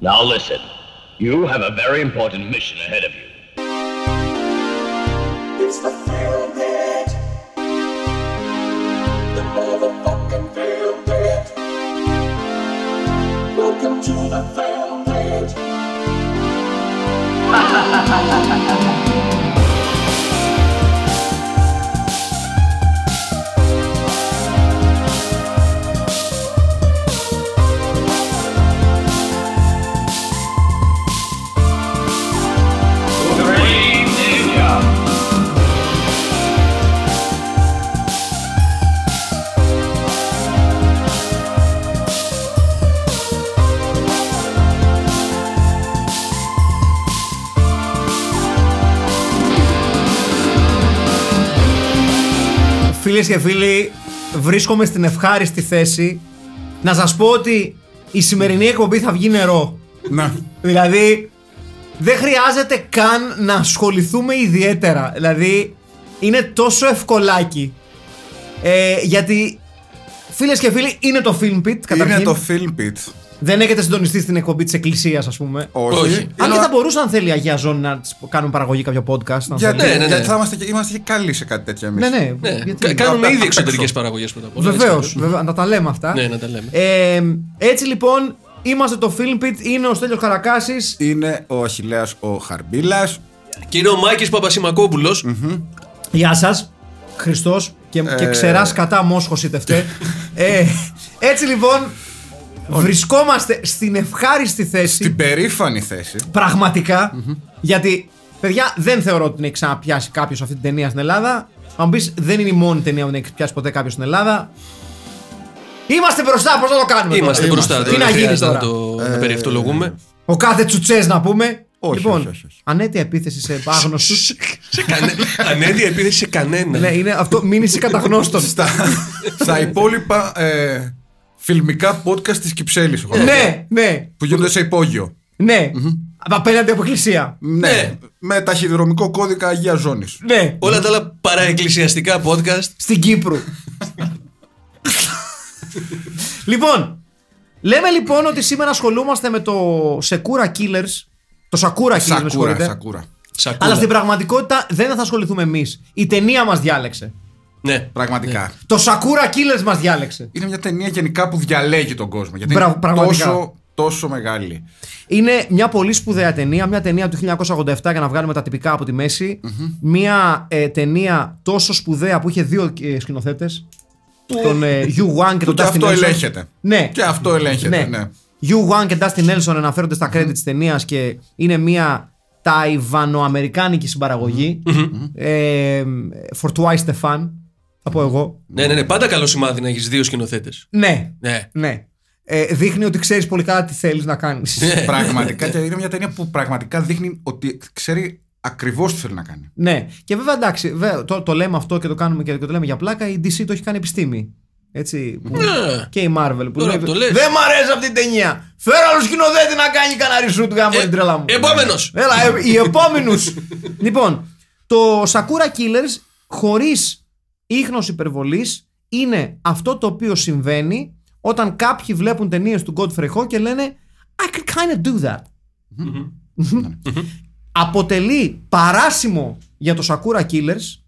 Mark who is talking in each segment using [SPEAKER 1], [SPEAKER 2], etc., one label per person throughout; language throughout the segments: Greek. [SPEAKER 1] Now listen, you have a very important mission ahead of you.
[SPEAKER 2] It's the Feel Good. The motherfucking Feel Good. Welcome to the Feel Good.
[SPEAKER 3] Φίλε και φίλοι, βρίσκομαι στην ευχάριστη θέση να σας πω ότι η σημερινή εκπομπή θα βγει νερό.
[SPEAKER 4] Να.
[SPEAKER 3] Δηλαδή, δεν χρειάζεται καν να ασχοληθούμε ιδιαίτερα. Δηλαδή, είναι τόσο ευκολάκι. Ε, γιατί, φίλες και φίλοι, είναι το Film Pit καταρχήν.
[SPEAKER 4] Είναι το film pit.
[SPEAKER 3] Δεν έχετε συντονιστεί στην εκπομπή της Εκκλησίας, ας πούμε.
[SPEAKER 4] Όχι.
[SPEAKER 5] Όχι.
[SPEAKER 3] Αν
[SPEAKER 4] Είναι
[SPEAKER 3] και
[SPEAKER 4] ο-
[SPEAKER 3] θα μπορούσε, αν θέλει η Αγία Ζώνη, να της κάνουν παραγωγή κάποιο podcast. αν
[SPEAKER 4] Γιατί,
[SPEAKER 3] θέλει.
[SPEAKER 5] Ναι, ναι, ναι.
[SPEAKER 4] γιατί θα είμαστε, και- είμαστε και καλοί σε κάτι τέτοιο εμείς.
[SPEAKER 3] Ναι, ναι.
[SPEAKER 5] Ναι,
[SPEAKER 3] γιατί-
[SPEAKER 5] κα- κάνουμε
[SPEAKER 4] Απ'
[SPEAKER 5] ήδη
[SPEAKER 4] έξω.
[SPEAKER 5] εξωτερικές παραγωγές πρώτα απ' όλα.
[SPEAKER 3] Βεβαίω,
[SPEAKER 5] έτσι.
[SPEAKER 3] βέβαια, να τα λέμε αυτά.
[SPEAKER 5] Ναι, να τα λέμε.
[SPEAKER 3] Ε, έτσι λοιπόν, είμαστε το Film Pit, είναι ο Στέλιος Χαρακάσης.
[SPEAKER 4] Είναι ο Αχιλέας ο Χαρμπίλας.
[SPEAKER 5] Και είναι ο Μάκης Παπασημακόπουλος.
[SPEAKER 3] Γεια σας, Χριστός και, και
[SPEAKER 4] Ε.
[SPEAKER 3] ξεράς κατά μόσχος ήτευτε. ε, έτσι λοιπόν, βρισκόμαστε στην ευχάριστη θέση,
[SPEAKER 4] Στην περήφανη θέση.
[SPEAKER 3] πραγματικα γιατί, παιδιά, δεν θεωρώ ότι την έχει ξαναπιάσει κάποιος αυτή την ταινία στην Ελλάδα. Αν μου πεις, δεν είναι η μόνη ταινία που την έχει πιάσει ποτέ κάποιος στην Ελλάδα. Είμαστε μπροστά, πώς θα το κάνουμε τώρα?
[SPEAKER 5] Είμαστε μπροστά.
[SPEAKER 3] Τι
[SPEAKER 5] τώρα, Ε,
[SPEAKER 3] να
[SPEAKER 5] δεν
[SPEAKER 3] γίνει
[SPEAKER 5] χρειάζεται
[SPEAKER 3] τώρα.
[SPEAKER 5] Να το να περιευτολογούμε.
[SPEAKER 3] Ο κάθε τσουτσές να πούμε.
[SPEAKER 4] Όχι,
[SPEAKER 3] λοιπόν,
[SPEAKER 4] όχι, όχι, όχι.
[SPEAKER 3] ανέτεια επίθεση σε άγνωστους.
[SPEAKER 5] Σε κανέ- Ανέδεια επίθεση σε κανένα.
[SPEAKER 3] ναι, είναι αυτό. Μήνυση καταγνώστων.
[SPEAKER 4] Στα, στα υπόλοιπα ε, φιλμικά podcast της Κυψέλης. εγώ να πω,
[SPEAKER 3] ναι, ναι,
[SPEAKER 4] Που γίνονται σε υπόγειο.
[SPEAKER 3] ναι. Απέναντι από εκκλησία.
[SPEAKER 4] Ναι. Με ταχυδρομικό κώδικα Αγία Ζώνης.
[SPEAKER 3] Ναι,
[SPEAKER 5] Όλα τα άλλα παραεκκλησιαστικά podcast.
[SPEAKER 3] στην Κύπρου. λοιπόν, λέμε λοιπόν ότι σήμερα ασχολούμαστε με το Sekura Killers. Το Sakura Killers, με
[SPEAKER 4] Σακούρα,
[SPEAKER 3] συγχωρείτε.
[SPEAKER 4] σακούρα.
[SPEAKER 5] Σακούλα.
[SPEAKER 3] Αλλά στην πραγματικότητα δεν θα ασχοληθούμε εμείς. Η ταινία μας διάλεξε.
[SPEAKER 5] Ναι.
[SPEAKER 4] Πραγματικά.
[SPEAKER 3] Το Sakura Killers μας διάλεξε.
[SPEAKER 4] Είναι μια ταινία γενικά που διαλέγει τον κόσμο. Γιατί
[SPEAKER 3] Μπρα-
[SPEAKER 4] είναι
[SPEAKER 3] πραγματικά.
[SPEAKER 4] τόσο, τόσο μεγάλη.
[SPEAKER 3] Είναι μια πολύ σπουδαία ταινία, μια ταινία του 1987 για να βγάλουμε τα τυπικά από τη μεση Μια ε, ταινία τόσο σπουδαία που είχε δύο ε, σκηνοθέτες. Τον ε, Hugh Wang και τον
[SPEAKER 4] και
[SPEAKER 3] Dustin
[SPEAKER 4] αυτό
[SPEAKER 3] Nelson.
[SPEAKER 4] ελέγχεται.
[SPEAKER 3] Ναι.
[SPEAKER 4] Και αυτό ελέγχεται.
[SPEAKER 3] ναι.
[SPEAKER 4] ναι.
[SPEAKER 3] Hugh Wang και Dustin Nelson αναφέρονται στα credit της ταινίας και είναι μια ταϊβανοαμερικάνικη συμπαραγωγή. Ε, Φορτουάι Στεφάν, θα πω εγώ.
[SPEAKER 5] Ναι, ναι, ναι. Πάντα καλό σημάδι να έχεις δύο σκηνοθέτες.
[SPEAKER 3] Ναι,
[SPEAKER 5] Ναι.
[SPEAKER 3] ναι. Ε, δείχνει ότι ξέρεις πολύ καλά τι θέλεις να κάνεις.
[SPEAKER 4] Ναι. πραγματικά και είναι μια ταινία που πραγματικά δείχνει ότι ξέρει ακριβώς τι θέλει να κάνει.
[SPEAKER 3] Ναι. Και βέβαια εντάξει, βέ- το, το λέμε αυτό και το κάνουμε και, και το λέμε για πλάκα. Η DC το έχει κάνει επιστήμη. Έτσι. Που,
[SPEAKER 5] Ναι.
[SPEAKER 3] και η Marvel. Που
[SPEAKER 5] Τώρα
[SPEAKER 3] λέει,
[SPEAKER 5] που το λες.
[SPEAKER 3] Δεν μ' αρέσει αυτή η ταινία. Φέρω άλλο σκηνοθέτη να κάνει κανένα ρησού του
[SPEAKER 5] Ε,
[SPEAKER 3] γάμου την τρελά μου.
[SPEAKER 5] Επόμενος.
[SPEAKER 3] Έλα, ε, οι επόμενους. λοιπόν, το Sakura Killers χωρίς ίχνος υπερβολής είναι αυτό το οποίο συμβαίνει όταν κάποιοι βλέπουν ταινίες του Godfrey Ho και λένε I could kind of do that. Αποτελεί παράσημο για το Sakura Killers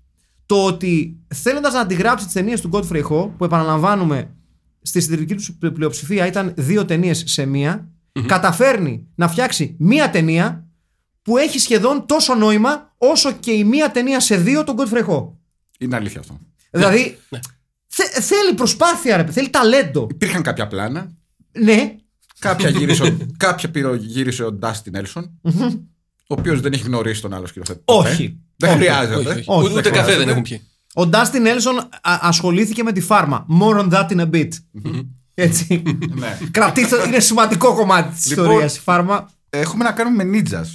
[SPEAKER 3] το ότι θέλοντας να αντιγράψει τις ταινίες του Godfrey Ho, που επαναλαμβάνουμε στη συντηρητική τους πλειοψηφία ήταν δύο ταινίες σε μία, καταφέρνει να φτιάξει μία ταινία που έχει σχεδόν τόσο νόημα όσο και η μία ταινία σε δύο τον Godfrey Ho.
[SPEAKER 4] Είναι αλήθεια αυτό.
[SPEAKER 3] Δηλαδή. θε- θέλει προσπάθεια, ρε, θέλει ταλέντο.
[SPEAKER 4] Υπήρχαν κάποια πλάνα.
[SPEAKER 3] Ναι,
[SPEAKER 4] Κάποια, γύρισε, ο- κάποια πήρε, ο- γύρισε ο Ντάστι Νέλσον. ο οποίος δεν έχει γνωρίσει τον άλλο σκηνοθέτη. ποτέ.
[SPEAKER 3] Όχι.
[SPEAKER 4] Δεν
[SPEAKER 3] Όχι.
[SPEAKER 4] χρειάζεται.
[SPEAKER 5] Όχι, Ε, όχι.
[SPEAKER 3] Όχι,
[SPEAKER 5] Ούτε
[SPEAKER 3] δεν
[SPEAKER 5] καφέ
[SPEAKER 4] χρειάζεται.
[SPEAKER 5] δεν έχουν πιει.
[SPEAKER 3] Ο Dustin Nelson α- ασχολήθηκε με τη φάρμα. More on that in a bit. Έτσι.
[SPEAKER 4] Ναι.
[SPEAKER 3] Κρατήστε, είναι σημαντικό κομμάτι της
[SPEAKER 4] Λοιπόν,
[SPEAKER 3] ιστορίας η φάρμα.
[SPEAKER 4] Έχουμε να κάνουμε με νίτζα.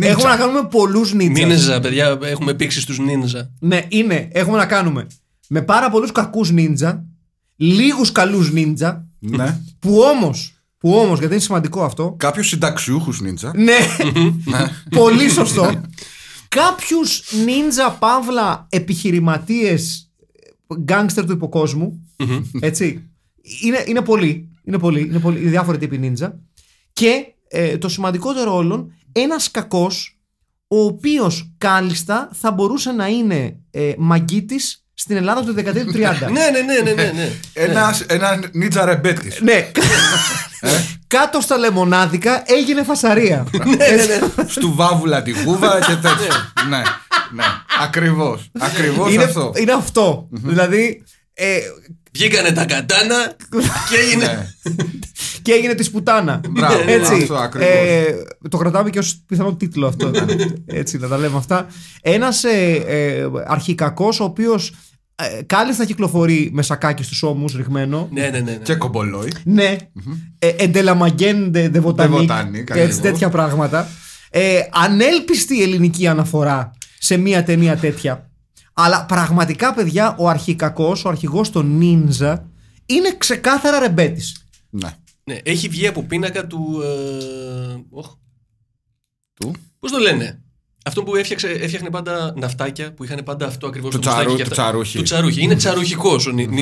[SPEAKER 3] Έχουμε να κάνουμε πολλού νίτσα.
[SPEAKER 5] Νίνζα, παιδιά, έχουμε πήξει στους νίνζα.
[SPEAKER 3] Ναι, είναι. Έχουμε να κάνουμε με πάρα πολλούς κακούς νίντζα, λίγους καλούς νίντζα,
[SPEAKER 4] Ναι.
[SPEAKER 3] που όμως. Που όμως, γιατί είναι σημαντικό αυτό.
[SPEAKER 4] Κάποιους συνταξιούχους νίτζα.
[SPEAKER 3] Ναι, πολύ σωστό. Κάποιους νίντζα παύλα επιχειρηματίες γκάγκστερ του υποκόσμου. έτσι. Είναι, είναι πολλοί. Είναι πολλοί. Είναι πολλοί. οι Διάφοροι τύποι νίντζα. Και ε, το σημαντικότερο όλων, ένας κακός ο οποίος κάλλιστα θα μπορούσε να είναι ε, μαγκίτης στην Ελλάδα του δεκαετία του 30.
[SPEAKER 5] Ναι, ναι, ναι, ναι, ναι. ναι.
[SPEAKER 4] Ένα, ένα νίτσα ρεμπέτης.
[SPEAKER 3] Ναι. Κάτω στα λεμονάδικα έγινε φασαρία.
[SPEAKER 5] ναι, ναι, ναι.
[SPEAKER 4] Στου βάβουλα τη γούβα και τέτοια. ναι, ναι. Ακριβώς. Ακριβώς
[SPEAKER 3] είναι
[SPEAKER 4] αυτό.
[SPEAKER 3] είναι αυτό. δηλαδή. ε,
[SPEAKER 5] Βγήκανε τα κατάνα και
[SPEAKER 4] Ναι.
[SPEAKER 5] έγινε.
[SPEAKER 3] και έγινε τη πουτάνα.
[SPEAKER 4] Μπράβο,
[SPEAKER 3] Έτσι.
[SPEAKER 4] αυτό ακριβώς. Ναι.
[SPEAKER 3] Ε, το κρατάμε και ως πιθανό τίτλο αυτό. Έτσι, να τα λέμε αυτά. Ένας ε, ε, αρχικακός, ο οποίος ε, κάλλιστα κυκλοφορεί με σακάκι στους ώμους ρηγμένο.
[SPEAKER 5] Ναι, ναι, ναι. ναι.
[SPEAKER 4] Και κομπολόι.
[SPEAKER 3] Ναι. Ε, εντελαμαγένντε δε βοτανίκ.
[SPEAKER 4] βοτανίκ, ακριβώς.
[SPEAKER 3] Έτσι, τέτοια πράγματα. Ε, ανέλπιστη ελληνική αναφορά σε μια ταινία τέτοια. Αλλά πραγματικά, παιδιά, ο αρχικακός, ο αρχηγός των Νίνζα, είναι ξεκάθαρα ρεμπέτης.
[SPEAKER 4] Ναι.
[SPEAKER 5] Ναι, έχει βγει από πίνακα του. Ε, οχ,
[SPEAKER 4] Του.
[SPEAKER 5] Πώς το λένε. Αυτό που έφτιαξε, έφτιαχνε πάντα ναυτάκια που είχαν πάντα αυτό ακριβώς
[SPEAKER 4] Του τσαρού- του τσαρούχι.
[SPEAKER 5] Του τσαρούχι. Είναι τσαρουχικό.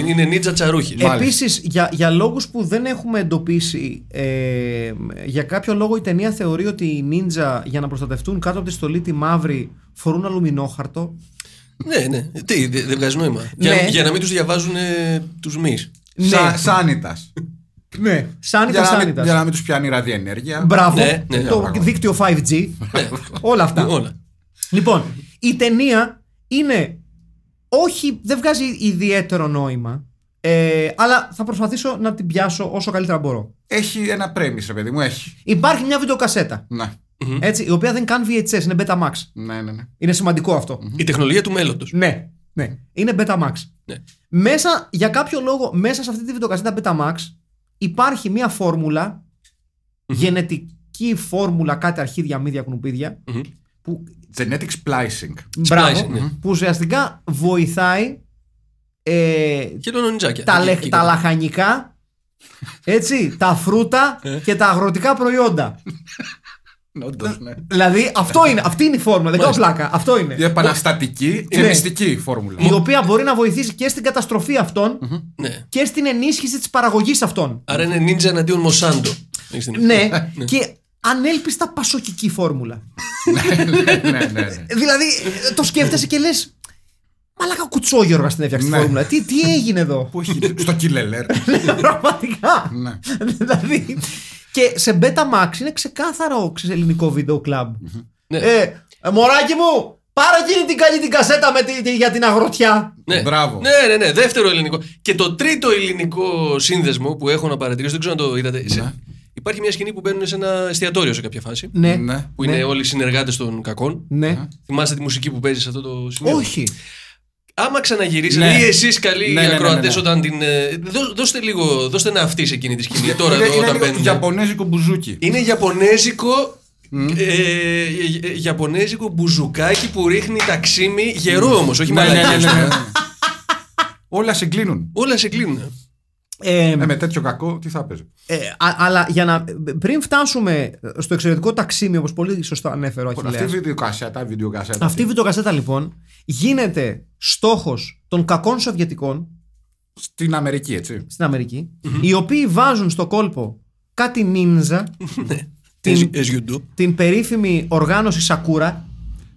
[SPEAKER 5] Είναι νίτσα τσαρούχι.
[SPEAKER 4] Μάλιστα.
[SPEAKER 3] Επίσης, για, για λόγους που δεν έχουμε εντοπίσει, ε, για κάποιο λόγο η ταινία θεωρεί ότι οι νίντζα για να προστατευτούν κάτω από τη στολή τη μαύρη φορούν αλουμινόχαρτο.
[SPEAKER 5] Ναι, ναι. Τι, δε- δεν βγάζει νόημα. Για,
[SPEAKER 3] Ναι.
[SPEAKER 5] για να μην τους διαβάζουν ε, τους μη.
[SPEAKER 4] Σα, σάνιτας.
[SPEAKER 3] ναι. Σάνιτα,
[SPEAKER 4] Για, να μην-
[SPEAKER 3] σάνιτα.
[SPEAKER 4] για να μην τους πιάνει η ραδιενέργεια.
[SPEAKER 3] Μπράβο.
[SPEAKER 5] Ναι, ναι,
[SPEAKER 3] το
[SPEAKER 4] μπράβο.
[SPEAKER 3] δίκτυο 5G. όλα αυτά.
[SPEAKER 5] Όλα.
[SPEAKER 3] λοιπόν, η ταινία είναι. Όχι, δεν βγάζει ιδιαίτερο νόημα. ε, αλλά θα προσπαθήσω να την πιάσω όσο καλύτερα μπορώ.
[SPEAKER 4] Έχει ένα πρέμι, ρε παιδί μου. Έχει.
[SPEAKER 3] Υπάρχει μια βιντεοκασέτα.
[SPEAKER 4] Ναι.
[SPEAKER 3] Έτσι, η οποία δεν κάνει VHS, είναι Betamax.
[SPEAKER 4] Ναι, ναι, ναι.
[SPEAKER 3] Είναι σημαντικό αυτό.
[SPEAKER 5] Η τεχνολογία του μέλλοντος.
[SPEAKER 3] Ναι, ναι. Είναι Betamax.
[SPEAKER 5] Ναι.
[SPEAKER 3] Μέσα, για κάποιο λόγο, μέσα σε αυτή τη βιντεοκασέτα Betamax υπάρχει μια φόρμουλα, γενετική φόρμουλα, κάτι αρχίδια, μύδια, κουνουπίδια,
[SPEAKER 5] Μμμ.
[SPEAKER 3] που
[SPEAKER 4] Genetic splicing.
[SPEAKER 3] Μπράβο.
[SPEAKER 5] ναι.
[SPEAKER 3] Που ουσιαστικά βοηθάει ε,
[SPEAKER 5] Και τον ονιτζάκια.
[SPEAKER 3] τα, λε-
[SPEAKER 5] Εκεί-
[SPEAKER 3] τα λαχανικά, έτσι, τα φρούτα
[SPEAKER 5] Ε.
[SPEAKER 3] και τα αγροτικά προϊόντα.
[SPEAKER 4] Όντως, ναι.
[SPEAKER 3] δηλαδή αυτό είναι, αυτή είναι η φόρμουλα, δεν κάνω
[SPEAKER 5] Μάλιστα.
[SPEAKER 3] πλάκα. Αυτό είναι.
[SPEAKER 4] Η επαναστατική και
[SPEAKER 3] Ναι.
[SPEAKER 4] μυστική φόρμουλα.
[SPEAKER 3] Η οποία μπορεί να βοηθήσει και στην καταστροφή αυτών
[SPEAKER 5] Ναι.
[SPEAKER 3] και στην ενίσχυση της παραγωγής αυτών.
[SPEAKER 5] Άρα είναι νίντζα εναντίον Μοσάντο. Έχεις την-
[SPEAKER 3] ναι, και ανέλπιστα πασοκική φόρμουλα.
[SPEAKER 4] ναι, ναι, ναι.
[SPEAKER 3] δηλαδή ε, το σκέφτεσαι και λες Μαλάκα κουτσόγιοργα στην έφτιαξε τη
[SPEAKER 4] Ναι.
[SPEAKER 3] φόρμουλα. Τι, τι έγινε εδώ.
[SPEAKER 4] Πού έχει. Στο κιλελέρ.
[SPEAKER 5] Ναι.
[SPEAKER 3] Πραγματικά.
[SPEAKER 4] Ναι.
[SPEAKER 3] δηλαδή. Και σε Betamax είναι ξεκάθαρο ξέρεις, ελληνικό βίντεο κλαμπ.
[SPEAKER 5] Ναι.
[SPEAKER 3] ε, ε, μωράκι μου, πάρε εκείνη την καλή την κασέτα με τη, τη- για την αγροτιά.
[SPEAKER 5] Ναι.
[SPEAKER 4] Μπράβο.
[SPEAKER 5] Ναι, ναι, ναι. Δεύτερο ελληνικό. Και το τρίτο ελληνικό σύνδεσμο που έχω να παρατηρήσω, δεν ξέρω αν το είδατε. Σε- Υπάρχει μια σκηνή που μπαίνουν σε ένα εστιατόριο σε κάποια φάση.
[SPEAKER 3] Ναι.
[SPEAKER 4] Ναι. Ναι.
[SPEAKER 5] Που είναι όλοι οι συνεργάτες των κακών.
[SPEAKER 3] ναι.
[SPEAKER 5] Θυμάστε τη μουσική που παίζει σε αυτό το σημείο.
[SPEAKER 3] Όχι.
[SPEAKER 5] Άμα ξαναγυρίσετε
[SPEAKER 4] Ναι.
[SPEAKER 5] ή εσείς καλοί
[SPEAKER 4] Ναι, ναι, ναι,
[SPEAKER 5] ακροατές
[SPEAKER 4] ναι, ναι.
[SPEAKER 5] όταν την. ε, δώ- δώστε λίγο, δώστε ένα αυτή σε εκείνη τη σκηνή. Τώρα
[SPEAKER 4] Είναι,
[SPEAKER 5] εδώ,
[SPEAKER 4] είναι
[SPEAKER 5] όταν
[SPEAKER 4] λίγο
[SPEAKER 5] μπαίνουν.
[SPEAKER 4] Ιαπωνέζικο μπουζούκι.
[SPEAKER 5] Είναι Ιαπωνέζικο. Ε, ε, ε, Ιαπωνέζικο μπουζουκάκι που ρίχνει ταξίμι γερό όμως, όχι
[SPEAKER 4] Ναι, ναι, ναι,
[SPEAKER 5] μαλακές.
[SPEAKER 4] ναι, ναι. Όλα συγκλίνουν.
[SPEAKER 5] Όλα σε κλείνουν.
[SPEAKER 3] Ε,
[SPEAKER 4] Ε, με τέτοιο κακό, τι θα παίζει.
[SPEAKER 3] ε, α- αλλά για να, πριν φτάσουμε στο εξαιρετικό ταξίμι, όπως πολύ σωστά ανέφερε ο
[SPEAKER 4] Λοιπόν, Αυτή η
[SPEAKER 3] Αχιλέας,
[SPEAKER 4] βιντεοκασέτα, η βιντεοκασέτα.
[SPEAKER 3] αυτή η βιντεοκασέτα λοιπόν γίνεται στόχος των κακών Σοβιετικών
[SPEAKER 4] Στην Αμερική, έτσι.
[SPEAKER 3] στην αμερικη οι οποίοι βάζουν στο κόλπο κάτι νίνζα, Την-
[SPEAKER 5] As you do.
[SPEAKER 3] την περίφημη οργάνωση Σακούρα,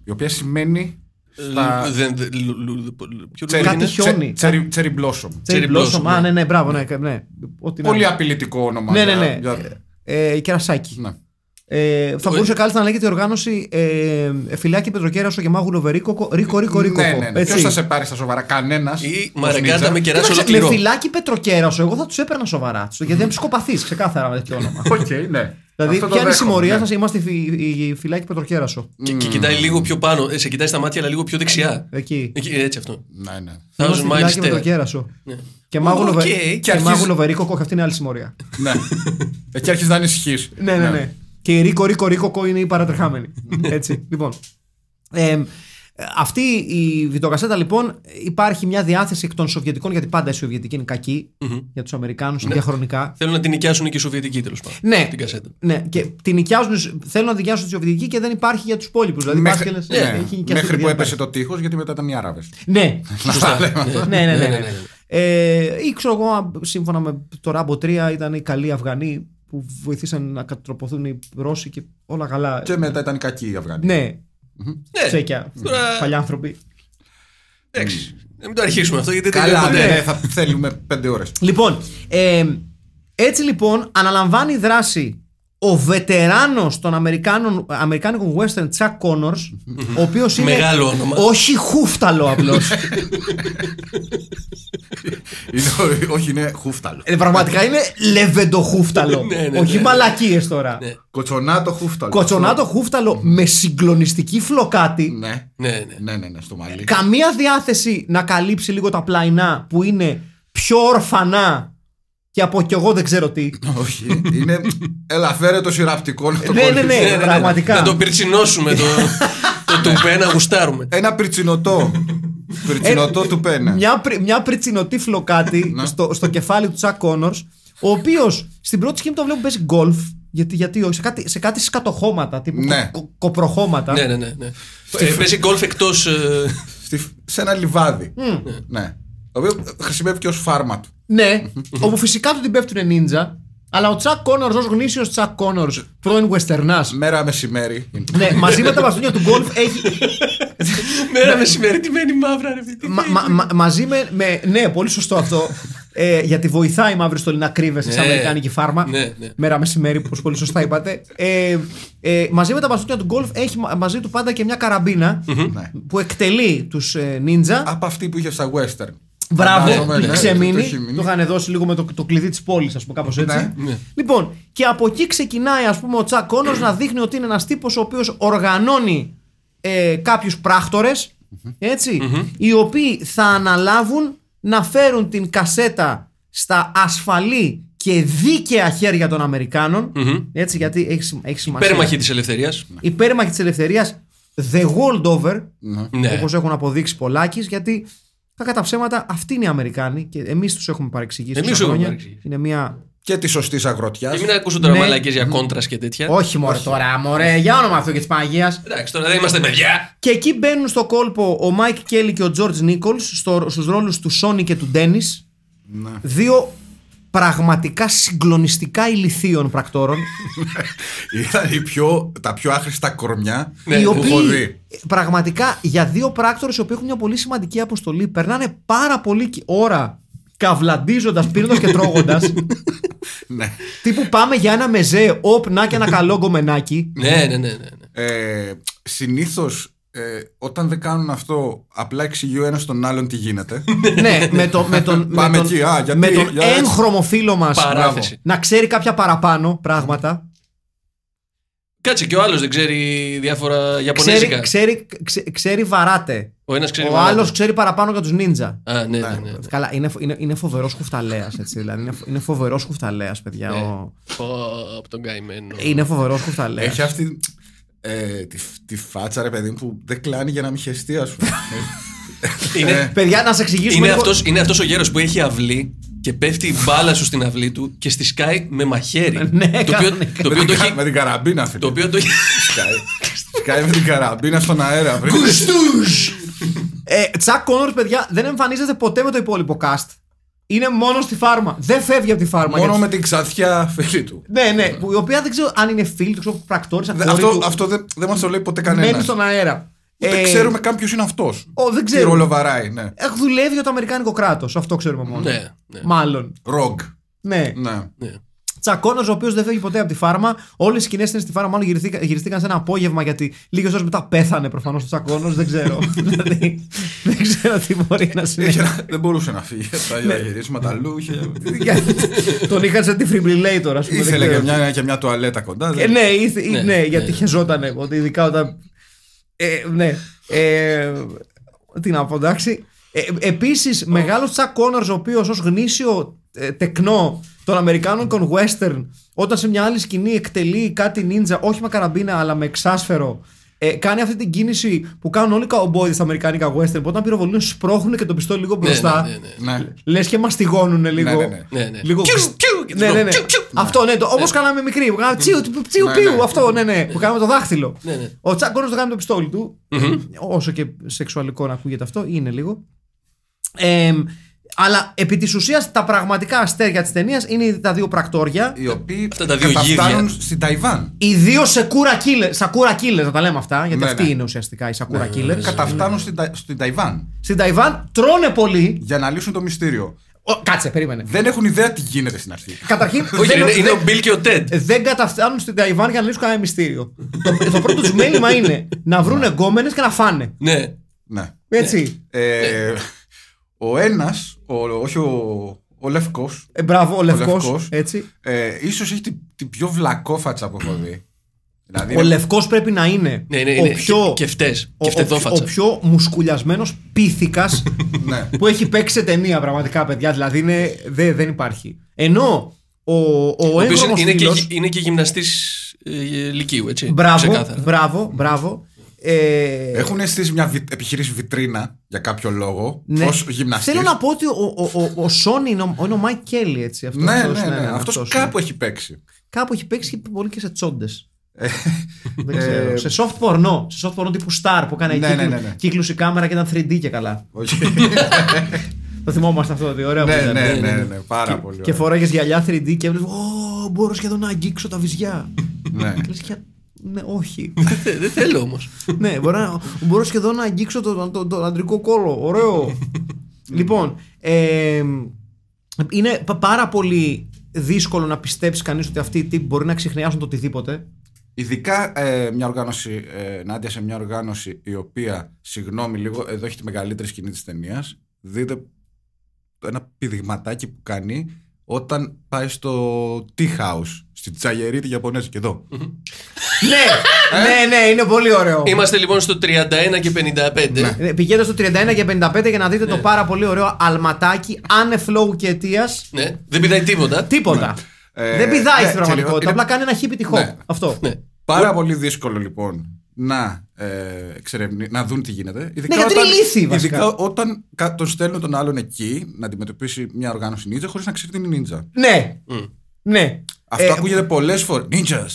[SPEAKER 4] Η οποία σημαίνει.
[SPEAKER 5] Ε,
[SPEAKER 4] Στα...
[SPEAKER 5] Δεν- δεν- λου- λου- λου- ποιο
[SPEAKER 4] Cherry-
[SPEAKER 5] λόγο είναι?
[SPEAKER 3] Κάτι χιόνι.
[SPEAKER 4] Cherry- Cherry- Cherry blossom.
[SPEAKER 5] Cherry
[SPEAKER 3] Cherry Blossom.
[SPEAKER 5] Blossom,
[SPEAKER 3] Α,
[SPEAKER 5] ναι.
[SPEAKER 3] ναι, ναι, μπράβο, ναι. ναι. Ό,τι να
[SPEAKER 4] Πολύ
[SPEAKER 3] είναι.
[SPEAKER 4] απειλητικό όνομα.
[SPEAKER 3] Ναι, ναι,
[SPEAKER 4] για-
[SPEAKER 3] ναι.
[SPEAKER 4] για-
[SPEAKER 3] Ε, κερασάκι.
[SPEAKER 4] ναι.
[SPEAKER 3] Ε, θα
[SPEAKER 5] Ο-
[SPEAKER 3] μπορούσε κάλλιστα να λέγεται η οργάνωση ε, Φυλάκι Πετροκέρασο και Μάγουλο Βερίκοκο. Ρίκο, ρίκο, ρίκο.
[SPEAKER 4] Ναι, ναι, ναι. Ποιος θα σε πάρει στα σοβαρά, κανένας.
[SPEAKER 5] Ή μαρεγκάτα με κεράσι
[SPEAKER 3] Κοίταξε, με
[SPEAKER 5] ολοκληρό.
[SPEAKER 3] φυλάκι Πετροκέρασο, εγώ θα τους έπαιρνα σοβαρά. τους, Γιατί είναι ψυχοπαθεί, ξεκάθαρα με τέτοιο όνομα.
[SPEAKER 4] Οκ, ναι.
[SPEAKER 3] δηλαδή,
[SPEAKER 4] Αυτό το
[SPEAKER 3] ποια είναι η
[SPEAKER 4] δέχομαι,
[SPEAKER 3] συμμορία
[SPEAKER 4] ναι.
[SPEAKER 3] σα, είμαστε οι φυλάκι Πετροκέρασο.
[SPEAKER 5] Και, και κοιτάει λίγο πιο πάνω. Ε, σε κοιτάει στα μάτια, αλλά λίγο πιο δεξιά.
[SPEAKER 3] Εκεί.
[SPEAKER 5] Εκεί, ε, έτσι αυτό.
[SPEAKER 4] Ναι, ναι.
[SPEAKER 5] Thousand
[SPEAKER 3] Είμαστε
[SPEAKER 5] miles
[SPEAKER 3] φυλάκι
[SPEAKER 5] there.
[SPEAKER 3] Πετροκέρασο. Και μάγουλο,
[SPEAKER 5] Οκ.
[SPEAKER 3] βε...
[SPEAKER 5] Και
[SPEAKER 3] και
[SPEAKER 4] αρχίζει-
[SPEAKER 3] μάγουλο Βερίκοκο, και αυτή είναι άλλη συμμορία.
[SPEAKER 4] ναι. Εκεί αρχίζεις να ανησυχεί.
[SPEAKER 3] Ναι, ναι, ναι. Και η Ρίκο Ρίκο Ρίκοκο είναι η παρατρεχάμενη. Έτσι. λοιπόν. Ε, αυτή η βιντεοκασέτα λοιπόν υπάρχει μια διάθεση εκ των Σοβιετικών γιατί πάντα οι Σοβιετικοί είναι κακοί για τους Αμερικάνους είναι διαχρονικά.
[SPEAKER 5] Θέλουν να την νοικιάσουν και οι Σοβιετικοί τέλος πάντων.
[SPEAKER 3] Ναι.
[SPEAKER 5] Την κασέτα.
[SPEAKER 3] Ναι, και την νοικιάζουν, θέλουν να νοικιάσουν τη Σοβιετική και δεν υπάρχει για τους υπόλοιπους. Δηλαδή,
[SPEAKER 4] Μέχρι,
[SPEAKER 3] πας και
[SPEAKER 4] ναι,
[SPEAKER 3] λες, ε, έχει νοικιαστεί
[SPEAKER 4] μέχρι που
[SPEAKER 3] η
[SPEAKER 4] έπεσε το τείχος γιατί μετά ήταν οι Άραβες.
[SPEAKER 3] Ναι,
[SPEAKER 4] Σωστά.
[SPEAKER 3] ναι, ναι.
[SPEAKER 5] Ναι,
[SPEAKER 3] ναι,
[SPEAKER 5] ναι,
[SPEAKER 3] ναι.
[SPEAKER 5] ναι.
[SPEAKER 3] Ε, ή ξέρω εγώ, αν- σύμφωνα με το Ράμπο 3, ήταν οι καλοί Αφγανοί που που βοηθήσαν να κατροποθούν οι Ρώσοι και όλα καλά.
[SPEAKER 4] Και μετά ήταν κακοί οι Αφγανοί.
[SPEAKER 3] Ναι,
[SPEAKER 5] Ναι,
[SPEAKER 3] τσέκια.
[SPEAKER 5] Τώρα-
[SPEAKER 3] Παλιά άνθρωποι.
[SPEAKER 5] εντάξει. Να μην το αρχίσουμε αυτό γιατί δεν
[SPEAKER 4] Καλά,
[SPEAKER 5] τελειώνει
[SPEAKER 4] ναι,
[SPEAKER 5] ποτέ.
[SPEAKER 4] ναι, θα θέλουμε πέντε ώρες.
[SPEAKER 3] Λοιπόν, ε, έτσι λοιπόν αναλαμβάνει δράση ο βετεράνος των Αμερικάνων, Αμερικάνικων Western Chuck Connors, ο οποίος είναι...
[SPEAKER 5] Μεγάλο όνομα. Ναι.
[SPEAKER 3] Όχι χούφταλο απλώς.
[SPEAKER 4] όχι, είναι χούφταλο.
[SPEAKER 3] Ε, πραγματικά είναι λεβεντοχούφταλο.
[SPEAKER 5] Ναι, ναι, ναι.
[SPEAKER 3] Όχι μαλακίες τώρα.
[SPEAKER 5] Ναι.
[SPEAKER 4] Κοτσονάτο χούφταλο.
[SPEAKER 3] Κοτσονάτο χούφταλο με συγκλονιστική φλοκάτη.
[SPEAKER 4] Ναι,
[SPEAKER 5] Ναι, ναι.
[SPEAKER 4] ναι, ναι, ναι, στο μαλλί.
[SPEAKER 3] Καμία διάθεση να καλύψει λίγο τα πλαϊνά που είναι πιο ορφανά και από κι εγώ δεν ξέρω τι.
[SPEAKER 4] Όχι. Είναι. Έλα, φέρε το σειραπτικό να το
[SPEAKER 3] Ναι, ναι,
[SPEAKER 4] κόλλεις.
[SPEAKER 3] ναι. πραγματικά.
[SPEAKER 5] Να το πυρτσινώσουμε το, το τουπέ να γουστάρουμε.
[SPEAKER 4] Ένα πριτσινοτό. πριτσινοτό του πένα.
[SPEAKER 3] Ε, μια, πρι- μια πριτσινοτή φλοκάτη στο, στο κεφάλι του Τσακ Κόνορ, ο οποίος στην πρώτη σκηνή που τον βλέπω παίζει γκολφ. Γιατί, γιατί όχι, σε κάτι, σε κάτι σκατοχώματα, τύπου
[SPEAKER 4] Ναι.
[SPEAKER 3] κο- κο- κοπροχώματα.
[SPEAKER 5] ναι, ναι, ναι. ναι. Ε, Παίζει γκολφ ε, εκτό.
[SPEAKER 4] Στη- Σε ένα λιβάδι. Ναι. Το οποίο χρησιμεύει και ως φάρμα του.
[SPEAKER 3] Ναι, όπου φυσικά του την πέφτουνε νίντζα, αλλά ο Τσακ Κόνορ, ως γνήσιος Τσακ Κόνορ, πρώην Westernά.
[SPEAKER 4] Μέρα μεσημέρι.
[SPEAKER 3] ναι, μαζί με τα μπαστούνια του γκολφ έχει.
[SPEAKER 5] Μέρα μεσημέρι, τι μένει μαύρα, ρε παιδί. τι
[SPEAKER 3] Ναι. μα-
[SPEAKER 5] λέει.
[SPEAKER 3] μα- μα- μαζί με, με- Ναι, πολύ σωστό αυτό. Ε, γιατί βοηθάει η μαύρη στολή να κρύβεσαι σε
[SPEAKER 5] Ναι.
[SPEAKER 3] αμερικάνικη φάρμα.
[SPEAKER 5] Ναι, ναι.
[SPEAKER 3] Μέρα μεσημέρι, όπως πολύ σωστά είπατε. Ε, ε, μαζί με τα μπαστούνια του γκολφ έχει μα- μαζί του πάντα και μια καραμπίνα
[SPEAKER 4] Ναι.
[SPEAKER 3] που εκτελεί τους ε, νίντζα.
[SPEAKER 4] Από αυτή που είχε στα western.
[SPEAKER 3] Μπράβο,
[SPEAKER 4] Φαντάζομαι,
[SPEAKER 3] είχε
[SPEAKER 4] ναι,
[SPEAKER 3] ξεμείνει.
[SPEAKER 4] το έχει μείνει.
[SPEAKER 3] Το είχαν δώσει λίγο με το, το κλειδί της πόλης, ας πούμε, κάπως έτσι.
[SPEAKER 4] Ναι.
[SPEAKER 5] Ναι.
[SPEAKER 3] Λοιπόν, και από εκεί ξεκινάει, ας πούμε, ο Τσακ Κόνος να δείχνει ότι είναι ένας τύπος ο οποίος οργανώνει ε, κάποιους πράκτορες, έτσι, οι οποίοι θα αναλάβουν να φέρουν την κασέτα στα ασφαλή και δίκαια χέρια των αμερικανων Έτσι, γιατί έχει, σημα- έχει σημασία.
[SPEAKER 5] Υπέρμαχη της ελευθερίας.
[SPEAKER 3] Υπέρμαχοι της ελευθερίας, the world over,
[SPEAKER 5] Ναι.
[SPEAKER 3] Όπως έχουν αποδείξει πολλάκις, γιατί κακά τα ψέματα αυτοί είναι οι Αμερικάνοι και εμείς τους έχουμε παρεξηγήσει.
[SPEAKER 5] Εμείς
[SPEAKER 3] τόσα
[SPEAKER 5] έχουμε
[SPEAKER 3] χρόνια.
[SPEAKER 5] παρεξηγήσει.
[SPEAKER 3] Είναι μια.
[SPEAKER 4] Και τη σωστή αγροτιά.
[SPEAKER 5] Και μην ακούσουν τώρα
[SPEAKER 3] Ναι.
[SPEAKER 5] μαλακίε για κόντρας και τέτοια.
[SPEAKER 3] Όχι μωρέ τώρα, μωρέ, για όνομα αυτό και της Παναγίας.
[SPEAKER 5] Εντάξει, τώρα δεν είμαστε παιδιά.
[SPEAKER 3] Και εκεί μπαίνουν στο κόλπο ο Μάικ Κέλλη και ο Τζορτζ Νίκολ στους ρόλους του Σόνι και του Ντένι. Δύο πραγματικά συγκλονιστικά ηλικίων πρακτόρων.
[SPEAKER 4] Ήταν οι πιο, τα πιο άχρηστα κορμιά
[SPEAKER 5] Ναι,
[SPEAKER 3] οι
[SPEAKER 4] που έχω
[SPEAKER 3] οποίοι
[SPEAKER 4] δει.
[SPEAKER 3] πραγματικά για δύο πράκτορες οι οποίοι έχουν μια πολύ σημαντική αποστολή περνάνε πάρα πολύ κι- ώρα καυλαντίζοντας, πίνοντας και τρώγοντας
[SPEAKER 4] Ναι.
[SPEAKER 3] Τύπου πάμε για ένα μεζέ, όπ, να και ένα καλό γκομενάκι.
[SPEAKER 5] Ναι, ναι, ναι. ναι, ναι.
[SPEAKER 4] Ε, Συνήθως ε, όταν δεν κάνουν αυτό, απλά εξηγεί ο ένας τον άλλον τι γίνεται.
[SPEAKER 3] ναι, με, το, με τον, με
[SPEAKER 4] Πάμε
[SPEAKER 3] τον,
[SPEAKER 4] εκεί, α, γιατί,
[SPEAKER 3] με τον
[SPEAKER 4] για έτσι.
[SPEAKER 3] έγχρωμο φίλο μας
[SPEAKER 5] Παράθεση.
[SPEAKER 3] να ξέρει κάποια παραπάνω πράγματα.
[SPEAKER 5] Κάτσε και ο άλλος δεν ξέρει διάφορα
[SPEAKER 3] Ξέρει,
[SPEAKER 5] Ιαπωνέζικα.
[SPEAKER 3] ξέρει, ξε- ξέρει βαράτε.
[SPEAKER 5] Ο ένας ξέρει.
[SPEAKER 3] Ο
[SPEAKER 5] μάλλον.
[SPEAKER 3] άλλος ξέρει παραπάνω για τους νίντζα.
[SPEAKER 5] Α, ναι, ναι, ναι.
[SPEAKER 3] Καλά, είναι, φο- είναι, είναι φοβερός χουφταλέα. Δηλαδή, είναι, φο- είναι φοβερός χουφταλέα, παιδιά.
[SPEAKER 5] Ναι.
[SPEAKER 3] ο-
[SPEAKER 5] Πω, Από τον καημένο.
[SPEAKER 3] Είναι φοβερός χουφταλέα.
[SPEAKER 4] Έχει αυτή ε, τη, τη φάτσα, ρε παιδί μου, που δεν κλάνει για να μην χεστεί, ας πούμε.
[SPEAKER 5] Είναι,
[SPEAKER 3] Παιδιά, να σε εξηγήσουμε.
[SPEAKER 5] είναι,
[SPEAKER 3] λίγο-
[SPEAKER 5] αυτός, είναι αυτός ο γέρος που έχει αυλή και πέφτει η μπάλα σου στην αυλή του και στη σκάει με μαχαίρι.
[SPEAKER 3] Ναι,
[SPEAKER 5] το, οποίο,
[SPEAKER 3] κανονικά.
[SPEAKER 5] το, οποίο το, έχει,
[SPEAKER 4] με την καραμπίνα,
[SPEAKER 5] το
[SPEAKER 4] φίλε.
[SPEAKER 5] οποίο το έχει...
[SPEAKER 4] Σκάει, σκάει με την καραμπίνα στον αέρα. βρε.
[SPEAKER 3] Ε, Τσακ Κόνορ, παιδιά, δεν εμφανίζεται ποτέ με το υπόλοιπο cast. Είναι μόνο στη φάρμα. Δεν φεύγει από τη φάρμα.
[SPEAKER 4] Μόνο
[SPEAKER 3] γιατί-
[SPEAKER 4] με την ξαθιά φίλη του.
[SPEAKER 3] Ναι, ναι, που, η οποία δεν ξέρω αν είναι φίλη, δεν ξέρω πρακτόρη,
[SPEAKER 4] Δε-
[SPEAKER 3] ακόμη.
[SPEAKER 4] Αυτό,
[SPEAKER 3] του,
[SPEAKER 4] αυτό δεν, δεν μας το λέει ποτέ
[SPEAKER 3] μένει
[SPEAKER 4] κανένας.
[SPEAKER 3] στον αέρα. Ε,
[SPEAKER 4] Ούτε ξέρουμε καν ποιος είναι αυτός.
[SPEAKER 3] Ω, δεν
[SPEAKER 4] Τι
[SPEAKER 3] ξέρω.
[SPEAKER 4] ρόλο βαράει, ναι.
[SPEAKER 3] Εχ, ε, δουλεύει για το Αμερικάνικο κράτος. Αυτό ξέρουμε μόνο.
[SPEAKER 5] ναι, ναι,
[SPEAKER 3] Μάλλον.
[SPEAKER 4] Ρογκ.
[SPEAKER 3] Ναι.
[SPEAKER 4] Ναι.
[SPEAKER 5] ναι.
[SPEAKER 3] Τσακώνος ο οποίος δεν φεύγει ποτέ από τη φάρμα. Όλες οι σκηνές είναι στη φάρμα. Μάλλον γυριστήκα- γυριστήκαν σε ένα απόγευμα γιατί λίγες ώρες μετά πέθανε προφανώς ο Τσακώνος. Δεν ξέρω. δηλαδή, δεν ξέρω τι μπορεί να
[SPEAKER 4] Είχε
[SPEAKER 3] συμβεί.
[SPEAKER 4] να- δεν μπορούσε να φύγει. Τα
[SPEAKER 3] Ναι.
[SPEAKER 4] γυρίσματα αλλού. είχε-
[SPEAKER 3] Γιατί τον είχαν σε defibrillator, ας πούμε. δεν
[SPEAKER 4] Ήθελε
[SPEAKER 3] ξέρω.
[SPEAKER 4] και μια, και μια τουαλέτα κοντά.
[SPEAKER 3] Ε,
[SPEAKER 4] δεν-
[SPEAKER 3] ναι, ήθε- ναι,
[SPEAKER 5] Ναι,
[SPEAKER 3] γιατί χεζότανε. Ότι ειδικά όταν. Ε, ναι. Ε, τι να πω, εντάξει. Ε, Επίσης, μεγάλο Τσακ Κόνορ, ο οποίος ως γνήσιο ε, τεκνό των Αμερικάνων Western, όταν σε μια άλλη σκηνή εκτελεί κάτι νίντζα, όχι με καραμπίνα, αλλά με εξάσφαιρο, ε, κάνει αυτή την κίνηση που κάνουν όλοι οι καουμπόιδε στα Αμερικάνικα Western. Που όταν πυροβολούν, σπρώχνουν και το πιστόλι λίγο μπροστά.
[SPEAKER 5] ναι, ναι,
[SPEAKER 4] Ναι.
[SPEAKER 3] Λες και μαστιγώνουν λίγο.
[SPEAKER 4] Ναι, ναι, ναι.
[SPEAKER 5] Ναι, ναι.
[SPEAKER 3] Λίγο
[SPEAKER 5] Πιου,
[SPEAKER 3] ξ-
[SPEAKER 5] πιου, και
[SPEAKER 3] ναι,
[SPEAKER 5] το
[SPEAKER 3] ναι, ναι.
[SPEAKER 5] πιου, πιου.
[SPEAKER 3] Αυτό, ναι. Το, όπως κάναμε μικροί. Που κάναμε τσιου, τσιου, τσιου,
[SPEAKER 4] Ναι,
[SPEAKER 3] πιου,
[SPEAKER 4] ναι.
[SPEAKER 3] Αυτό, ναι, ναι. Που κάναμε το δάχτυλο.
[SPEAKER 5] Ναι, ναι.
[SPEAKER 3] Ο Τσακ Κόνορς το κάνει με το πιστόλι του. Όσο και σεξουαλικό να ακούγεται αυτό, είναι λίγο. Ε, Αλλά επί της ουσίας τα πραγματικά αστέρια της ταινίας είναι τα δύο πρακτόρια.
[SPEAKER 4] Οι οποίοι
[SPEAKER 5] Αυτά τα δύο
[SPEAKER 4] καταφτάνουν
[SPEAKER 5] γύρια.
[SPEAKER 4] στην Ταϊβάν.
[SPEAKER 3] Οι δύο σακούρα killers, σακούρα killers, να τα λέμε αυτά, γιατί
[SPEAKER 4] Ναι,
[SPEAKER 3] αυτοί
[SPEAKER 4] ναι.
[SPEAKER 3] είναι ουσιαστικά οι σακούρα killers.
[SPEAKER 5] Ναι.
[SPEAKER 4] Καταφτάνουν στην, Τα- στην Ταϊβάν
[SPEAKER 3] Στην Ταϊβάν τρώνε πολύ.
[SPEAKER 4] για να λύσουν το μυστήριο.
[SPEAKER 3] Ω, κάτσε, περίμενε.
[SPEAKER 4] Δεν έχουν ιδέα τι γίνεται στην αρχή.
[SPEAKER 3] Καταρχήν,
[SPEAKER 5] Όχι,
[SPEAKER 3] δεν-
[SPEAKER 5] είναι, είναι ο Μπιλ και ο Τέντ.
[SPEAKER 3] Ε, δεν καταφτάνουν στην Ταϊβάν για να λύσουν κανένα μυστήριο. το, το πρώτο τους μέλημα είναι να βρουν εγκόμενε και να φάνε.
[SPEAKER 5] Ναι.
[SPEAKER 4] Ναι.
[SPEAKER 3] Έτσι. Ναι.
[SPEAKER 4] Ε, ο ένας, όχι ο, ο Λευκός,
[SPEAKER 3] Ε, μπράβο, ο λευκός.
[SPEAKER 4] Λευκός.
[SPEAKER 3] Έτσι.
[SPEAKER 4] ε, ίσως έχει την, την πιο βλακόφατσα που έχω δει. Δηλαδή,
[SPEAKER 3] Ο
[SPEAKER 4] είναι-
[SPEAKER 3] λευκός πρέπει να είναι,
[SPEAKER 5] Ναι, είναι,
[SPEAKER 3] ο
[SPEAKER 5] είναι.
[SPEAKER 3] πιο.
[SPEAKER 5] Και φταίει.
[SPEAKER 3] ο-
[SPEAKER 5] Και
[SPEAKER 3] ο, ο
[SPEAKER 5] φτεδόφατσα.
[SPEAKER 3] πιο μουσκουλιασμένος πίθηκας
[SPEAKER 4] ναι.
[SPEAKER 3] που έχει παίξει σε ταινία πραγματικά, παιδιά. Δηλαδή είναι, δε- δεν υπάρχει. Ενώ ο, ο,
[SPEAKER 5] Ο οποίος
[SPEAKER 3] έγχρωμος
[SPEAKER 5] είναι, και,
[SPEAKER 3] φίλος-
[SPEAKER 5] γυ- είναι και γυμναστής Λυκείου, έτσι.
[SPEAKER 3] Μπράβο,
[SPEAKER 5] ξεκάθαρα.
[SPEAKER 3] μπράβο, μπράβο. Ε,
[SPEAKER 4] Έχουν αισθήσει μια βι- επιχείρηση βιτρίνα για κάποιο λόγο.
[SPEAKER 3] ναι.
[SPEAKER 4] Ως γυμναστής.
[SPEAKER 3] Θέλω να πω ότι ο, ο, ο, ο Σόνι είναι ο, είναι ο Μάικ Κέλλη, έτσι. Αυτός,
[SPEAKER 4] Ναι,
[SPEAKER 3] αυτός,
[SPEAKER 4] ναι, ναι.
[SPEAKER 3] αυτός
[SPEAKER 4] Αυτός
[SPEAKER 3] είναι.
[SPEAKER 4] κάπου έχει παίξει.
[SPEAKER 3] Κάπου έχει παίξει και πολύ και σε τσόντες. δεν
[SPEAKER 4] ε,
[SPEAKER 3] ξέρω. σε soft porno. Σε soft porno τύπου star που έκανε
[SPEAKER 4] Ναι,
[SPEAKER 3] κύκλου-
[SPEAKER 4] ναι, ναι, ναι.
[SPEAKER 3] κύκλους η κάμερα και ήταν 3D και καλά.
[SPEAKER 4] Όχι.
[SPEAKER 3] Το θυμόμαστε αυτό, ότι ωραίο που
[SPEAKER 4] ναι,
[SPEAKER 3] ήταν.
[SPEAKER 4] ναι, ναι, ναι, πάρα πολύ.
[SPEAKER 3] Και
[SPEAKER 4] ωραία.
[SPEAKER 3] φοράγες γυαλιά 3D και έβλεπε. Ω, μπορώ σχεδόν να αγγίξω τα βυζιά.
[SPEAKER 4] Ναι.
[SPEAKER 3] Λες και. Ναι, όχι.
[SPEAKER 5] Δεν δεν θέλω όμως.
[SPEAKER 3] ναι, μπορώ, να- μπορώ σχεδόν να αγγίξω τον το, το, τον αντρικό κόλο. Ωραίο. λοιπόν, ε, είναι πα- πάρα πολύ δύσκολο να πιστέψει κανείς ότι αυτοί οι τύποι μπορεί να ξεχνιάσουν το οτιδήποτε.
[SPEAKER 4] Ειδικά ε, μια οργάνωση, ε, ενάντια σε μια οργάνωση η οποία, συγγνώμη λίγο, εδώ έχει τη μεγαλύτερη σκηνή της ταινίας. Δείτε ένα πηδηματάκι που κάνει όταν πάει στο Tea House, στη τσαγερή τη Ιαπωνέζικη εδώ.
[SPEAKER 3] ναι,
[SPEAKER 4] Ε?
[SPEAKER 3] ναι, ναι, είναι πολύ ωραίο.
[SPEAKER 5] Είμαστε λοιπόν στο 31 και 55.
[SPEAKER 3] Ε, Πηγαίνετε στο 31 και 55 για να δείτε
[SPEAKER 4] Ναι.
[SPEAKER 3] το πάρα πολύ ωραίο αλματάκι άνευ λόγου και αιτία.
[SPEAKER 5] Ναι. Δεν πηδάει τίποτα.
[SPEAKER 3] Τίποτα.
[SPEAKER 4] Ε,
[SPEAKER 3] Δεν πηδάει
[SPEAKER 4] ναι,
[SPEAKER 3] στην πραγματικότητα.
[SPEAKER 4] είναι-
[SPEAKER 3] Απλά κάνει ένα χίπι τυχό.
[SPEAKER 4] Ναι.
[SPEAKER 3] Αυτό.
[SPEAKER 5] Ναι.
[SPEAKER 4] Πάρα πολύ δύσκολο λοιπόν να, ε, εξερευνη- να δουν τι γίνεται. Ειδικά
[SPEAKER 3] Ναι, γιατί είναι λύθη, βασικά.
[SPEAKER 4] ειδικά όταν κα- τον στέλνουν τον άλλον εκεί να αντιμετωπίσει μια οργάνωση νίτζα χωρίς να ξέρει τι είναι νίτζα.
[SPEAKER 3] Ναι.
[SPEAKER 5] Μμ.
[SPEAKER 3] ναι.
[SPEAKER 4] Αυτό
[SPEAKER 3] Ε,
[SPEAKER 4] ακούγεται πολλέ φορέ. Νίτζα!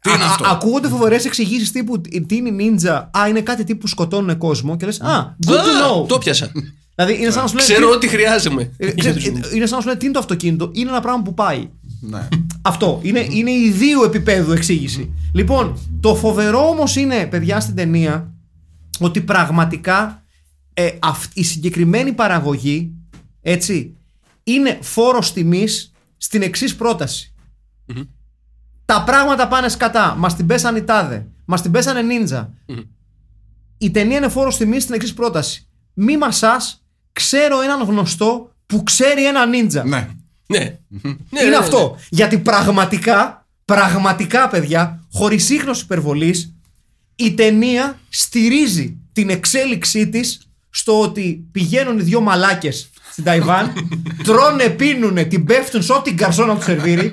[SPEAKER 4] Τι
[SPEAKER 3] α-
[SPEAKER 4] είναι
[SPEAKER 3] α-
[SPEAKER 4] αυτό.
[SPEAKER 3] Ακούγονται φοβερές εξηγήσεις τύπου τι τι είναι νίντζα. Α, είναι κάτι τύπου που σκοτώνουν κόσμο και λες. Α, good
[SPEAKER 5] Α,
[SPEAKER 3] to know.
[SPEAKER 5] Το πιάσα.
[SPEAKER 3] Δηλαδή είναι σαν να σου λένε.
[SPEAKER 5] Ξέρω
[SPEAKER 3] τι-
[SPEAKER 5] ότι χρειάζομαι. Ναι.
[SPEAKER 3] ε, ξέρεις, ε, Είναι σαν να σου λένε τι είναι το αυτοκίνητο. Είναι ένα πράγμα που πάει.
[SPEAKER 4] Ναι.
[SPEAKER 3] Αυτό. Είναι, είναι ιδίου επίπεδου εξήγηση. Λοιπόν, το φοβερό όμως είναι, παιδιά, στην ταινία ότι πραγματικά ε, αυ- η συγκεκριμένη παραγωγή έτσι, είναι φόρος τιμής στην εξής πρόταση. Τα πράγματα πάνε σκατά. Μας την πέσανε οι τάδε. Μας την πέσανε νίντζα. Η ταινία είναι φόρο τιμή στην εξής πρόταση. Μη μας ξέρω έναν γνωστό που ξέρει έναν νίντζα.
[SPEAKER 4] ναι.
[SPEAKER 5] Ναι. Ναι,
[SPEAKER 3] Είναι
[SPEAKER 5] ναι,
[SPEAKER 3] αυτό.
[SPEAKER 5] ναι.
[SPEAKER 3] Γιατί πραγματικά, πραγματικά παιδιά, χωρίς ίχνος υπερβολής, η ταινία στηρίζει την εξέλιξή της στο ότι πηγαίνουν οι δύο μαλάκες στην Ταϊβάν, τρώνε, πίνουνε, την πέφτουν σε ό,τι γκαρσόνα τους σερβίρει.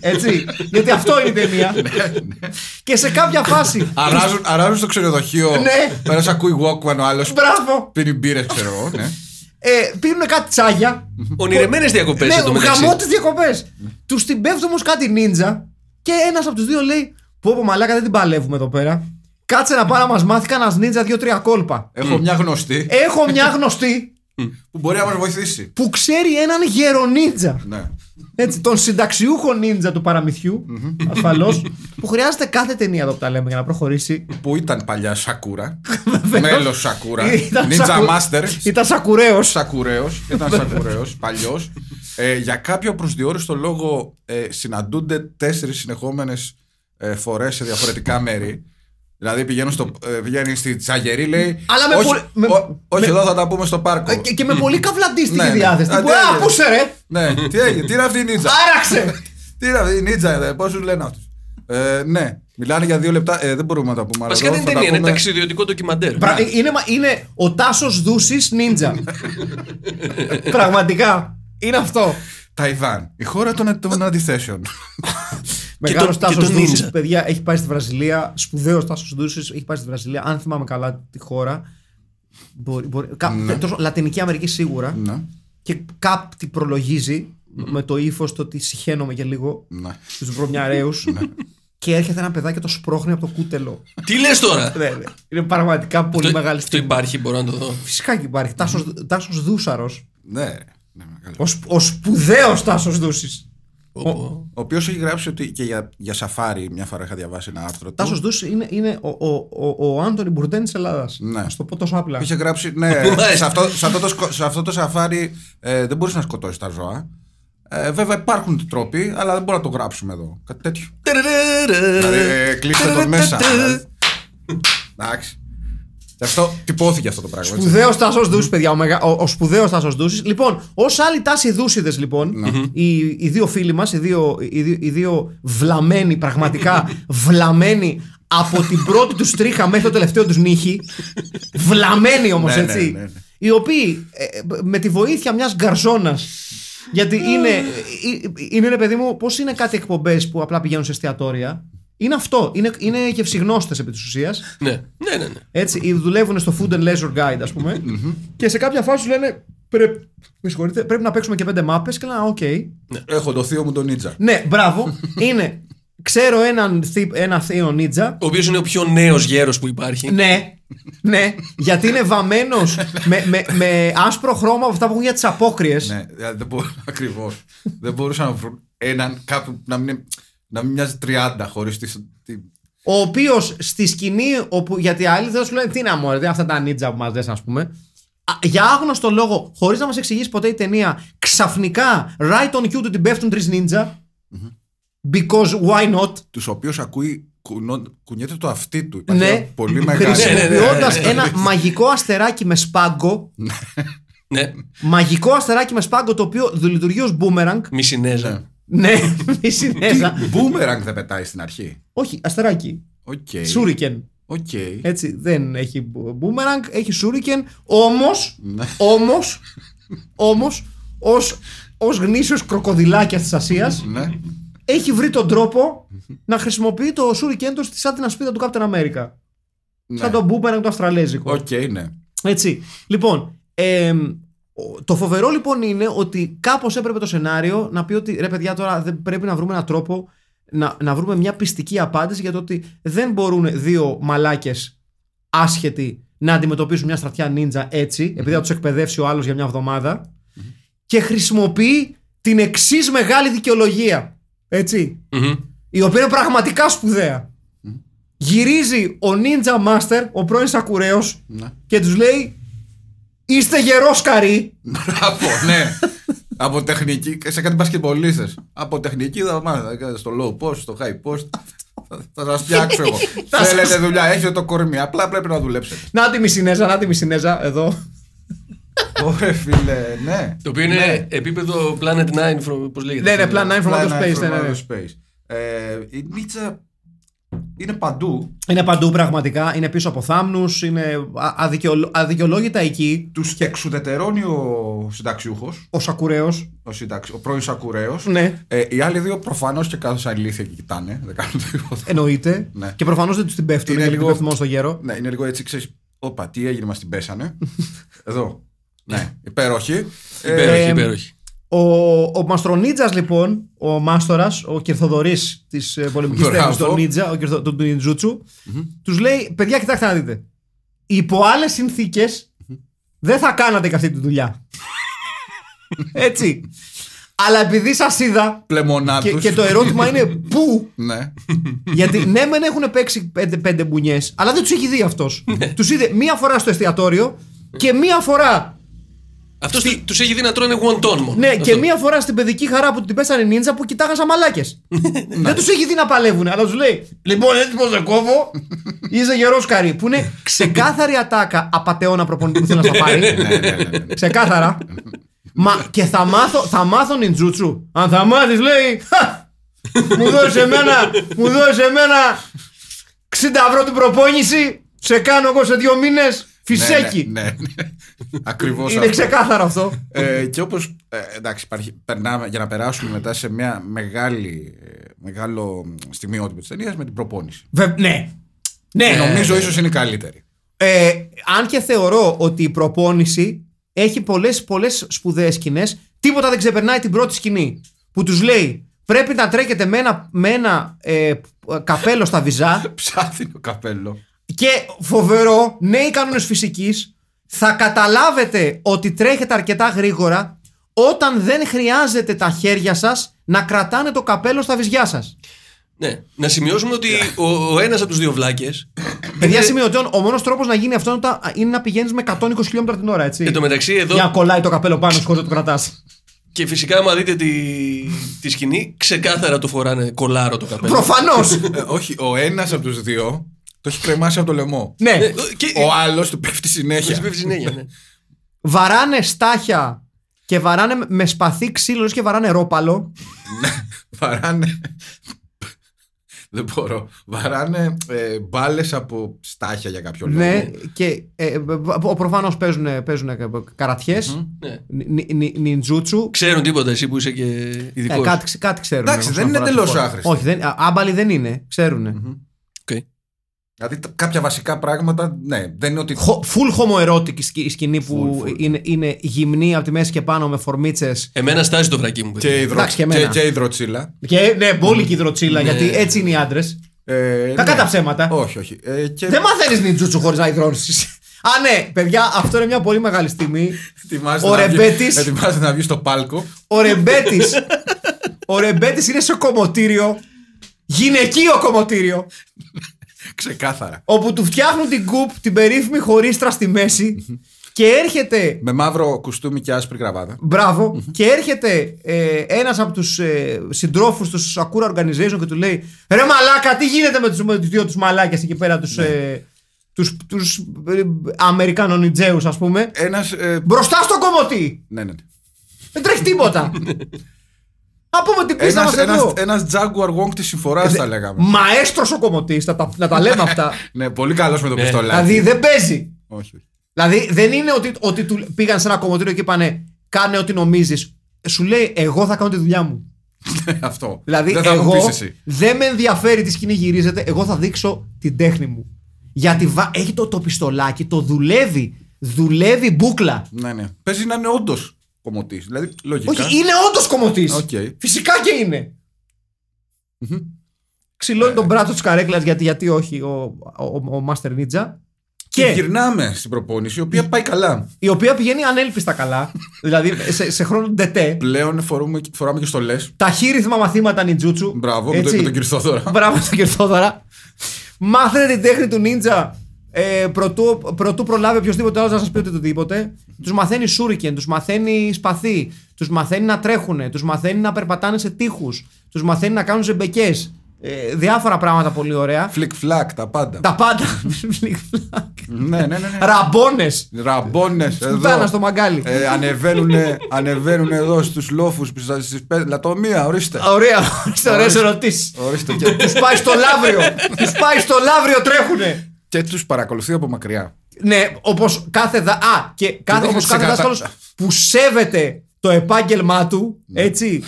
[SPEAKER 3] Έτσι. Γιατί αυτό είναι η ταινία.
[SPEAKER 5] Ναι,
[SPEAKER 3] και σε κάποια φάση.
[SPEAKER 4] Αράζουν, αράζουν στο ξενοδοχείο.
[SPEAKER 3] Ναι.
[SPEAKER 4] Ένας ακούει Walkman ο άλλος.
[SPEAKER 3] Μπράβο!
[SPEAKER 4] Πίνει μπύρες, ξέρω εγώ. Ναι.
[SPEAKER 3] Ε, πίνουν κάτι τσάγια.
[SPEAKER 5] Ονειρεμένες διακοπές
[SPEAKER 3] Ναι,
[SPEAKER 5] εδώ μεταξύ.
[SPEAKER 3] γαμώ τι διακοπές. Τους την πέφτει όμως κάτι νίντζα και ένας από τους δύο λέει: Πω πω μαλάκα δεν την παλεύουμε εδώ πέρα. Κάτσε να πάει να μα μάθει κανένα νίντζα δύο-τρία κόλπα.
[SPEAKER 4] Έχω μια γνωστή
[SPEAKER 3] Έχω μια γνωστή
[SPEAKER 4] που μπορεί να μας βοηθήσει.
[SPEAKER 3] που ξέρει έναν γερονίντζα.
[SPEAKER 4] Ναι.
[SPEAKER 3] Έτσι, τον συνταξιούχο νίντζα του παραμυθιού, ασφαλώς, που χρειάζεται κάθε ταινία εδώ που τα λέμε για να προχωρήσει.
[SPEAKER 4] Που ήταν παλιά Σακούρα. Μέλος Σακούρα.
[SPEAKER 3] Ήταν
[SPEAKER 4] Ninja
[SPEAKER 3] σακου-
[SPEAKER 4] Master.
[SPEAKER 3] Ήταν σακουραίο.
[SPEAKER 4] Σακουραίο. Ήταν σακουραίο. Παλιός. Ε, για κάποιο προσδιορίστο λόγο ε, συναντούνται τέσσερις συνεχόμενες ε, φορές σε διαφορετικά μέρη. Δηλαδή πηγαίνουν στο, ε, πηγαίνει στη Τσαγερή, λέει.
[SPEAKER 3] Αλλά με
[SPEAKER 4] όχι,
[SPEAKER 3] πολύ- με-
[SPEAKER 4] ό- όχι,
[SPEAKER 3] με- Ε,
[SPEAKER 4] εδώ θα τα πούμε στο πάρκο.
[SPEAKER 3] Και, και με πολύ καυλαντίστικη
[SPEAKER 4] Ναι, ναι.
[SPEAKER 3] διάθεση.
[SPEAKER 4] Α,
[SPEAKER 3] Που,
[SPEAKER 4] ναι,
[SPEAKER 3] Α,
[SPEAKER 4] ναι.
[SPEAKER 3] πού σε ρε!
[SPEAKER 4] Ναι, τι έγινε, τι είναι αυτή η Νίτσα.
[SPEAKER 3] Άραξε!
[SPEAKER 4] τι είναι αυτή η Νίτσα, πώ του λένε αυτούς. Ε, ναι, μιλάνε για δύο λεπτά. Ε, δεν μπορούμε να τα πούμε. άρα
[SPEAKER 5] Βασικά
[SPEAKER 4] εδώ
[SPEAKER 5] δεν
[SPEAKER 4] θα
[SPEAKER 5] είναι
[SPEAKER 4] τα
[SPEAKER 5] ταινία, είναι
[SPEAKER 4] πούμε-
[SPEAKER 5] ταξιδιωτικό ντοκιμαντέρ.
[SPEAKER 3] Πρα- Είναι, μα- είναι ο Τάσος Δούσης νίντζα. Πραγματικά. Είναι αυτό.
[SPEAKER 4] Ταϊβάν, η χώρα των, των αντιθέσεων.
[SPEAKER 3] Μεγάλο
[SPEAKER 5] το- και
[SPEAKER 3] Τάσος
[SPEAKER 5] το
[SPEAKER 3] Δούση,
[SPEAKER 5] ninja.
[SPEAKER 3] παιδιά, έχει πάει στη Βραζιλία. Σπουδαίος Τάσος Δούση, έχει πάει στη Βραζιλία. Αν θυμάμαι καλά τη χώρα. Μπορεί, μπορεί, κα-
[SPEAKER 5] Ναι.
[SPEAKER 3] τόσο- Λατινική Αμερική σίγουρα.
[SPEAKER 4] ναι,
[SPEAKER 3] Και κάτι προλογίζει
[SPEAKER 5] Ναι.
[SPEAKER 3] με το ύφος το ότι συχαίνομαι για λίγο
[SPEAKER 4] ναι.
[SPEAKER 3] του βρωμιαρέου.
[SPEAKER 5] Ναι.
[SPEAKER 3] και έρχεται ένα παιδάκι και το σπρώχνει από το κούτελο.
[SPEAKER 5] Τι λες τώρα.
[SPEAKER 3] Ναι, ναι. Είναι πραγματικά πολύ
[SPEAKER 5] Το-
[SPEAKER 3] μεγάλη
[SPEAKER 5] Το
[SPEAKER 3] στιγμή. Ναι.
[SPEAKER 5] υπάρχει, μπορώ να το δω.
[SPEAKER 3] Φυσικά και υπάρχει. Τάσος- Τάσος Δούσαρος
[SPEAKER 4] Ναι, ρε. ναι, μεγάλο.
[SPEAKER 3] Ο, σπ- ο σπουδαίος Τάσος Δούσης.
[SPEAKER 5] Πω, πω.
[SPEAKER 4] Ο οποίος έχει γράψει ότι και για, για σαφάρι μια φορά είχα διαβάσει ένα άρθρο. του.
[SPEAKER 3] Τάσος Δούση είναι, είναι ο, ο, ο, ο Άντωνη Μπουρντέν της Ελλάδας.
[SPEAKER 4] Ναι.
[SPEAKER 3] Α το πω τόσο απλά.
[SPEAKER 4] Είχε γράψει, ναι, σε, αυτό, σε, αυτό το, σκο- σε αυτό το σαφάρι ε, δεν μπορείς να σκοτώσεις τα ζώα. Ε, βέβαια υπάρχουν τρόποι, αλλά δεν μπορούμε να το γράψουμε εδώ. Κάτι τέτοιο. Δηλαδή, ε, κλείστε το μέσα. Εντάξει. Γι' αυτό τυπώθηκε αυτό το πράγμα. έτσι.
[SPEAKER 3] Σπουδαίος Τάσος Δούσης, παιδιά. Ο, μεγα... ο, ο σπουδαίος Τάσος Δούσης. Λοιπόν, ως άλλοι τάσοι δούσιδες, λοιπόν,
[SPEAKER 4] Ναι.
[SPEAKER 3] οι, οι δύο φίλοι μας, οι δύο, οι, δύο- οι δύο βλαμμένοι, πραγματικά βλαμμένοι από την πρώτη τους τρίχα μέχρι το τελευταίο τους νύχι. Βλαμμένοι όμως,
[SPEAKER 4] Ναι, ναι,
[SPEAKER 3] έτσι.
[SPEAKER 4] ναι, ναι.
[SPEAKER 3] Οι οποίοι ε, ε, με τη βοήθεια μιας γκαρσόνα. Γιατί είναι, ε, είναι, ρε παιδί μου, πώ είναι κάτι εκπομπέ που απλά πηγαίνουν σε εστιατόρια. Είναι αυτό. Είναι, είναι γευσιγνώστε επί της ουσίας.
[SPEAKER 5] Ναι, ναι, ναι. ναι.
[SPEAKER 3] Έτσι, ή δουλεύουν στο Food and Leisure Guide, ας πούμε. και σε κάποια φάση σου λένε. Πρέπει, με συγχωρείτε, πρέπει να παίξουμε και πέντε μάπες. Και λένε, «Α, οκ.
[SPEAKER 4] Έχω το θείο μου τον Νίτζα.
[SPEAKER 3] Ναι, μπράβο. είναι. Ξέρω έναν, θη- ένα θείο νίτζα.
[SPEAKER 5] Ο οποίος είναι ο πιο νέος γέρος που υπάρχει.
[SPEAKER 3] ναι, ναι, γιατί είναι βαμμένος με, με, με άσπρο χρώμα από αυτά που έχουν για τις απόκριες.
[SPEAKER 4] Ναι, δηλαδή δεν μπορώ, ακριβώς. δεν μπορούσαν να βρουν έναν κάπου να μην, είναι- να μην μοιάζει 30 χωρίς τη, τη-
[SPEAKER 3] Ο οποίος στη σκηνή, όπου, γιατί οι άλλοι θα σου λένε τι να μου, ρε, αυτά τα νίτζα που μας δέσαν, ας πούμε. Α, Για άγνωστο λόγο, χωρίς να μας εξηγήσει ποτέ η ταινία, ξαφνικά right on cue του την πέφτουν τρεις νίτζα. Because why not.
[SPEAKER 4] τους οποίους ακούει κουνό- κουνιέται το αυτί του. Υπάρχει
[SPEAKER 3] Ναι,
[SPEAKER 4] ένα πολύ μεγάλο.
[SPEAKER 3] χρησιμοποιώντας ένα μαγικό αστεράκι με σπάγκο.
[SPEAKER 5] ναι.
[SPEAKER 3] Μαγικό αστεράκι με σπάγκο το οποίο λειτουργεί ως μπούμεραγκ.
[SPEAKER 5] Μισινέζα.
[SPEAKER 4] Ναι.
[SPEAKER 3] Ναι, μη συνέζα.
[SPEAKER 4] Μπούμεραγκ δεν πετάει στην αρχή.
[SPEAKER 3] Όχι, αστεράκι.
[SPEAKER 4] Οκ.
[SPEAKER 3] Σούρικεν.
[SPEAKER 4] Οκ.
[SPEAKER 3] Έτσι, δεν έχει μπούμεραγκ, έχει σούρικεν. Όμως,
[SPEAKER 4] Ναι.
[SPEAKER 3] όμως, όμως, ως ως γνήσιος κροκοδιλάκιας της Ασίας
[SPEAKER 4] Ναι.
[SPEAKER 3] έχει βρει τον τρόπο να χρησιμοποιεί το σούρικεν του σαν την ασπίδα του Captain America. Σαν τον μπούμεραγκ το αυστραλέζικο.
[SPEAKER 4] Οκ, ναι.
[SPEAKER 3] Έτσι. Λοιπόν, εμ, ο- το φοβερό λοιπόν είναι ότι κάπως έπρεπε το σενάριο να πει ότι ρε παιδιά τώρα δεν πρέπει να βρούμε έναν τρόπο να, να βρούμε μια πιστική απάντηση για το ότι δεν μπορούν δύο μαλάκες άσχετοι να αντιμετωπίσουν μια στρατιά νίντζα έτσι επειδή θα τους εκπαιδεύσει ο άλλος για μια εβδομάδα, και χρησιμοποιεί την εξής μεγάλη δικαιολογία έτσι
[SPEAKER 5] Μμμ.
[SPEAKER 3] η οποία είναι πραγματικά σπουδαία. Γυρίζει ο Ninja Master, ο πρώην Σακουραίος
[SPEAKER 4] Ναι.
[SPEAKER 3] και τους λέει Είστε γερός καρύ
[SPEAKER 4] Μπράβο, ναι. Από τεχνική, σε κάτι μπασκετμπολίστε. Από τεχνική δαμάδα. Στο low post, στο high post. Θα- Θα σας φτιάξω εγώ.
[SPEAKER 3] Θα σας-
[SPEAKER 4] Θέλετε δουλειά, έχετε το κορμί. Απλά πρέπει να δουλέψετε.
[SPEAKER 3] Να τη Μισινέζα, να τη Μισινέζα εδώ
[SPEAKER 4] Ωραία, φίλε, ναι.
[SPEAKER 5] Το οποίο είναι
[SPEAKER 4] Ναι.
[SPEAKER 5] επίπεδο Planet 9, from, πώς λέγεται.
[SPEAKER 3] Ναι, ναι, Plan 9 from Outer
[SPEAKER 4] Plan Nine
[SPEAKER 3] Space
[SPEAKER 4] from
[SPEAKER 3] ναι, ναι, ναι.
[SPEAKER 4] Outer Space. Ε, Η Νίτσα είναι παντού.
[SPEAKER 3] Είναι παντού πραγματικά, είναι πίσω από θάμνους Είναι α- αδικαιολο- αδικαιολόγητα εκεί
[SPEAKER 4] Τους εξουδετερώνει ο συνταξιούχος,
[SPEAKER 3] Ο Σακουραίος
[SPEAKER 4] ο, συνταξι... ο πρώην Σακουραίο.
[SPEAKER 3] Ναι,
[SPEAKER 4] Ε, οι άλλοι δύο προφανώς και κάθονται σαν ηλίθιοι και κοιτάνε. Δεν κάνουν τίποτα.
[SPEAKER 3] εννοείται
[SPEAKER 4] Ναι.
[SPEAKER 3] Και προφανώς δεν τους την πέφτουν
[SPEAKER 4] Είναι
[SPEAKER 3] Είναι λίγο
[SPEAKER 4] λίγο-
[SPEAKER 3] πέφτουν μόνο στο γέρο
[SPEAKER 4] Ναι, είναι λίγο έτσι, ξέρεις. Όπα, τι έγινε, μας την πέσανε. Εδώ. ναι, υπέροχη.
[SPEAKER 5] Υπέροχη,
[SPEAKER 3] Ε,
[SPEAKER 5] υπέροχη.
[SPEAKER 3] Ο, ο Μαστρονίτζας, λοιπόν, ο Μάστορας, ο κερθοδορή τη πολεμική
[SPEAKER 4] Μπράβο.
[SPEAKER 3] τέχνη, τον Νίτζα, ο κερθο- τον του Νιτζούτσου, τους λέει: Παιδιά, κοιτάξτε να δείτε. Υπό άλλες συνθήκες δεν θα κάνατε και αυτή τη δουλειά. Έτσι. Αλλά επειδή σας είδα.
[SPEAKER 4] Πλεμονά
[SPEAKER 3] Και,
[SPEAKER 4] τους.
[SPEAKER 3] και το ερώτημα είναι πού.
[SPEAKER 4] Ναι.
[SPEAKER 3] Γιατί ναι, μεν έχουν παίξει πέντε, πέντε μπουνιές, αλλά δεν τους έχει δει αυτός. τους είδε μία φορά στο εστιατόριο και μία φορά
[SPEAKER 5] Αυτός του έχει δει να τρώνε γουοντόν μόνο.
[SPEAKER 3] Ναι,
[SPEAKER 5] Αυτό.
[SPEAKER 3] και μία φορά στην παιδική χαρά που την πέσανε νίντζα που κοιτάγαν σαν μαλάκες. Δεν τους έχει δει να παλεύουν, αλλά τους λέει: Λοιπόν, έτσι πως δεν κόβω. Είσαι γερός καρύ. Που είναι ξεκάθαρη ατάκα απαταιώνα προπονητή που θέλει να σα πάρει.
[SPEAKER 4] ναι, ναι, ναι, ναι.
[SPEAKER 3] Ξεκάθαρα. Μα και θα μάθω, θα μάθω νιντζούτσου. Αν θα μάθεις, λέει. «Χα, μου δώσε εμένα, μου δώσε εμένα 60 ευρώ την προπόνηση. Σε κάνω εγώ σε δύο μήνες. Φυσέκι.
[SPEAKER 4] Ναι, ναι, ναι. Ακριβώς
[SPEAKER 3] Είναι ξεκάθαρο αυτό.
[SPEAKER 4] Ε, και όπως. εντάξει, υπάρχει, περνάμε, για να περάσουμε μετά σε μια μεγάλη, ε, μεγάλο στιγμιότυπο της ταινίας με την προπόνηση.
[SPEAKER 3] Βε- Ναι. Ναι,
[SPEAKER 4] Νομίζω ίσως είναι η καλύτερη.
[SPEAKER 3] Ε, αν και θεωρώ ότι η προπόνηση έχει πολλές πολλές σπουδαίες σκηνές, τίποτα δεν ξεπερνάει την πρώτη σκηνή. Που τους λέει πρέπει να τρέχετε με ένα, με ένα ε, καπέλο στα βυζά
[SPEAKER 4] Ψάχνει το καπέλο.
[SPEAKER 3] και φοβερό νέοι κανόνες φυσικής θα καταλάβετε ότι τρέχετε αρκετά γρήγορα όταν δεν χρειάζεται τα χέρια σας να κρατάνε το καπέλο στα βυζιά σας.
[SPEAKER 5] Ναι. Να σημειώσουμε ότι ο, ο ένας από τους δύο βλάκες.
[SPEAKER 3] Παιδιά σημειωτών, ο μόνος τρόπος να γίνει αυτό είναι όταν- είναι να πηγαίνεις με 120 χιλιόμετρα την ώρα, έτσι.
[SPEAKER 5] Εν τω μεταξύ, εδώ
[SPEAKER 3] Για να κολλάει το καπέλο πάνω σου χωρίς να το κρατάς.
[SPEAKER 5] και φυσικά, άμα δείτε τη, τη σκηνή, ξεκάθαρα το φοράνε κολάρο το καπέλο.
[SPEAKER 3] Προφανώς.
[SPEAKER 4] Ε, όχι, ο ένας από τους δύο το έχει κρεμάσει από το λαιμό.
[SPEAKER 3] ναι.
[SPEAKER 5] Ναι, και,
[SPEAKER 4] Ο άλλος του πέφτει συνέχεια.
[SPEAKER 5] Της πέφτει συνέχεια, ναι.
[SPEAKER 3] Βαράνε στάχια και βαράνε με σπαθί ξύλος λες και βαράνε ρόπαλο.
[SPEAKER 4] Βαράνε. Δεν μπορώ. Βαράνε ε, μπάλες από στάχια για κάποιο λόγο.
[SPEAKER 3] ναι, και ε, προφανώς παίζουν, καρατιέ.
[SPEAKER 5] ναι.
[SPEAKER 3] Νιντζούτσου.
[SPEAKER 5] Ξέρουν τίποτα εσύ που είσαι και ειδικό.
[SPEAKER 3] Ε, κάτι, ξε- κάτι ξέρουν.
[SPEAKER 4] Εντάξει,
[SPEAKER 3] όσον
[SPEAKER 4] δεν είναι
[SPEAKER 3] αφορά
[SPEAKER 4] εντελώς
[SPEAKER 3] τη χώρα.
[SPEAKER 4] άχρηστη.
[SPEAKER 3] Όχι, δεν, α- άμπαλοι δεν είναι. Ξέρουν.
[SPEAKER 4] Δηλαδή τα- κάποια βασικά πράγματα, ναι, δεν είναι ότι.
[SPEAKER 3] Φουλ χωμοερώτικη σκη- η σκηνή που
[SPEAKER 4] Full, full.
[SPEAKER 3] Είναι, είναι γυμνή από τη μέση και πάνω με φορμίτσες.
[SPEAKER 5] Εμένα στάζει το βρακί μου. παιδί.
[SPEAKER 4] Και, υδρο...
[SPEAKER 3] Εντάξει, και εμένα.
[SPEAKER 4] και, και υδροτσίλα.
[SPEAKER 3] Και ναι, μπόλικη υδροτσίλα,
[SPEAKER 5] Ναι.
[SPEAKER 3] γιατί έτσι είναι οι άντρες.
[SPEAKER 4] Ε,
[SPEAKER 3] Κακά τα ψέματα.
[SPEAKER 4] Όχι, όχι. Ε, και
[SPEAKER 3] Δεν μαθαίνεις νιτζούτσου χωρίς να υδρώσει. Α, ναι, παιδιά, αυτό είναι μια πολύ μεγάλη στιγμή.
[SPEAKER 4] ετοιμάζεται
[SPEAKER 3] Ο
[SPEAKER 4] να βγει-
[SPEAKER 3] Ρεμπέτης.
[SPEAKER 4] Ετοιμάζεται να βγει στο πάλκο.
[SPEAKER 3] Ο Ρεμπέτης. ο Ρεμπέτης είναι σε κομμωτήριο. Γυναικείο κομμωτήριο.
[SPEAKER 4] Ξεκάθαρα.
[SPEAKER 3] Όπου του φτιάχνουν την κουπ, την περίφημη χωρίστρα στη μέση. και έρχεται.
[SPEAKER 4] Με μαύρο κουστούμι και άσπρη κραβάτα.
[SPEAKER 3] Μπράβο. και έρχεται ε, ένας από τους ε, συντρόφους του Sakura Organization και του λέει: Ρε μαλάκα, τι γίνεται με τους με τους δύο τους μαλάκες εκεί πέρα, τους. Ε, τους, τους ε, Αμερικανονιτζέους ας πούμε
[SPEAKER 4] Ένας. Ε,
[SPEAKER 3] Μπροστά στον κομμωτή
[SPEAKER 4] ναι, ναι.
[SPEAKER 3] Δεν τρέχει τίποτα Α πούμε ότι πίστα μας
[SPEAKER 4] Ένα
[SPEAKER 3] εδώ Ε,
[SPEAKER 4] ένας, ένας Jaguar Wong της συμφοράς, θα λέγαμε.
[SPEAKER 3] Μαέστρος ο κομμωτής να τα, να τα λέμε αυτά
[SPEAKER 4] Ναι, πολύ καλός με το
[SPEAKER 5] Ναι.
[SPEAKER 4] πιστολάκι.
[SPEAKER 3] Δηλαδή δεν παίζει
[SPEAKER 4] Όχι, όχι.
[SPEAKER 3] Δηλαδή δεν είναι ότι, ότι του πήγαν σε ένα κομμωτήριο και είπανε Κάνε ό,τι νομίζεις Σου λέει εγώ θα κάνω τη δουλειά μου
[SPEAKER 4] Αυτό.
[SPEAKER 3] Δηλαδή,
[SPEAKER 4] δεν θα μου
[SPEAKER 3] εγώ
[SPEAKER 4] πεις εσύ.
[SPEAKER 3] δεν με ενδιαφέρει τι σκηνή γυρίζεται, εγώ θα δείξω την τέχνη μου. Γιατί βα- έχει το, το πιστολάκι, το δουλεύει. Δουλεύει μπουκλα.
[SPEAKER 4] Ναι, ναι. Παίζει να είναι όντως κομμωτής. Δηλαδή, λογικά.
[SPEAKER 3] Όχι, είναι όντως κομμωτής.
[SPEAKER 4] Οκ.
[SPEAKER 3] Φυσικά και είναι.
[SPEAKER 4] Ε.
[SPEAKER 3] Ξυλώνει τον μπράτσο της καρέκλας γιατί, γιατί όχι ο, ο, ο, ο Master Ninja.
[SPEAKER 4] Και
[SPEAKER 3] Και
[SPEAKER 4] γυρνάμε στην προπόνηση, η οποία πάει καλά.
[SPEAKER 3] η οποία πηγαίνει ανέλπιστα καλά. δηλαδή σε, σε χρόνο ντετέ.
[SPEAKER 4] Πλέον φορούμε, φοράμε και στολέ.
[SPEAKER 3] Ταχύρυθμα μαθήματα νιτζούτσου.
[SPEAKER 4] Μπράβο, με, το, με τον κύριο Θόδωρα.
[SPEAKER 3] Μπράβο στον Κερθόδωρα. Μάθετε την τέχνη του νίντζα ε, προτού, προτού προλάβει οποιοδήποτε άλλος να σας πει οτιδήποτε. Τους μαθαίνει σούρικεν, τους μαθαίνει σπαθί, τους μαθαίνει να τρέχουν, τους μαθαίνει να περπατάνε σε τείχους, τους μαθαίνει να κάνουν ζεμπεκές. Ε, διάφορα πράγματα πολύ ωραία.
[SPEAKER 4] Φλικ φλακ, τα πάντα.
[SPEAKER 3] Τα πάντα.
[SPEAKER 4] ναι, ναι, ναι. ναι.
[SPEAKER 3] Ραμπόνε.
[SPEAKER 4] Ραμπόνε. εδώ.
[SPEAKER 3] Πουτάνα στο μαγκάλι.
[SPEAKER 4] Ε, ανεβαίνουνε, ανεβαίνουνε εδώ στους λόφους, στι λατομία, ορίστε.
[SPEAKER 3] Ωραία, ορίστε, ωραίες ερωτήσεις.
[SPEAKER 4] ορίστε. Και,
[SPEAKER 3] Τους πάει στο λαύριο. Τους πάει στο λαύριο, τρέχουνε.
[SPEAKER 4] και τους παρακολουθεί από μακριά.
[SPEAKER 3] Ναι, όπως κάθε, δα... Α, και κάθε,
[SPEAKER 4] δεν
[SPEAKER 3] όπως
[SPEAKER 4] ξεκατα-
[SPEAKER 3] κάθε δάσκαλος που σέβεται το επάγγελμά του, έτσι,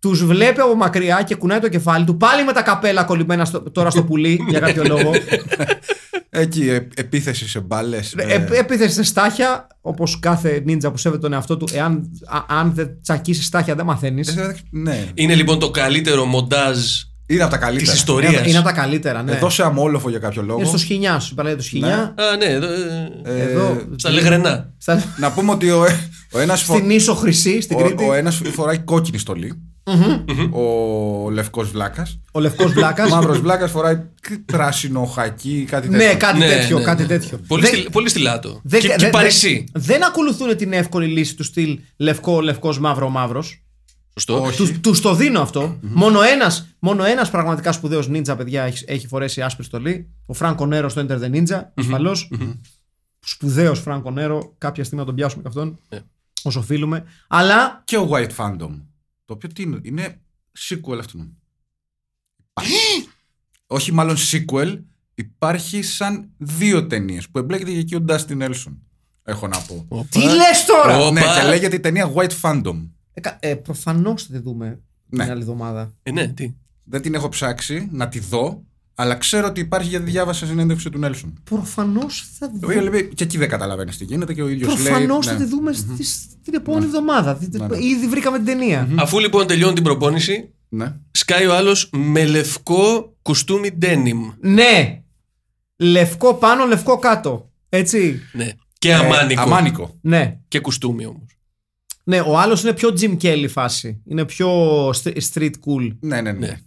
[SPEAKER 3] του βλέπει από μακριά και κουνάει το κεφάλι του, πάλι με τα καπέλα κολλημένα στο- τώρα στο πουλί για κάποιο λόγο.
[SPEAKER 4] Εκεί ε, επίθεση σε μπάλες.
[SPEAKER 3] Ε, Επίθεση σε στάχια, όπως κάθε νίντζα που σέβεται τον εαυτό του, εάν α- αν δεν τσακίσει στάχια δεν μαθαίνεις.
[SPEAKER 4] ναι.
[SPEAKER 5] Είναι λοιπόν το καλύτερο μοντάζ
[SPEAKER 4] Είναι από τα
[SPEAKER 5] τη
[SPEAKER 4] καλύτερα.
[SPEAKER 5] ιστορία.
[SPEAKER 3] Ε, Είναι από τα καλύτερα, ναι.
[SPEAKER 4] Εδώ σε αμόλοφο για κάποιο λόγο.
[SPEAKER 3] Είναι στο σχοινιά σου, παράγεται το σχοινιά.
[SPEAKER 5] Α, ναι, εδώ, ε,
[SPEAKER 4] Ε,
[SPEAKER 3] Εδώ.
[SPEAKER 5] Στα λεγρενά.
[SPEAKER 3] στα-
[SPEAKER 4] Να πούμε ότι ο, ο ένας φο...
[SPEAKER 3] Στην ίσο χρυσή, στην Κρήτη.
[SPEAKER 4] ο, ο ένας φοράει κόκκινη στολή. Ο λευκός βλάκας.
[SPEAKER 3] Ο λευκός βλάκας.
[SPEAKER 4] Ο μαύρος βλάκας φοράει πράσινο χακί, κάτι τέτοιο.
[SPEAKER 3] Ναι, κάτι
[SPEAKER 5] Ναι,
[SPEAKER 3] τέτοιο,
[SPEAKER 5] ναι,
[SPEAKER 3] κάτι
[SPEAKER 5] ναι.
[SPEAKER 3] τέτοιο.
[SPEAKER 5] Πολύ,
[SPEAKER 3] Δεν-
[SPEAKER 5] στη, πολύ στυλάτο.
[SPEAKER 3] Δεν,
[SPEAKER 5] και,
[SPEAKER 3] δεν-
[SPEAKER 5] και
[SPEAKER 3] δεν-
[SPEAKER 5] Παρισί.
[SPEAKER 3] δεν ακολουθούν την εύκολη λύση του στυλ λευκό, λευκός, μαύρο, μαύρος.
[SPEAKER 5] Σωστό.
[SPEAKER 4] Όχι.
[SPEAKER 3] Τους τους το δίνω αυτό. Μόνο ένας μόνο ένας πραγματικά σπουδαίος νίντζα, παιδιά, έχεις, έχει φορέσει άσπρη στολή. Ο Φράνκο Νέρο στο Enter the Ninja. ασφαλώ. Σπουδαίος Φράνκο Νέρο. Κάποια στιγμή να τον πιάσουμε και αυτόν.
[SPEAKER 4] Ε.
[SPEAKER 5] Ναι.
[SPEAKER 3] Όσο οφείλουμε. Αλλά
[SPEAKER 4] Και ο White Phantom. Το οποίο τι είναι, είναι sequel αυτού. Υπάρχει. Όχι μάλλον sequel, υπάρχει σαν δύο ταινίες που εμπλέκεται και εκεί ο Dustin Nelson. Έχω να πω.
[SPEAKER 3] τι λες τώρα!
[SPEAKER 5] Ω.
[SPEAKER 4] Ναι,
[SPEAKER 5] Οπα.
[SPEAKER 4] και λέγεται η ταινία White Phantom.
[SPEAKER 3] Ε, κα- Ε, Προφανώς θα τη δούμε
[SPEAKER 4] Ναι.
[SPEAKER 3] την άλλη εβδομάδα.
[SPEAKER 5] Ε, ναι, τι.
[SPEAKER 4] Δεν την έχω ψάξει να τη δω, αλλά ξέρω ότι υπάρχει γιατί διάβασα συνέντευξη του Nelson.
[SPEAKER 3] Προφανώς θα τη
[SPEAKER 4] Το οποίο
[SPEAKER 3] δούμε.
[SPEAKER 4] λέει, και εκεί δεν καταλαβαίνεις τι γίνεται και ο ίδιος λέει.
[SPEAKER 3] Προφανώς θα
[SPEAKER 4] ναι.
[SPEAKER 3] τη δούμε στις- την επόμενη εβδομάδα.
[SPEAKER 4] Ναι, ναι.
[SPEAKER 3] Ήδη βρήκαμε την ταινία.
[SPEAKER 5] Αφού λοιπόν τελειώνει την προπόνηση,
[SPEAKER 4] Ναι.
[SPEAKER 5] σκάει ο άλλος με λευκό κουστούμι denim.
[SPEAKER 3] Ναι. Λευκό πάνω, λευκό κάτω. Έτσι.
[SPEAKER 5] Ναι. Και αμάνικο.
[SPEAKER 4] Ε, αμάνικο.
[SPEAKER 3] Ναι.
[SPEAKER 5] Και κουστούμι όμως.
[SPEAKER 3] Ναι, ο άλλος είναι πιο Jim Kelly φάση. Είναι πιο str- street cool.
[SPEAKER 4] Ναι, ναι, ναι.
[SPEAKER 5] Ναι.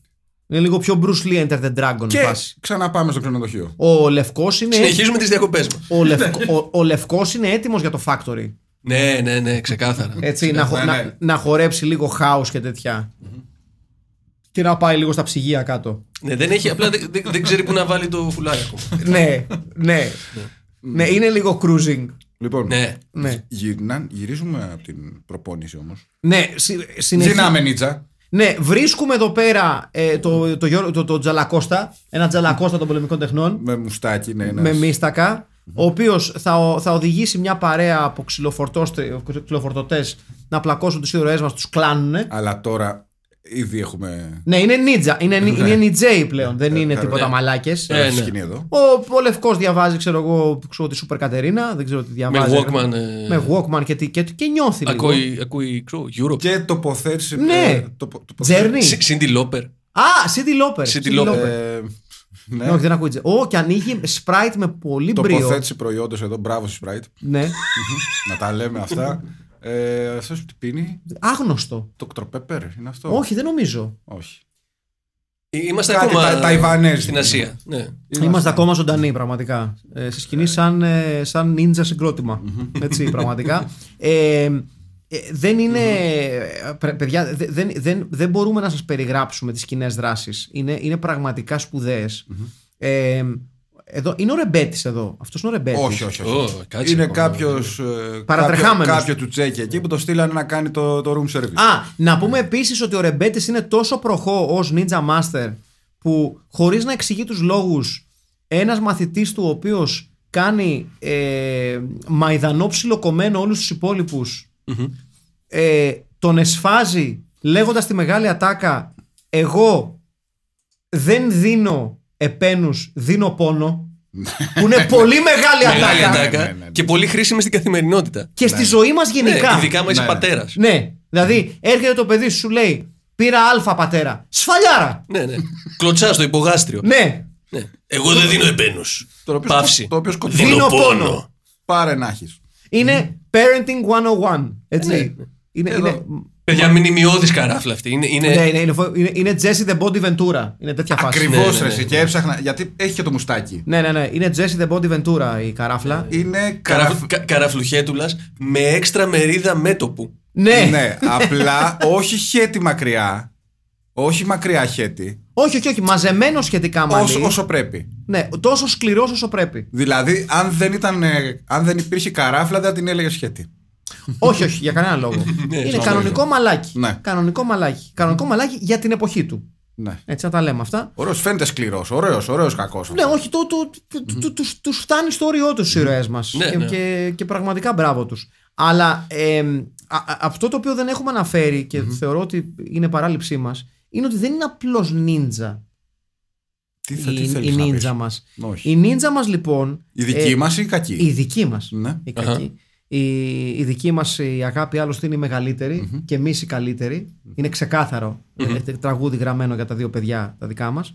[SPEAKER 3] Είναι λίγο πιο Bruce Lee Enter the Dragon
[SPEAKER 4] Και
[SPEAKER 3] φάση.
[SPEAKER 4] ξαναπάμε στο ξενοδοχείο.
[SPEAKER 3] Ο λευκός
[SPEAKER 4] Ε.
[SPEAKER 3] είναι.
[SPEAKER 5] Συνεχίζουμε τις διακοπές μας.
[SPEAKER 3] Ο,
[SPEAKER 4] Ναι.
[SPEAKER 3] λευκό, ο, ο λευκός είναι έτοιμος για το factory.
[SPEAKER 5] Ναι, ναι, ναι, ξεκάθαρα.
[SPEAKER 3] Έτσι, να, χο-
[SPEAKER 4] ναι, ναι.
[SPEAKER 3] να, να χορέψει λίγο χάος και τέτοια. Και να πάει λίγο στα ψυγεία κάτω.
[SPEAKER 5] ναι, δεν έχει, απλά δεν, δεν- δεν ξέρει πού να βάλει το φουλάρι ακόμα.
[SPEAKER 3] ναι, ναι. ναι, είναι λίγο cruising.
[SPEAKER 4] Λοιπόν,
[SPEAKER 5] ναι.
[SPEAKER 3] Ναι,
[SPEAKER 4] γυρνάν- γυρίζουμε από την προπόνηση όμως.
[SPEAKER 3] ναι συ- συνεχι-
[SPEAKER 4] Γυρνάμε, Νίτσα.
[SPEAKER 3] Ναι, βρίσκουμε εδώ πέρα ε, το, το, Γιώργο- το, το Τζαλακώστα, ένα Τζαλακώστα των πολεμικών τεχνών,
[SPEAKER 4] Με μουστάκι, ναι, ένας.
[SPEAKER 3] με μίστακα, ο οποίος θα, ο- θα οδηγήσει μια παρέα από ξυλοφορτωτές να πλακώσουν του ήρωέ μας, τους κλάνουνε.
[SPEAKER 4] Αλλά τώρα ήδη έχουμε.
[SPEAKER 3] Ναι, είναι νίτζα. Είναι, νι- είναι νιτζέι πλέον. Δεν είναι τίποτα
[SPEAKER 5] ναι.
[SPEAKER 3] μαλάκες.
[SPEAKER 5] Ε, ναι.
[SPEAKER 4] σκηνή εδώ.
[SPEAKER 3] Ο, ο Λευκός διαβάζει, ξέρω εγώ, ξέρω, τη Σούπερ Κατερίνα. Δεν ξέρω τι
[SPEAKER 5] Με
[SPEAKER 3] διαβάζει.
[SPEAKER 5] Walkman. ε,
[SPEAKER 3] Με Walkman και, τι- και, και νιώθει λίγο.
[SPEAKER 5] Ακούει, ακούει ξέρω, Europe.
[SPEAKER 4] Και τοποθέτηση.
[SPEAKER 3] Ναι.
[SPEAKER 4] ε, τοπο- τοποθέτηση-
[SPEAKER 3] Τζέρνι.
[SPEAKER 5] Σι- Cindy Lauper.
[SPEAKER 3] Α, Cindy Lauper.
[SPEAKER 5] Cindy
[SPEAKER 3] Cindy
[SPEAKER 5] Lauper.
[SPEAKER 3] Lauper.
[SPEAKER 4] Ε, ναι.
[SPEAKER 3] Ναι, όχι, δεν ακούει. τζε- Ω, και ανοίγει Sprite με πολύ μπρίο.
[SPEAKER 4] Τοποθέτηση προϊόντος εδώ. Μπράβο, Sprite.
[SPEAKER 3] Ναι.
[SPEAKER 4] να τα λέμε αυτά. Ε, Αυτός τι πίνει,
[SPEAKER 3] Άγνωστο.
[SPEAKER 4] το κτροπέπερ, είναι αυτό.
[SPEAKER 3] Όχι, δεν νομίζω.
[SPEAKER 4] Όχι.
[SPEAKER 5] Ε, Είμαστε
[SPEAKER 4] Κάτι
[SPEAKER 5] ακόμα
[SPEAKER 4] τα- Ταϊβανέζι.
[SPEAKER 5] στην Ασία. Ναι.
[SPEAKER 3] Είμαστε ακόμα ζωντανοί, πραγματικά. Ε, στη σκηνή, σαν, ε, σαν νίντζα συγκρότημα. Έτσι, πραγματικά. Ε, ε, δεν είναι. πρε- Παιδιά, δε- δεν, δεν, δεν μπορούμε να σας περιγράψουμε τις κοινές δράσεις. Είναι, είναι πραγματικά σπουδαίες. Ε, εδώ, είναι ο Ρεμπέτης εδώ. Αυτός είναι ο Ρεμπέτης.
[SPEAKER 4] Όχι, όχι. όχι.
[SPEAKER 5] Ε, Ω, κάτσε
[SPEAKER 4] είναι
[SPEAKER 5] ακόμα.
[SPEAKER 4] κάποιος.
[SPEAKER 3] Παρατρεχάμενος.
[SPEAKER 4] Κάποιο, κάποιο του Τσέκη εκεί που το στείλανε να κάνει το, το room service.
[SPEAKER 3] Α, να πούμε επίσης ότι ο Ρεμπέτης είναι τόσο προχώ ως Ninja Master που χωρίς να εξηγεί τους λόγους, ένας μαθητής του ο οποίος κάνει ε, μαϊδανό ψιλοκομμένο όλους τους υπολοιπου ε, τον εσφάζει λέγοντας τη μεγάλη ατάκα Εγώ δεν δίνω επένους, δίνω πόνο. που είναι πολύ μεγάλη
[SPEAKER 5] Μεγάλη
[SPEAKER 3] ατάκα.
[SPEAKER 5] ατάκα
[SPEAKER 4] ναι, ναι, ναι.
[SPEAKER 5] και πολύ χρήσιμη στην καθημερινότητα.
[SPEAKER 3] και στη ζωή μας γενικά.
[SPEAKER 5] Ναι, ειδικά άμα είσαι
[SPEAKER 4] Ναι.
[SPEAKER 5] πατέρας.
[SPEAKER 3] Ναι. Δηλαδή, έρχεται το παιδί σου, σου λέει Πήρα αλφα πατέρα. Σφαλιάρα!
[SPEAKER 5] Ναι, ναι. Κλωτσά στο υπογάστριο.
[SPEAKER 3] Ναι.
[SPEAKER 5] Ναι. Εγώ δεν δίνω επένου.
[SPEAKER 4] Το οποίο-
[SPEAKER 5] Παύση.
[SPEAKER 4] το οποίος σκοτώνει.
[SPEAKER 5] Δίνω
[SPEAKER 3] Δίνω πόνο.
[SPEAKER 5] πόνο.
[SPEAKER 4] Πάρε να έχεις.
[SPEAKER 3] Είναι parenting 101. Έτσι.
[SPEAKER 5] Ναι.
[SPEAKER 3] Είναι,
[SPEAKER 4] Εδώ. Ε,
[SPEAKER 3] είναι,
[SPEAKER 5] Παιδιά, μνημειώδη καράφλα αυτή. Είναι, είναι...
[SPEAKER 3] ναι, είναι, είναι, φο- είναι, είναι Jesse the Body Ventura. Είναι τέτοια φάση.
[SPEAKER 4] Ακριβώς
[SPEAKER 5] ναι, ναι, ναι.
[SPEAKER 4] ρε, εσύ, και έψαχνα. Γιατί έχει και το μουστάκι.
[SPEAKER 3] Ναι, ναι, ναι. Είναι Jesse the Body Ventura η καράφλα.
[SPEAKER 4] Είναι
[SPEAKER 5] Καραφ...
[SPEAKER 4] καραφ...
[SPEAKER 5] κα- καραφλουχέτουλας με έξτρα μερίδα μέτωπου.
[SPEAKER 3] Ναι.
[SPEAKER 4] ναι, απλά όχι χέτι μακριά. Όχι μακριά χέτι.
[SPEAKER 3] Όχι, όχι, όχι. Μαζεμένο σχετικά μαζί.
[SPEAKER 4] Όσο, όσο πρέπει.
[SPEAKER 3] Ναι, τόσο σκληρός όσο πρέπει.
[SPEAKER 4] Δηλαδή, αν δεν, ήταν, ε, αν δεν υπήρχε καράφλα, δεν την έλεγε χέτι.
[SPEAKER 3] όχι, όχι, για κανένα λόγο. είναι
[SPEAKER 4] νομίζω.
[SPEAKER 3] κανονικό μαλάκι.
[SPEAKER 4] Ναι.
[SPEAKER 3] Κανονικό μαλάκι. Κανονικό μαλάκι για την εποχή του.
[SPEAKER 4] Ναι.
[SPEAKER 3] Έτσι, να τα λέμε αυτά.
[SPEAKER 4] Ωραίος, φαίνεται σκληρός. Ωραίος, ωραίος κακός.
[SPEAKER 3] Ναι, όχι, το, το, το, το, το, τους- τους φτάνει στο όριό τους οι ήρωέ μας.
[SPEAKER 5] Ναι,
[SPEAKER 3] και,
[SPEAKER 5] ναι.
[SPEAKER 3] και, και πραγματικά μπράβο τους. Αλλά εμ, α- α- αυτό το οποίο δεν έχουμε αναφέρει και θεωρώ ότι είναι παράληψή μας είναι ότι δεν είναι απλώς νίντζα
[SPEAKER 4] Τι θα
[SPEAKER 3] η,
[SPEAKER 4] τι
[SPEAKER 3] η
[SPEAKER 4] θέλεις να πεις.
[SPEAKER 3] νίντζα μας.
[SPEAKER 4] Όχι.
[SPEAKER 3] Η νίντζα μας λοιπόν.
[SPEAKER 4] Η δική
[SPEAKER 3] ε,
[SPEAKER 4] μας μα ή η κακή.
[SPEAKER 3] Η δική μας.
[SPEAKER 4] Ναι.
[SPEAKER 3] Η,
[SPEAKER 5] Αχα.
[SPEAKER 3] κακή. η, η δική μας η αγάπη άλλωστε είναι η μεγαλυτερη και εμείς οι καλύτεροι. Είναι ξεκάθαρο, ε, τε- τραγούδι γραμμένο για τα δύο παιδιά τα δικά μας.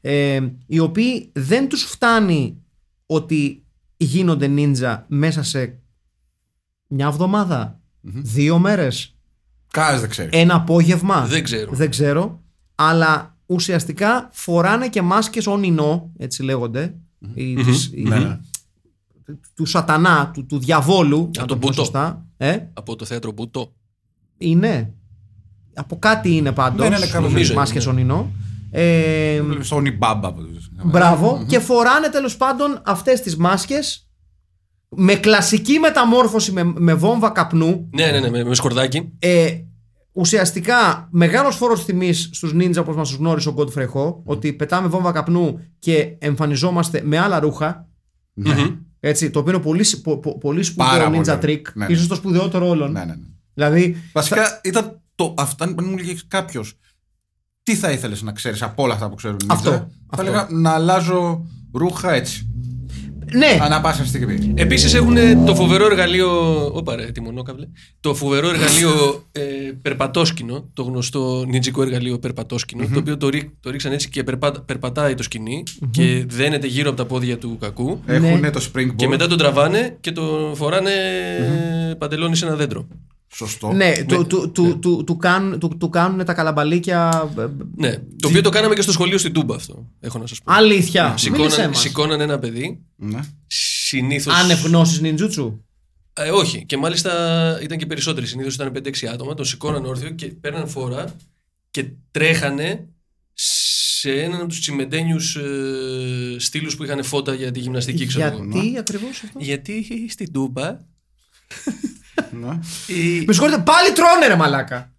[SPEAKER 3] Ε, οι οποίοι δεν τους φτάνει ότι γίνονται νίντζα μέσα σε μια εβδομαδα δύο μέρες,
[SPEAKER 4] Κάς δεν ξέρει.
[SPEAKER 3] ένα απόγευμα.
[SPEAKER 5] Δεν ξέρω.
[SPEAKER 3] Δεν ξέρω. Αλλά ουσιαστικά φοράνε και μάσκες ονεινό, έτσι λέγονται, ή τις- ή-
[SPEAKER 4] Ναι,
[SPEAKER 3] του σατανά, του, του διαβόλου. να
[SPEAKER 5] τον
[SPEAKER 3] το πω
[SPEAKER 5] Μπούτο.
[SPEAKER 3] σωστά. Ε,
[SPEAKER 5] Από το θέατρο Μπουτό.
[SPEAKER 3] είναι. Από κάτι είναι πάντως.
[SPEAKER 4] Ναι, ναι, ναι, καλώς
[SPEAKER 5] Νομίζω είναι,
[SPEAKER 3] Μάσκες
[SPEAKER 5] ναι.
[SPEAKER 3] ονεινό. Ε,
[SPEAKER 4] Βλέπεις Σόνι μπάμπα από τους.
[SPEAKER 3] μπραβο Και φοράνε τέλος πάντων αυτές τις μάσκες με κλασική μεταμόρφωση με, με βόμβα καπνού.
[SPEAKER 5] Ναι, ναι, ναι, με, με σκορδάκι.
[SPEAKER 3] Ε, ουσιαστικά μεγάλος φόρος τιμής στους νίντζα όπως μας τους γνώρισε ο Godfrey Ho, ότι πετάμε βόμβα καπνού και εμφανιζόμαστε με άλλα ρούχα.
[SPEAKER 5] Μμμ.
[SPEAKER 3] Έτσι, το οποίο είναι πολύ, σ- πο- πο- πολύ σπουδαίο
[SPEAKER 4] Ναι. Πάρα
[SPEAKER 3] ninja
[SPEAKER 4] πολύ.
[SPEAKER 3] trick,
[SPEAKER 4] Ναι, ναι.
[SPEAKER 3] ίσως το σπουδαιότερο όλων.
[SPEAKER 4] Ναι, ναι, ναι.
[SPEAKER 3] Δηλαδή,
[SPEAKER 4] Βασικά ήταν το. Αυτό, αν μου έλεγε κάποιος, τι θα ήθελες να ξέρεις από όλα αυτά που ξέρουν οι
[SPEAKER 3] Αυτό.
[SPEAKER 4] Νίτσα,
[SPEAKER 3] Αυτό.
[SPEAKER 4] Θα έλεγα να αλλάζω ρούχα έτσι.
[SPEAKER 3] Ναι,
[SPEAKER 4] Ανά πάσα στιγμή.
[SPEAKER 5] Επίσης έχουν ε, το φοβερό εργαλείο. Όπα ρε, τιμονό καβλέ. Το φοβερό εργαλείο ε, περπατόσκηνο, το γνωστό νιτζικό εργαλείο περπατόσκηνο, το οποίο το, ρί, το ρίξαν έτσι και περπα- περπατάει το σκηνη και δένεται γύρω από τα πόδια του κακού.
[SPEAKER 4] Έχουν το springboard.
[SPEAKER 5] Και μετά τον τραβάνε και τον φοράνε ε, παντελόνι σε ένα δέντρο.
[SPEAKER 4] Σωστό.
[SPEAKER 3] ναι,
[SPEAKER 5] ναι.
[SPEAKER 3] του, του, του, του, του, κάνουν, του, του κάνουν τα καλαμπαλίκια. ε, ε,
[SPEAKER 5] Ναι. Το οποίο το κάναμε και στο σχολείο στην Τούμπα αυτό. Έχω να σας πω.
[SPEAKER 3] Αλήθεια. Μίλησέ
[SPEAKER 5] Σηκώναν,
[SPEAKER 3] μας.
[SPEAKER 5] σηκώναν ένα παιδί.
[SPEAKER 4] Ναι.
[SPEAKER 5] Συνήθως.
[SPEAKER 3] Άνευ γνώσης νιντζούτσου.
[SPEAKER 5] Ε, όχι. Και μάλιστα ήταν και περισσότεροι. Συνήθως ήταν 5-6 άτομα. Τον σηκώναν όρθιο και παίρναν φόρα και τρέχανε σε έναν από τους τσιμεντένιους ε, στήλους που είχαν φώτα για τη γυμναστική, ξέρω εγώ.
[SPEAKER 3] Γιατί ακριβώς αυτό.
[SPEAKER 5] Γιατί στην Τούμπα.
[SPEAKER 4] ναι.
[SPEAKER 5] η-
[SPEAKER 3] Με συγχωρείτε, πάλι τρώνε ρε μαλάκα.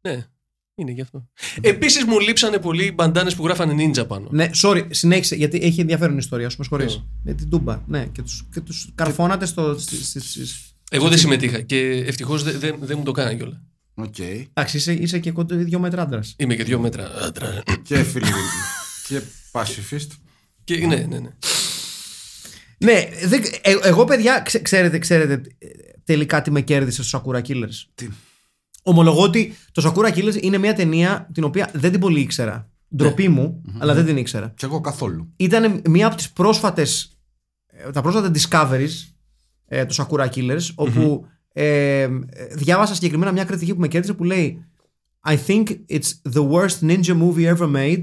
[SPEAKER 5] Ναι, είναι γι' αυτό. Επίσης μου λείψανε πολύ οι μπαντάνες που γράφανε νίντζα πάνω.
[SPEAKER 3] Ναι, sorry, συνέχισε, γιατί έχει ενδιαφέρον η ιστορία σου, με συγχωρείς. Με την τούμπα, ναι, και τους, και τους καρφώνατε στο... στις- στις- στις-
[SPEAKER 5] Εγώ δεν συμμετείχα και ευτυχώς δεν δεν- δεν μου το κάνανε κιόλας.
[SPEAKER 4] Οκ.
[SPEAKER 3] Εντάξει, είσαι, είσαι και κοντά δύο μέτρα άντρας.
[SPEAKER 5] Είμαι και δύο μέτρα άντρα.
[SPEAKER 4] Και φιλιρινή. και pacifist.
[SPEAKER 5] Και, ναι, ναι, ναι.
[SPEAKER 3] Ναι, δεν- ε- εγώ παιδιά, ξε- ξέρετε, ξέρετε ε, τελικά τι με κέρδισε στο Sakura Killers.
[SPEAKER 4] Τι.
[SPEAKER 3] Ομολογώ ότι το Sakura Killers είναι μια ταινία την οποία δεν την πολύ ήξερα. Ντροπή μου, αλλά δεν την ήξερα.
[SPEAKER 4] Κι εγώ καθόλου.
[SPEAKER 3] Ήταν μια από τις πρόσφατες, ε, τα πρόσφατα discoveries ε, του Sakura Killers, όπου ε, ε, διάβασα συγκεκριμένα μια κριτική που με κέρδισε που λέει I think it's the worst ninja movie ever made,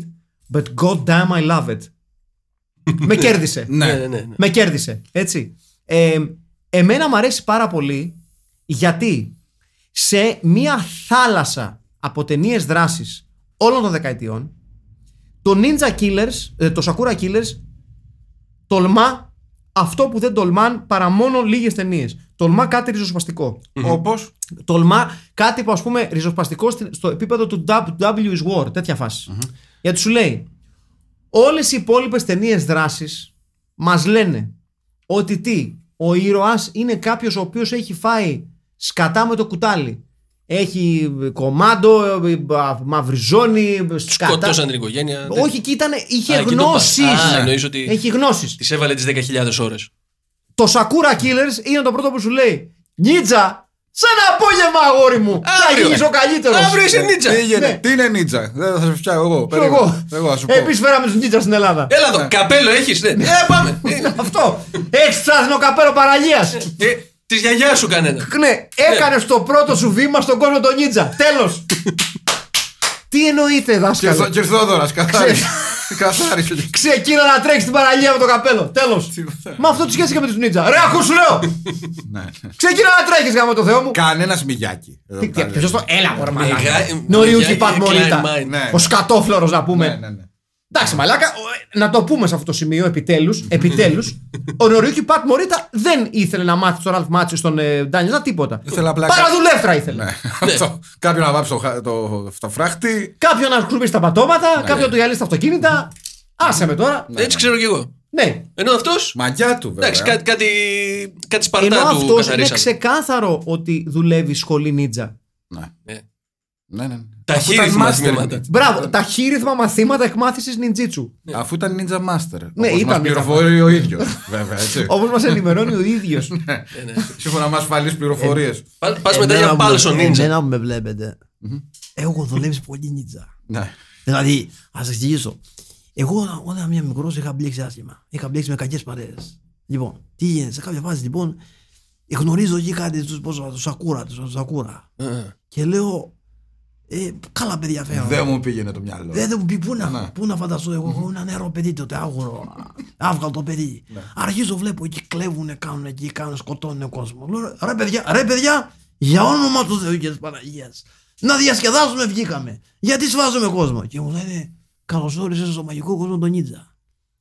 [SPEAKER 3] but goddamn I love it. με κέρδισε.
[SPEAKER 5] Ναι, ναι, ναι, ναι.
[SPEAKER 3] Με κέρδισε. Έτσι. Ε, εμένα μου αρέσει πάρα πολύ γιατί σε μία θάλασσα από ταινίες δράσης όλων των δεκαετιών, το Ninja Killers, ε, το Sakura Killers, τολμά αυτό που δεν τολμάν παρά μόνο λίγες ταινίες. Τολμά κάτι ριζοσπαστικό.
[SPEAKER 5] Mm-hmm.
[SPEAKER 4] Όπω.
[SPEAKER 3] Τολμά κάτι που ας πούμε ριζοσπαστικό στην- στο επίπεδο του W is War, τέτοια φάση.
[SPEAKER 5] Mm-hmm.
[SPEAKER 3] Γιατί σου λέει, όλες οι υπόλοιπες ταινίες δράσης μας λένε ότι τι, ο ήρωα είναι κάποιος ο οποίος έχει φάει σκατά με το κουτάλι. Έχει κομμάντο, ε, α, μαυριζόνη, σκατά.
[SPEAKER 5] Σκοτώσαν την οικογένεια. Ναι. δεν-
[SPEAKER 3] Όχι, και ήταν, είχε
[SPEAKER 5] Α, εκεί το πας.
[SPEAKER 3] γνώσει.
[SPEAKER 5] Α, εννοείς ότι-
[SPEAKER 3] Έχει γνώσεις.
[SPEAKER 5] Της έβαλε τις 10.000 ώρες.
[SPEAKER 3] Το Sakura Killers είναι το πρώτο που σου λέει Νίτσα, σαν απόγευμα αγόρι μου Θα
[SPEAKER 5] Αύριο.
[SPEAKER 3] γίνεις ο καλύτερος
[SPEAKER 5] Αύριο είσαι νίτσα.
[SPEAKER 3] Ναι.
[SPEAKER 4] Τι είναι νίτσα. Δεν θα σε φτιάχνω
[SPEAKER 3] Ξέρω
[SPEAKER 4] εγώ. περίμενε.
[SPEAKER 3] εγώ.
[SPEAKER 4] Εγώ θα σου πω. Ε,
[SPEAKER 3] Επίσης φέραμε τους Νίτσα στην Ελλάδα
[SPEAKER 5] Έλα εδώ, καπέλο έχεις. Ναι, ε, ε, πάμε.
[SPEAKER 3] Αυτό Έχεις στράτηνο καπέλο παραλίας
[SPEAKER 4] Ε.
[SPEAKER 5] Της γιαγιάς σου κανένα.
[SPEAKER 3] Ναι, έκανες το πρώτο σου βήμα στον κόσμο τον Νίτσα Τέλος Τι εννοείται
[SPEAKER 4] Και Θο-
[SPEAKER 3] δάσκαλε
[SPEAKER 4] Και Θόδωρα, καθάρισε. Καθάρισε.
[SPEAKER 3] Ξεκίνα να τρέξεις την παραλία με το καπέλο Τέλος Μα αυτό τη σχέση είχα με τους Νίτσα Ρε ακούς σου λέω
[SPEAKER 4] Ναι, ναι.
[SPEAKER 3] Ξεκίνα να τρέχεις γάμο το Θεό μου
[SPEAKER 4] Κανένας μιγιάκι. εδώ
[SPEAKER 3] Τι-
[SPEAKER 4] που τα
[SPEAKER 3] τι- Ποιος
[SPEAKER 4] λέμε.
[SPEAKER 3] το έλα μωρέ μαλάκα
[SPEAKER 5] Μεγά-
[SPEAKER 3] Νοριούκι
[SPEAKER 5] Μεγά-
[SPEAKER 3] Πατμολίτα
[SPEAKER 5] Klein Mind.
[SPEAKER 4] Ναι.
[SPEAKER 3] Ο σκατόφλωρος να πούμε
[SPEAKER 4] Ναι, ναι, ναι.
[SPEAKER 3] Εντάξει, μαλάκα, ο- ε, να το πούμε σε αυτό το σημείο επιτέλους. Επιτέλους, ο Νοριούκι Πατ Μωρίτα δεν ήθελε να μάθει στον Ραλφ Μάτσο στον ε, Ντάνιελ, τίποτα.
[SPEAKER 4] Ήθελε απλά κα-
[SPEAKER 3] Παραδουλεύτρα ήθελε.
[SPEAKER 4] Ναι. Αυτό. Κάποιον να βάψει το χα- το το φράχτη.
[SPEAKER 3] Κάποιον να χρουμπίσει τα πατώματα, κάποιον να του γυαλίσει τα αυτοκίνητα. Άσε με τώρα.
[SPEAKER 5] Έτσι ξέρω κι εγώ.
[SPEAKER 3] Ναι.
[SPEAKER 5] Ενώ αυτός.
[SPEAKER 4] Μαγιά του, βέβαια.
[SPEAKER 5] Εντάξει, κάτι, κάτι, κάτι
[SPEAKER 3] Ενώ
[SPEAKER 5] σπαρτά του
[SPEAKER 3] αυτός είναι
[SPEAKER 5] καθαρίσαμε.
[SPEAKER 3] ξεκάθαρο ότι δουλεύει σχολή νίτζα.
[SPEAKER 4] Ναι.
[SPEAKER 5] Ναι.
[SPEAKER 4] Ναι, ναι. ναι.
[SPEAKER 5] Τα
[SPEAKER 4] Αφού
[SPEAKER 5] χείριθμα
[SPEAKER 4] ήταν master
[SPEAKER 5] μαθήματα.
[SPEAKER 4] ninja.
[SPEAKER 3] Μπράβο, ταχύρυθμα μαθήματα εκμάθησης νιτζίτσου.
[SPEAKER 4] Αφού ήταν Ninja Master.
[SPEAKER 3] Ναι,
[SPEAKER 4] όπως
[SPEAKER 3] ήταν
[SPEAKER 4] μας
[SPEAKER 3] Ninja
[SPEAKER 4] πληροφορεί ο ίδιος. Βέβαια, έτσι. Ναι.
[SPEAKER 3] Όπως μας ενημερώνει ο ίδιος.
[SPEAKER 5] Ναι,
[SPEAKER 4] Σύμφωνα με ασφαλείς πληροφορίες.
[SPEAKER 3] Ε,
[SPEAKER 5] Πα πας μετά για πάλι στο νίντζα.
[SPEAKER 6] Εμένα που με βλέπετε, έχω δουλέψει πολύ νίτσα.
[SPEAKER 4] Ναι.
[SPEAKER 6] Δηλαδή, ας σα εξηγήσω. Εγώ όταν- όταν ήμουν μικρός είχα μπλέξει άσχημα. Είχα μπλέξει με κακές παρέες. Λοιπόν, τι γίνεται, σε κάποια φάση λοιπόν, γνωρίζω εκεί κάτι τους Σακούρα, του Σακούρα. Και λέω, ε, καλά παιδιά φέρω.
[SPEAKER 4] Δεν μου πήγαινε το μυαλό.
[SPEAKER 6] Ε, δεν μου πει πού
[SPEAKER 4] Ναι.
[SPEAKER 6] να, πού να φανταστώ εγώ, εγώ ένα νερό παιδί τότε, άγουρο, άβγαλτο παιδί. Αρχίζω βλέπω εκεί κλέβουνε, κάνουν εκεί, κάνουν, σκοτώνουν κόσμο. Λέω, ρε παιδιά, ρε παιδιά, για όνομα του Θεού και της Παναγίας, να διασκεδάσουμε βγήκαμε. Γιατί σφάζουμε κόσμο. Και μου λένε, καλώς όρισες στο μαγικό κόσμο τον Νίτζα.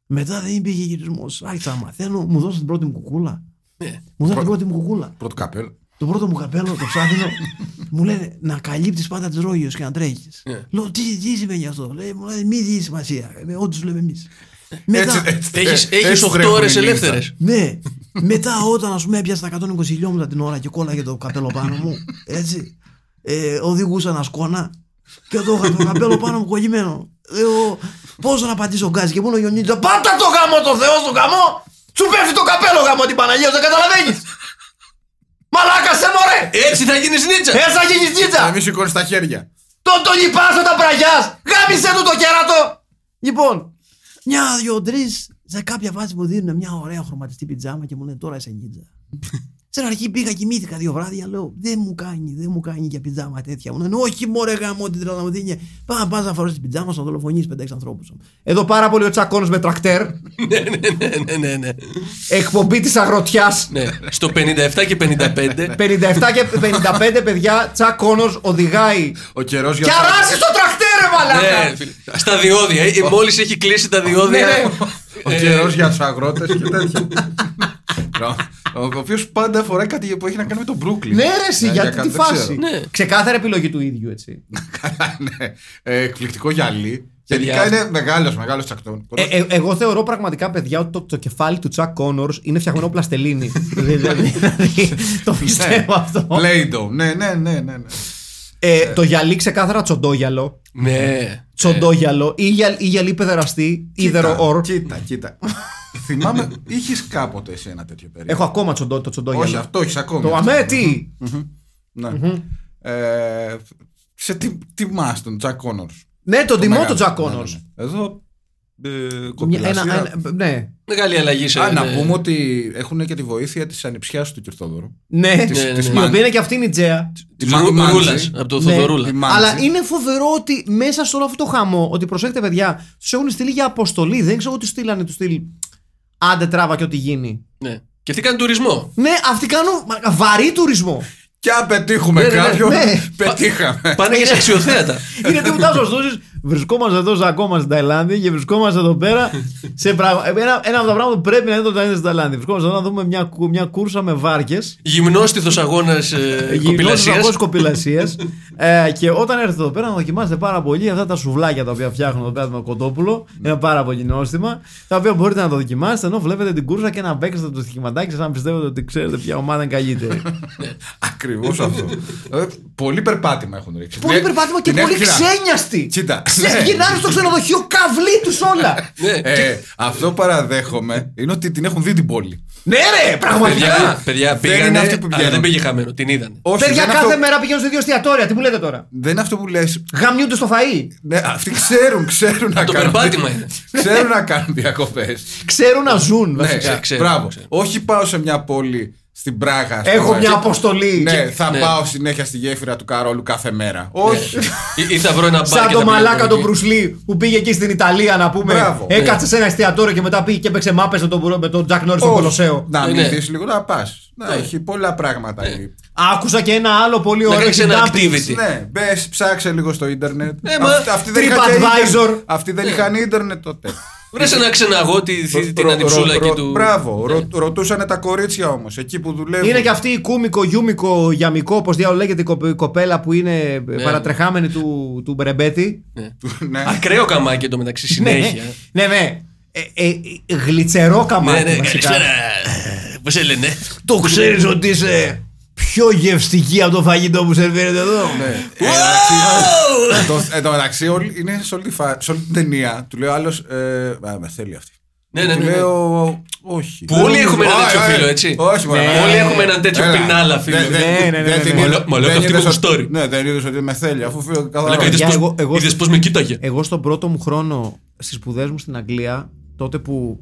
[SPEAKER 6] Μετά δεν υπήρχε γυρισμός. Άρχισα να μαθαίνω, μου δώσε την πρώτη μου κουκούλα. Μου δώσε την πρώτη μου κουκούλα.
[SPEAKER 4] Πρώτο καπέλο.
[SPEAKER 6] Το πρώτο μου καπέλο, το ψάθινο, μου λένε να καλύπτεις πάντα τις ρόγιο και να τρέχεις. Λέω τι, τι σημαίνει αυτό. Λέει, μου λένε μη δίνει σημασία. Ε, Ό,τι σου λέμε εμείς. Μετά,
[SPEAKER 5] Έχεις,
[SPEAKER 4] ε,
[SPEAKER 5] έχεις
[SPEAKER 4] έτσι
[SPEAKER 5] 8
[SPEAKER 4] τρέχουν οι
[SPEAKER 5] ώρες
[SPEAKER 4] ninja.
[SPEAKER 5] ελεύθερες.
[SPEAKER 6] ναι, μετά όταν ας πούμε έπιασα τα 120 χιλιόμετρα την ώρα και κόλλαγε το καπέλο πάνω μου, έτσι, ε, οδηγούσα ένα σκόνα και το είχα το καπέλο πάνω μου κολλημένο. Λέω, πώς να πατήσω γκάζι και μόνο γιονίτσα, πάτα το γαμό το Θεός στο γαμό! Σου πέφτει το καπέλο γάμο την Παναγία, σου, δεν καταλαβαίνεις. Μαλάκα σε μωρέ!
[SPEAKER 5] Έτσι θα γίνεις νίτσα.
[SPEAKER 3] Ε.
[SPEAKER 6] Έτσι θα γίνεις
[SPEAKER 4] Να
[SPEAKER 6] νίτσα!
[SPEAKER 4] μην σηκώνεις τα χέρια.
[SPEAKER 6] Τον τον λυπάσαι όταν πραγιάς! Γάμισε του το κέρατο! Λοιπόν, μια, δυο, τρεις, σε κάποια φάση μου δίνουν μια ωραία χρωματιστή πιτζάμα και μου λένε τώρα είσαι νίτσα. Στην αρχή πήγα, κοιμήθηκα δύο βράδια, λέω δεν μου κάνει, δεν μου κάνει για πιτζάμα τέτοια. Μου λένε όχι μωρέ γάμο την τρελαμοδίνια. Πά, πας να φορέσει την πιτζάμα, να δολοφονήσει πέντε-έξι ανθρώπους.
[SPEAKER 3] Εδώ πάρα πολύ ο τσακόνο με τρακτέρ.
[SPEAKER 5] Ναι, ναι, ναι, ναι.
[SPEAKER 3] Εκπομπή της αγροτιάς.
[SPEAKER 5] ναι. Στο 57 και 55.
[SPEAKER 3] 57 και 55 παιδιά, τσακόνο οδηγάει.
[SPEAKER 4] Ο καιρός για
[SPEAKER 3] Και αράζει στο τρακτέρ, ρε μαλάκα!
[SPEAKER 5] ναι, φίλε. Στα διόδια. ε, Μόλις έχει κλείσει τα
[SPEAKER 3] Ναι,
[SPEAKER 5] διόδια.
[SPEAKER 3] ναι.
[SPEAKER 4] Ο καιρός για τους αγρότες και τέτοια. Ο οποίος πάντα φοράει κάτι που έχει να κάνει με τον Brooklyn. Ε,
[SPEAKER 3] Ναι, ρε, εσύ, γιατί τη
[SPEAKER 4] κάτι δεν ξέρω.
[SPEAKER 3] φάση.
[SPEAKER 5] Ναι.
[SPEAKER 3] Ξεκάθαρη επιλογή του ίδιου, έτσι.
[SPEAKER 4] Καλά, ναι. Ε, Εκπληκτικό γυαλί.
[SPEAKER 5] Παιδιά.
[SPEAKER 4] Γενικά είναι μεγάλος, μεγάλος τσακτών.
[SPEAKER 3] Ε, ε, εγώ θεωρώ πραγματικά, παιδιά, ότι το, το κεφάλι του Τσακ Κόνορ είναι φτιαγμένο πλαστελίνη. δηλαδή, δηλαδή,
[SPEAKER 4] Ναι.
[SPEAKER 3] το πιστεύω αυτό.
[SPEAKER 4] Play-Doh. Ναι, ναι, ναι, ναι. ναι.
[SPEAKER 3] Ε, το γυαλί ξεκάθαρα τσοντόγιαλο.
[SPEAKER 5] Ναι.
[SPEAKER 3] Τσοντόγιαλο ή, γυα, ή γυαλί παιδεραστή, either
[SPEAKER 4] Κοίτα,
[SPEAKER 3] or.
[SPEAKER 4] Κοίτα, κοίτα. Θυμάμαι, είχες κάποτε εσύ ένα τέτοιο περίεργο.
[SPEAKER 3] Έχω ακόμα τσοντό, το τσοντόγιαλο.
[SPEAKER 4] Όχι, αυτό έχεις ακόμη.
[SPEAKER 3] Το αμέ, τι!
[SPEAKER 4] Ναι. Ε, σε τι, τιμά τον Τζακ Κόνορ.
[SPEAKER 3] Ναι, τον τιμώ τον Τζακ Κόνορ.
[SPEAKER 4] ναι, Εδώ. Ε,
[SPEAKER 3] Μια-
[SPEAKER 4] κοπηλασία.
[SPEAKER 3] ένα- ένα- Ναι,
[SPEAKER 5] Μεγάλη αλλαγή σε.
[SPEAKER 4] Α, να
[SPEAKER 5] ναι.
[SPEAKER 4] πούμε ότι έχουν και τη βοήθεια της ανιψιάς του Κυρθόδωρου.
[SPEAKER 3] ναι.
[SPEAKER 4] Της-
[SPEAKER 5] ναι,
[SPEAKER 4] της
[SPEAKER 5] ναι.
[SPEAKER 3] Η
[SPEAKER 4] Μαν-
[SPEAKER 3] οποία είναι και αυτή είναι η Τζέα.
[SPEAKER 5] Της
[SPEAKER 4] Τη
[SPEAKER 5] Ρου-
[SPEAKER 4] Μαν-
[SPEAKER 5] Ρούλας,
[SPEAKER 4] Μάντζη.
[SPEAKER 5] από το
[SPEAKER 3] Ναι.
[SPEAKER 5] Θοδωρούλα.
[SPEAKER 4] Τη Μαν- Μάντζη.
[SPEAKER 3] Αλλά είναι φοβερό ότι μέσα σε όλο αυτό το χαμό, ότι προσέχετε παιδιά, τους έχουν στείλει για αποστολή. Δεν ξέρω τι στείλανε, τους στείλει. Άντε τράβα και ό,τι γίνει.
[SPEAKER 5] Ναι. Και αυτοί κάνουν τουρισμό.
[SPEAKER 3] Ναι, αυτοί κάνουν μα, βαρύ τουρισμό.
[SPEAKER 4] Και αν πετύχουμε
[SPEAKER 5] Ναι, ναι, ναι,
[SPEAKER 4] κάποιον,
[SPEAKER 3] ναι.
[SPEAKER 4] πετύχαμε.
[SPEAKER 5] Πάνε και σε αξιοθέατα.
[SPEAKER 3] Είναι τίποτα ο Στούσης. Βρισκόμαστε εδώ, ακόμα στην Ταϊλάνδη και βρισκόμαστε εδώ πέρα σε πραγμα... ένα, ένα από τα πράγματα που πρέπει να είναι το Ταϊλάνδη στην Ταϊλάνδη. Βρισκόμαστε εδώ να δούμε μια, κου- μια κούρσα με βάρκες.
[SPEAKER 5] Γυμνόστιθος αγώνας
[SPEAKER 3] Γυμνό
[SPEAKER 5] κοπηλασία.
[SPEAKER 3] αγώ κοπηλασίας. ε, και όταν έρθετε εδώ πέρα να δοκιμάσετε πάρα πολύ αυτά τα σουβλάκια τα οποία φτιάχνουν εδώ πέρα με το κοτόπουλο. Είναι πάρα πολύ νόστιμα. Τα οποία μπορείτε να το δοκιμάσετε ενώ βλέπετε την κούρσα και να παίξετε το στοιχηματάκι σας να πιστεύετε ότι ξέρετε ποια ομάδα είναι καλύτερη.
[SPEAKER 4] Ακριβώς αυτό. Ε, Πολύ περπάτημα έχουν ρίξει.
[SPEAKER 3] πολύ
[SPEAKER 4] Την-
[SPEAKER 3] περπάτημα και
[SPEAKER 4] Ναι, την
[SPEAKER 3] πολύ
[SPEAKER 4] έχτυρα.
[SPEAKER 3] ξένιαστη.
[SPEAKER 4] Κοίτα.
[SPEAKER 3] Ξε-
[SPEAKER 4] Ναι.
[SPEAKER 3] Γυρνάνε στο ξενοδοχείο, καβλή τους όλα.
[SPEAKER 5] Ναι.
[SPEAKER 4] Ε, αυτό παραδέχομαι είναι ότι την έχουν δει την πόλη.
[SPEAKER 3] ναι, ρε, πραγματικά.
[SPEAKER 5] Παιδιά, παιδιά
[SPEAKER 4] Δεν είναι
[SPEAKER 5] πήγανε,
[SPEAKER 4] αυτοί που
[SPEAKER 5] αλλά
[SPEAKER 4] πηγαίνουν.
[SPEAKER 5] δεν πήγε χαμένο, την είδανε.
[SPEAKER 4] Όχι,
[SPEAKER 3] Παιδιά,
[SPEAKER 4] δεν είναι
[SPEAKER 3] κάθε
[SPEAKER 4] αυτό-
[SPEAKER 3] μέρα πηγαίνουν σε δύο εστιατόρια. Τι μου λέτε τώρα.
[SPEAKER 4] Δεν είναι αυτό που λες.
[SPEAKER 3] Γαμιούνται στο φαΐ.
[SPEAKER 4] Ναι, αυτοί ξέρουν, ξέρουν να
[SPEAKER 5] Το
[SPEAKER 4] κάνουν.
[SPEAKER 5] περπάτημα είναι.
[SPEAKER 4] Ξέρουν να κάνουν διακοπές.
[SPEAKER 3] Ξέρουν να ζουν,
[SPEAKER 4] Ναι,
[SPEAKER 3] βασικά.
[SPEAKER 5] ξέρω, ξέρω,
[SPEAKER 4] μπράβο.
[SPEAKER 5] ξέρω.
[SPEAKER 4] Όχι πάω σε μια πόλη στην Πράγα. ας
[SPEAKER 3] Έχω
[SPEAKER 4] πούμε.
[SPEAKER 3] μια αποστολή.
[SPEAKER 4] Ναι, θα
[SPEAKER 5] ναι.
[SPEAKER 4] πάω συνέχεια στη γέφυρα του Καρόλου κάθε μέρα.
[SPEAKER 3] Ναι.
[SPEAKER 4] Όχι.
[SPEAKER 5] Ε, Ή, ή θα βρω ένα μπαρ.
[SPEAKER 3] Σαν
[SPEAKER 5] και
[SPEAKER 3] το
[SPEAKER 5] θα πηγαίνω
[SPEAKER 3] μαλάκα
[SPEAKER 5] εκεί.
[SPEAKER 3] τον Μπρουσλί που πήγε εκεί στην Ιταλία να πούμε.
[SPEAKER 4] Μπράβο.
[SPEAKER 3] Έκατσε σε ένα εστιατόριο και μετά πήγε και έπαιξε μάπες με τον, με τον Τζακ Νόρι στον
[SPEAKER 4] Όχι.
[SPEAKER 3] Κολοσσέο.
[SPEAKER 4] Να
[SPEAKER 5] Ναι,
[SPEAKER 4] μην
[SPEAKER 5] ναι.
[SPEAKER 4] δεις λίγο, να πας. Έχει πολλά πράγματα. εκεί.
[SPEAKER 3] Άκουσα και ένα άλλο πολύ ωραίο.
[SPEAKER 5] κάνεις ένα
[SPEAKER 3] dumping.
[SPEAKER 5] activity.
[SPEAKER 4] Ναι, μπες, ψάξε λίγο στο ίντερνετ.
[SPEAKER 5] Ε, μα, Ναι.
[SPEAKER 4] Αυτ- αυτοί δεν είχαν και
[SPEAKER 3] TripAdvisor.
[SPEAKER 4] ίντερνετ. Αυτοί δεν είχαν ίντερνετ τότε.
[SPEAKER 5] Βρες ένα ξεναγό τη- τη- την
[SPEAKER 4] Ρω-
[SPEAKER 5] ανιψούλα
[SPEAKER 4] ρω-
[SPEAKER 5] εκεί
[SPEAKER 4] ρω-
[SPEAKER 5] του. Ναι.
[SPEAKER 4] Μπράβο, ρω- ρωτούσανε τα κορίτσια όμως, εκεί που δουλεύουν. Ναι.
[SPEAKER 3] Είναι και αυτή η κούμικο, γιούμικο, γιαμικό, όπως διάλογο λέγεται, η κοπε- η κοπέλα που είναι ε, παρατρεχάμενη του, του Μπρεμπέτη.
[SPEAKER 4] Ναι.
[SPEAKER 5] Ακραίο καμάκι εντωμεταξύ συνέχεια. Ναι,
[SPEAKER 3] ναι, ναι. Ε, ε, ε, γλιτσερό καμάκι.
[SPEAKER 5] Ε,
[SPEAKER 3] βασικά.
[SPEAKER 5] Πώ ε, σε λένε.
[SPEAKER 3] Το ξέρεις ότι είσαι πιο γευστική από το φαγητό που σερβίρεται εδώ.
[SPEAKER 4] Ε, εντάξει, ε, το- Εν τω μεταξύ, όλοι- είναι σε όλη, τη φα- σε όλη την ταινία. Του λέω άλλος. Α, με θέλει αυτή.
[SPEAKER 5] Ναι, ναι,
[SPEAKER 4] Του
[SPEAKER 5] ναι, ναι.
[SPEAKER 4] λέω. Όχι.
[SPEAKER 5] Που όλοι έχουμε ένα
[SPEAKER 4] Α,
[SPEAKER 5] τέτοιο
[SPEAKER 4] α,
[SPEAKER 5] φίλο,
[SPEAKER 4] ε,
[SPEAKER 5] έτσι. Ναι.
[SPEAKER 4] Όχι, μωρέ, μωρέ.
[SPEAKER 5] Όλοι έχουμε ένα τέτοιο
[SPEAKER 4] Έλα.
[SPEAKER 5] πινάλα
[SPEAKER 4] Δεν-
[SPEAKER 5] φίλο.
[SPEAKER 4] δεν-
[SPEAKER 3] Ναι, ναι, ναι,
[SPEAKER 4] δεν
[SPEAKER 3] ναι.
[SPEAKER 4] την είδες-
[SPEAKER 5] Μαλα- μαλάκα,
[SPEAKER 4] δεν
[SPEAKER 5] αυτή
[SPEAKER 4] είδες
[SPEAKER 5] που
[SPEAKER 4] ότι-
[SPEAKER 5] γουστάρει.
[SPEAKER 4] Ναι, δεν είδες ότι με θέλει, αφού φύγω
[SPEAKER 5] Αλλά
[SPEAKER 4] καθαρά.
[SPEAKER 5] είδες
[SPEAKER 3] παιδιά,
[SPEAKER 5] πως-
[SPEAKER 3] εγώ- εγώ-
[SPEAKER 5] είδες πως με κοίταγε.
[SPEAKER 3] Εγώ στον πρώτο μου χρόνο στις σπουδές μου στην Αγγλία, τότε που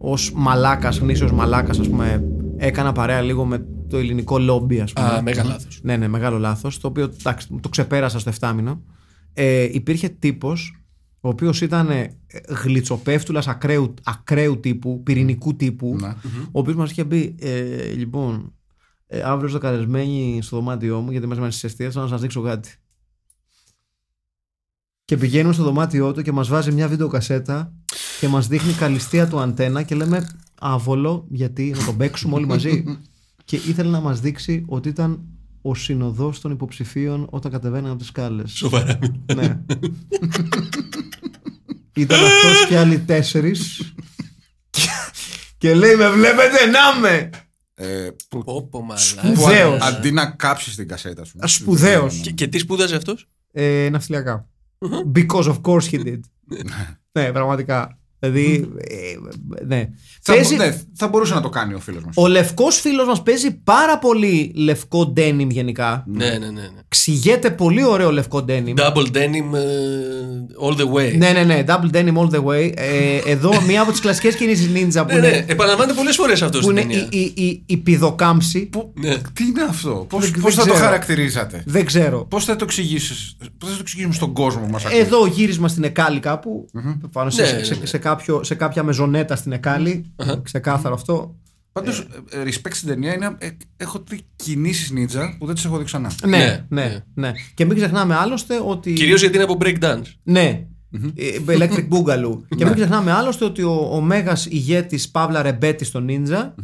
[SPEAKER 3] ως μαλάκας, γνήσιος μαλάκας, ας πούμε, έκανα παρέα λίγο με το ελληνικό λόμπι, ας πούμε.
[SPEAKER 5] Α, μέγα λάθος.
[SPEAKER 3] Ναι, ναι, μεγάλο λάθος. Το οποίο εντάξει, το ξεπέρασα στο 7 μήνα. Ε, υπήρχε τύπος ο οποίος ήταν γλιτσοπέφτουλα ακραίου, ακραίου τύπου, πυρηνικού τύπου,
[SPEAKER 4] Ναι.
[SPEAKER 3] ο οποίος μας είχε πει, ε, λοιπόν, ε, αύριο είστε καλεσμένοι στο δωμάτιό μου, γιατί μέσα μέσα στις αιστείες θέλω να σας δείξω κάτι. Και πηγαίνουμε στο δωμάτιό του και μας βάζει μια βιντεοκασέτα και μας δείχνει καλυστία του αντένα και λέμε άβολο, γιατί να τον παίξουμε όλοι μαζί. και ήθελε να μας δείξει ότι ήταν ο συνοδός των υποψηφίων όταν κατεβαίνανε από τις σκάλες.
[SPEAKER 5] Σοβαρά.
[SPEAKER 3] ναι. ήταν αυτός και άλλοι τέσσερις. και λέει, με βλέπετε, να με!
[SPEAKER 4] Ε, που-
[SPEAKER 5] Πόπο
[SPEAKER 4] που
[SPEAKER 5] μαλάκα.
[SPEAKER 3] Σπουδαίος. Θεός.
[SPEAKER 4] αν- Αντί να κάψεις την κασέτα σου.
[SPEAKER 3] Σπουδαίος.
[SPEAKER 5] Και- Και τι σπούδαζε αυτός.
[SPEAKER 3] Ε, ναυτιλιακά. Because of course he did. ναι, πραγματικά. Δηλαδή. ε, ναι.
[SPEAKER 4] Θα,
[SPEAKER 3] Παίζει-
[SPEAKER 4] ναι, θα μπορούσε να το κάνει ο φίλος μας.
[SPEAKER 3] Ο λευκός φίλος μας παίζει πάρα πολύ λευκό denim γενικά.
[SPEAKER 5] Ναι, ναι, ναι. ναι.
[SPEAKER 3] Ξηγέται πολύ ωραίο λευκό denim.
[SPEAKER 5] Double denim ε, all the way.
[SPEAKER 3] Ναι, ναι, ναι. Double denim all the way. Ε, εδώ μία από τις κλασικές κινήσεις ninja που
[SPEAKER 5] ναι, ναι.
[SPEAKER 3] είναι,
[SPEAKER 5] Επαναλαμβάνεται πολλές φορές αυτό
[SPEAKER 3] που
[SPEAKER 5] στην
[SPEAKER 3] είναι
[SPEAKER 5] ταινία.
[SPEAKER 3] η, η, η, η πηδοκάμψη.
[SPEAKER 5] Ναι.
[SPEAKER 4] Τι είναι αυτό, Πώς
[SPEAKER 3] Δεν-
[SPEAKER 4] θα
[SPEAKER 3] δεν
[SPEAKER 4] το
[SPEAKER 3] ξέρω.
[SPEAKER 4] χαρακτηρίζατε,
[SPEAKER 3] Δεν ξέρω.
[SPEAKER 4] Πώς θα το εξηγήσεις, Πώς θα το εξηγήσουμε στον κόσμο που μα ακούει.
[SPEAKER 3] Εδώ γύρισμα στην Εκάλη κάπου, πάνω σε,
[SPEAKER 5] Ναι,
[SPEAKER 3] σε,
[SPEAKER 5] ναι,
[SPEAKER 3] σε,
[SPEAKER 5] ναι.
[SPEAKER 3] σε κάποιο, σε κάποια μεζονέτα στην εκαλη Ξεκάθαρο αυτό.
[SPEAKER 4] Πάντως,
[SPEAKER 3] Ε.
[SPEAKER 4] ε, respect στην ταινία είναι. ε, έχω δει κινήσεις νίτσα που δεν τις έχω δει ξανά.
[SPEAKER 3] Ναι, ναι,
[SPEAKER 5] Ναι,
[SPEAKER 3] ναι,
[SPEAKER 5] ναι.
[SPEAKER 3] Και μην ξεχνάμε άλλωστε ότι.
[SPEAKER 5] Κυρίως γιατί είναι από breakdance.
[SPEAKER 3] Ναι. Ε, Electric Boogaloo.
[SPEAKER 4] Ναι.
[SPEAKER 3] και μην ξεχνάμε άλλωστε ότι ο, ο μέγας ηγέτης Παύλα Ρεμπέτη στο Ninja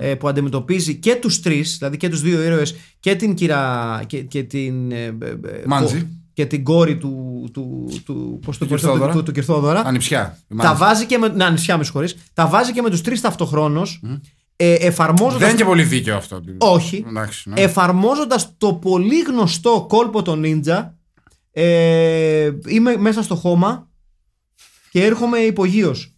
[SPEAKER 3] ε, που αντιμετωπίζει και τους τρεις, δηλαδή και τους δύο ήρωες και την κυρά. και, και την. ε, ε, ε,
[SPEAKER 4] Μάντζη.
[SPEAKER 3] κο- και την κόρη του. του, του, πώς το-
[SPEAKER 4] Του
[SPEAKER 3] πώς το-
[SPEAKER 4] Κυρθόδωρα.
[SPEAKER 3] του- του Κυρθόδωρα.
[SPEAKER 4] Ανιψιά.
[SPEAKER 3] Τα
[SPEAKER 4] μάλλον.
[SPEAKER 3] βάζει και με. Να, νησιά, με συγχωρείς. Τα βάζει και με τους τρεις ταυτοχρόνως. Ε,
[SPEAKER 4] Δεν
[SPEAKER 3] εφαρμόζοντας
[SPEAKER 4] είναι και πολύ δίκαιο αυτό.
[SPEAKER 3] Όχι. Ε,
[SPEAKER 4] Εντάξει, ναι.
[SPEAKER 3] εφαρμόζοντας το πολύ γνωστό κόλπο των Ninja ε, είμαι μέσα στο χώμα και έρχομαι υπογείως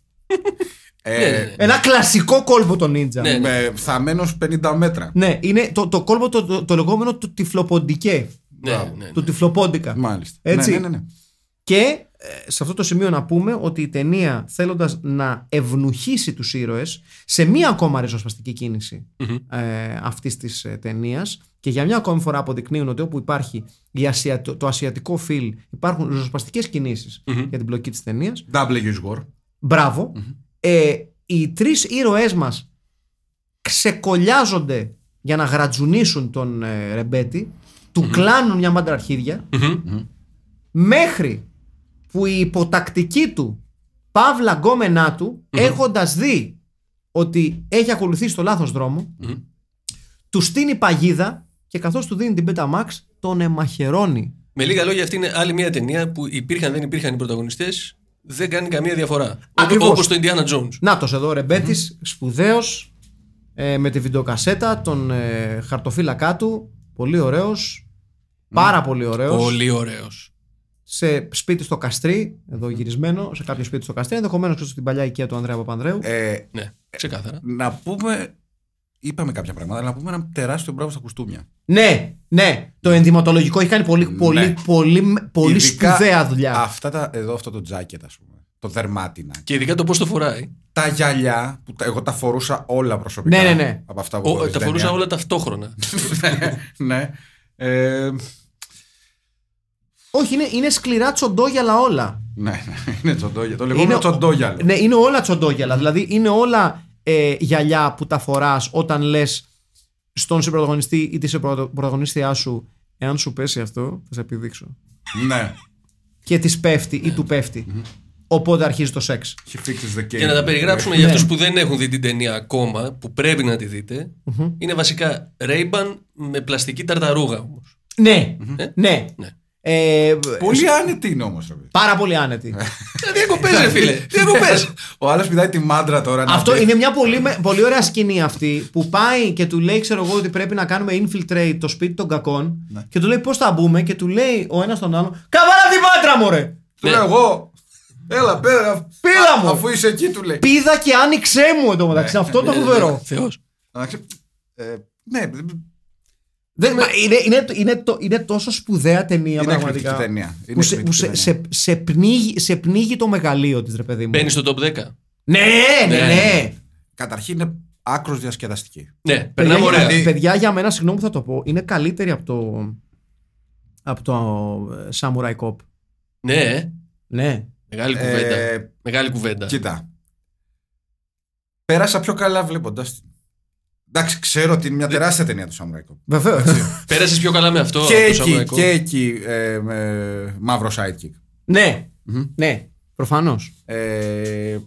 [SPEAKER 4] Ε,
[SPEAKER 5] Ναι, ναι, ναι.
[SPEAKER 3] ένα κλασικό κόλπο των Ninja
[SPEAKER 5] Ναι.
[SPEAKER 4] με- θα μένω στους 50 μέτρα.
[SPEAKER 3] Ναι, είναι το, το κόλπο το, το, το λεγόμενο του τυφλοποντικέ
[SPEAKER 5] Ναι, ναι, ναι.
[SPEAKER 3] του τυφλοπόντικα
[SPEAKER 4] Μάλιστα.
[SPEAKER 3] Έτσι.
[SPEAKER 4] Ναι, ναι, ναι, ναι.
[SPEAKER 3] Και ε, σε αυτό το σημείο να πούμε ότι η ταινία θέλοντας να ευνουχίσει τους ήρωες σε μία ακόμα ριζοσπαστική κίνηση, ε, αυτής της ε, ταινίας και για μια ακόμη φορά αποδεικνύουν ότι όπου υπάρχει η ασια- το, το ασιατικό φιλ υπάρχουν ριζοσπαστικές κινήσεις για την πλοκή της ταινίας.
[SPEAKER 4] W is war.
[SPEAKER 3] Μπράβο. Ε, οι τρεις ήρωές μας ξεκολλιάζονται για να γρατζουνίσουν τον ε, Ρεμπέτη, του κλάνουν μια μάντρα αρχίδια,
[SPEAKER 5] Μμμ.
[SPEAKER 3] μέχρι που η υποτακτική του παύλα γκόμενά του έχοντας δει ότι έχει ακολουθήσει το λάθος δρόμο, του στείνει παγίδα και καθώς του δίνει την πέτα μαξ τον εμαχαιρώνει
[SPEAKER 5] Με λίγα λόγια, αυτή είναι άλλη μια ταινία που υπήρχαν δεν υπήρχαν οι πρωταγωνιστές, δεν κάνει καμία διαφορά.
[SPEAKER 3] Ακριβώς.
[SPEAKER 5] Όπως το Indiana Jones.
[SPEAKER 3] Νάτος εδώ ο Ρεμπέτης, σπουδαίος, ε, με τη βιντεοκασέτα, τον ε, χαρτοφύλακά του, πολύ ωραίος, πάρα πολύ ωραίος,
[SPEAKER 5] Πολύ ωραίος.
[SPEAKER 3] σε σπίτι στο Καστρί, εδώ γυρισμένο, σε κάποιο σπίτι στο Καστρί, ενδεχομένως και στην παλιά οικία του Ανδρέα Παπανδρέου.
[SPEAKER 4] Ε,
[SPEAKER 5] Ναι, ξεκάθαρα.
[SPEAKER 4] να πούμε. Είπαμε κάποια πράγματα, αλλά να πούμε ένα τεράστιο μπράβο στα κουστούμια.
[SPEAKER 3] Ναι, ναι, το ενδυματολογικό έχει κάνει πολύ,
[SPEAKER 4] Ναι.
[SPEAKER 3] πολύ, πολύ, πολύ
[SPEAKER 4] Ειδικά
[SPEAKER 3] σπουδαία δουλειά.
[SPEAKER 4] Αυτά τα, εδώ αυτό το τζάκετ, ας πούμε. Το δερμάτινα.
[SPEAKER 5] Και ειδικά το πώς το φοράει.
[SPEAKER 4] Τα γυαλιά που τα, εγώ τα φορούσα όλα προσωπικά.
[SPEAKER 3] Ναι, ναι, ναι.
[SPEAKER 4] Από αυτά που
[SPEAKER 5] Ο-
[SPEAKER 4] έχω δει
[SPEAKER 5] τα
[SPEAKER 4] στην
[SPEAKER 5] φορούσα
[SPEAKER 4] ταινία.
[SPEAKER 5] όλα ταυτόχρονα.
[SPEAKER 4] ναι. Ε,
[SPEAKER 3] Όχι, είναι, είναι σκληρά τσοντόγιαλα όλα.
[SPEAKER 4] ναι, ναι, είναι τσοντόγια. Το λεγόμενο τσοντόγιαλο.
[SPEAKER 3] Ναι, είναι όλα τσοντόγιαλα. Δηλαδή είναι όλα ε, γυαλιά που τα φοράς όταν λες στον συμπροταγωνιστή ή τη πρωταγωνίστριά σου, εάν σου πέσει αυτό, θα σε επιδείξω.
[SPEAKER 4] ναι.
[SPEAKER 3] Και της πέφτει ή του πέφτει. Οπότε αρχίζει το σεξ.
[SPEAKER 4] He fixes the game. Ε,
[SPEAKER 5] Για να τα περιγράψουμε
[SPEAKER 3] Ναι.
[SPEAKER 5] για αυτούς που δεν έχουν δει την ταινία ακόμα, που πρέπει να τη δείτε, είναι βασικά Ray-Ban με πλαστική ταρταρούγα όμως.
[SPEAKER 3] Ναι, ναι.
[SPEAKER 5] Ναι.
[SPEAKER 3] Ε,
[SPEAKER 4] Πολύ άνετη είναι όμως.
[SPEAKER 3] Πάρα πολύ άνετη.
[SPEAKER 5] Διακοπέ, Ε, ρε φίλε. Διακοπές.
[SPEAKER 4] Ο άλλος πηδάει τη μάντρα τώρα. να
[SPEAKER 3] Αυτό
[SPEAKER 4] πει.
[SPEAKER 3] είναι μια πολύ, με- πολύ ωραία σκηνή αυτή που πάει και του λέει, ξέρω εγώ, ότι πρέπει να κάνουμε infiltrate το σπίτι των κακών.
[SPEAKER 4] Ναι.
[SPEAKER 3] Και του λέει πώς θα μπούμε και του λέει ο ένας τον άλλον, Καβάλα την πάτρα μου, ρε!
[SPEAKER 4] Του
[SPEAKER 5] Ναι.
[SPEAKER 4] λέω εγώ. Έλα πέρα.
[SPEAKER 3] Πήρα
[SPEAKER 4] α-
[SPEAKER 3] μου.
[SPEAKER 4] Αφού είσαι εκεί, του λέει.
[SPEAKER 3] Πίδα και άνοιξέ μου εδώ
[SPEAKER 4] Ναι.
[SPEAKER 3] μεταξύ. Αυτό
[SPEAKER 4] ε,
[SPEAKER 3] το φοβερό.
[SPEAKER 5] Θεό.
[SPEAKER 4] Εντάξει, ε, Ναι,
[SPEAKER 3] Δεν- μα είναι, είναι, είναι, το- είναι τόσο σπουδαία ταινία
[SPEAKER 4] είναι εκπληκτική
[SPEAKER 3] πραγματικά.
[SPEAKER 4] ταινία. Είναι
[SPEAKER 3] Που, σε, που
[SPEAKER 4] εκπληκτική
[SPEAKER 3] σε,
[SPEAKER 4] ταινία.
[SPEAKER 3] σε, σε πνίγει, σε πνίγει το μεγαλείο της, ρε παιδί μου.
[SPEAKER 5] Μπαίνεις στο top 10.
[SPEAKER 3] Ναι, ναι,
[SPEAKER 5] Ναι.
[SPEAKER 3] ναι.
[SPEAKER 4] Καταρχήν είναι άκρος διασκεδαστική.
[SPEAKER 5] Ναι, περνάμε
[SPEAKER 3] παιδιά,
[SPEAKER 5] ωραία.
[SPEAKER 4] ε,
[SPEAKER 3] για, παιδιά, για μένα, συγγνώμη που θα το πω, είναι καλύτερη από το. από το ε, Samurai Cop.
[SPEAKER 5] Ναι, ε.
[SPEAKER 3] Ναι.
[SPEAKER 5] μεγάλη
[SPEAKER 4] Ε,
[SPEAKER 5] κουβέντα. Μεγάλη κουβέντα.
[SPEAKER 4] Κοίτα. Πέρασα πιο καλά βλέποντας την. Εντάξει, ξέρω ότι είναι μια τεράστια ταινία του Samurai Cop.
[SPEAKER 3] Βεβαίως.
[SPEAKER 5] Πέρασες πιο καλά με αυτό.
[SPEAKER 4] Και
[SPEAKER 5] Ναι. το
[SPEAKER 4] εκεί,
[SPEAKER 5] Σαμουραϊκό.
[SPEAKER 4] και εκεί ε, με μαύρο sidekick.
[SPEAKER 3] ναι.
[SPEAKER 4] Μμμ.
[SPEAKER 3] Ναι. Προφανώς.
[SPEAKER 4] Ε,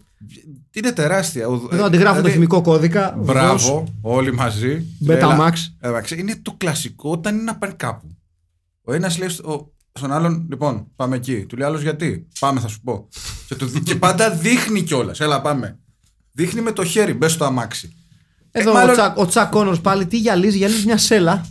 [SPEAKER 4] είναι τεράστια. Ο-
[SPEAKER 3] Εδώ
[SPEAKER 4] ε,
[SPEAKER 3] αντιγράφουν το
[SPEAKER 4] δηλαδή,
[SPEAKER 3] χημικό κώδικα. βεβαίως.
[SPEAKER 4] Μπράβο, όλοι μαζί.
[SPEAKER 3] Betamax.
[SPEAKER 4] Έλα, εντάξει, Είναι το κλασικό όταν είναι να πάνε κάπου. Ο ένας λέει στο- ο- στον άλλον, λοιπόν, πάμε εκεί. Του λέει άλλος γιατί. Πάμε, θα σου πω. και, του δι- και πάντα δείχνει κιόλας. Έλα, πάμε. Δείχνει με το χέρι, μπες στο αμάξι.
[SPEAKER 3] Εδώ
[SPEAKER 4] Ε, μάλλον-
[SPEAKER 3] ο, Τσακ, ο Τσακ Κόνορς πάλι τι γυαλίζει, γυαλίζει μια σέλα.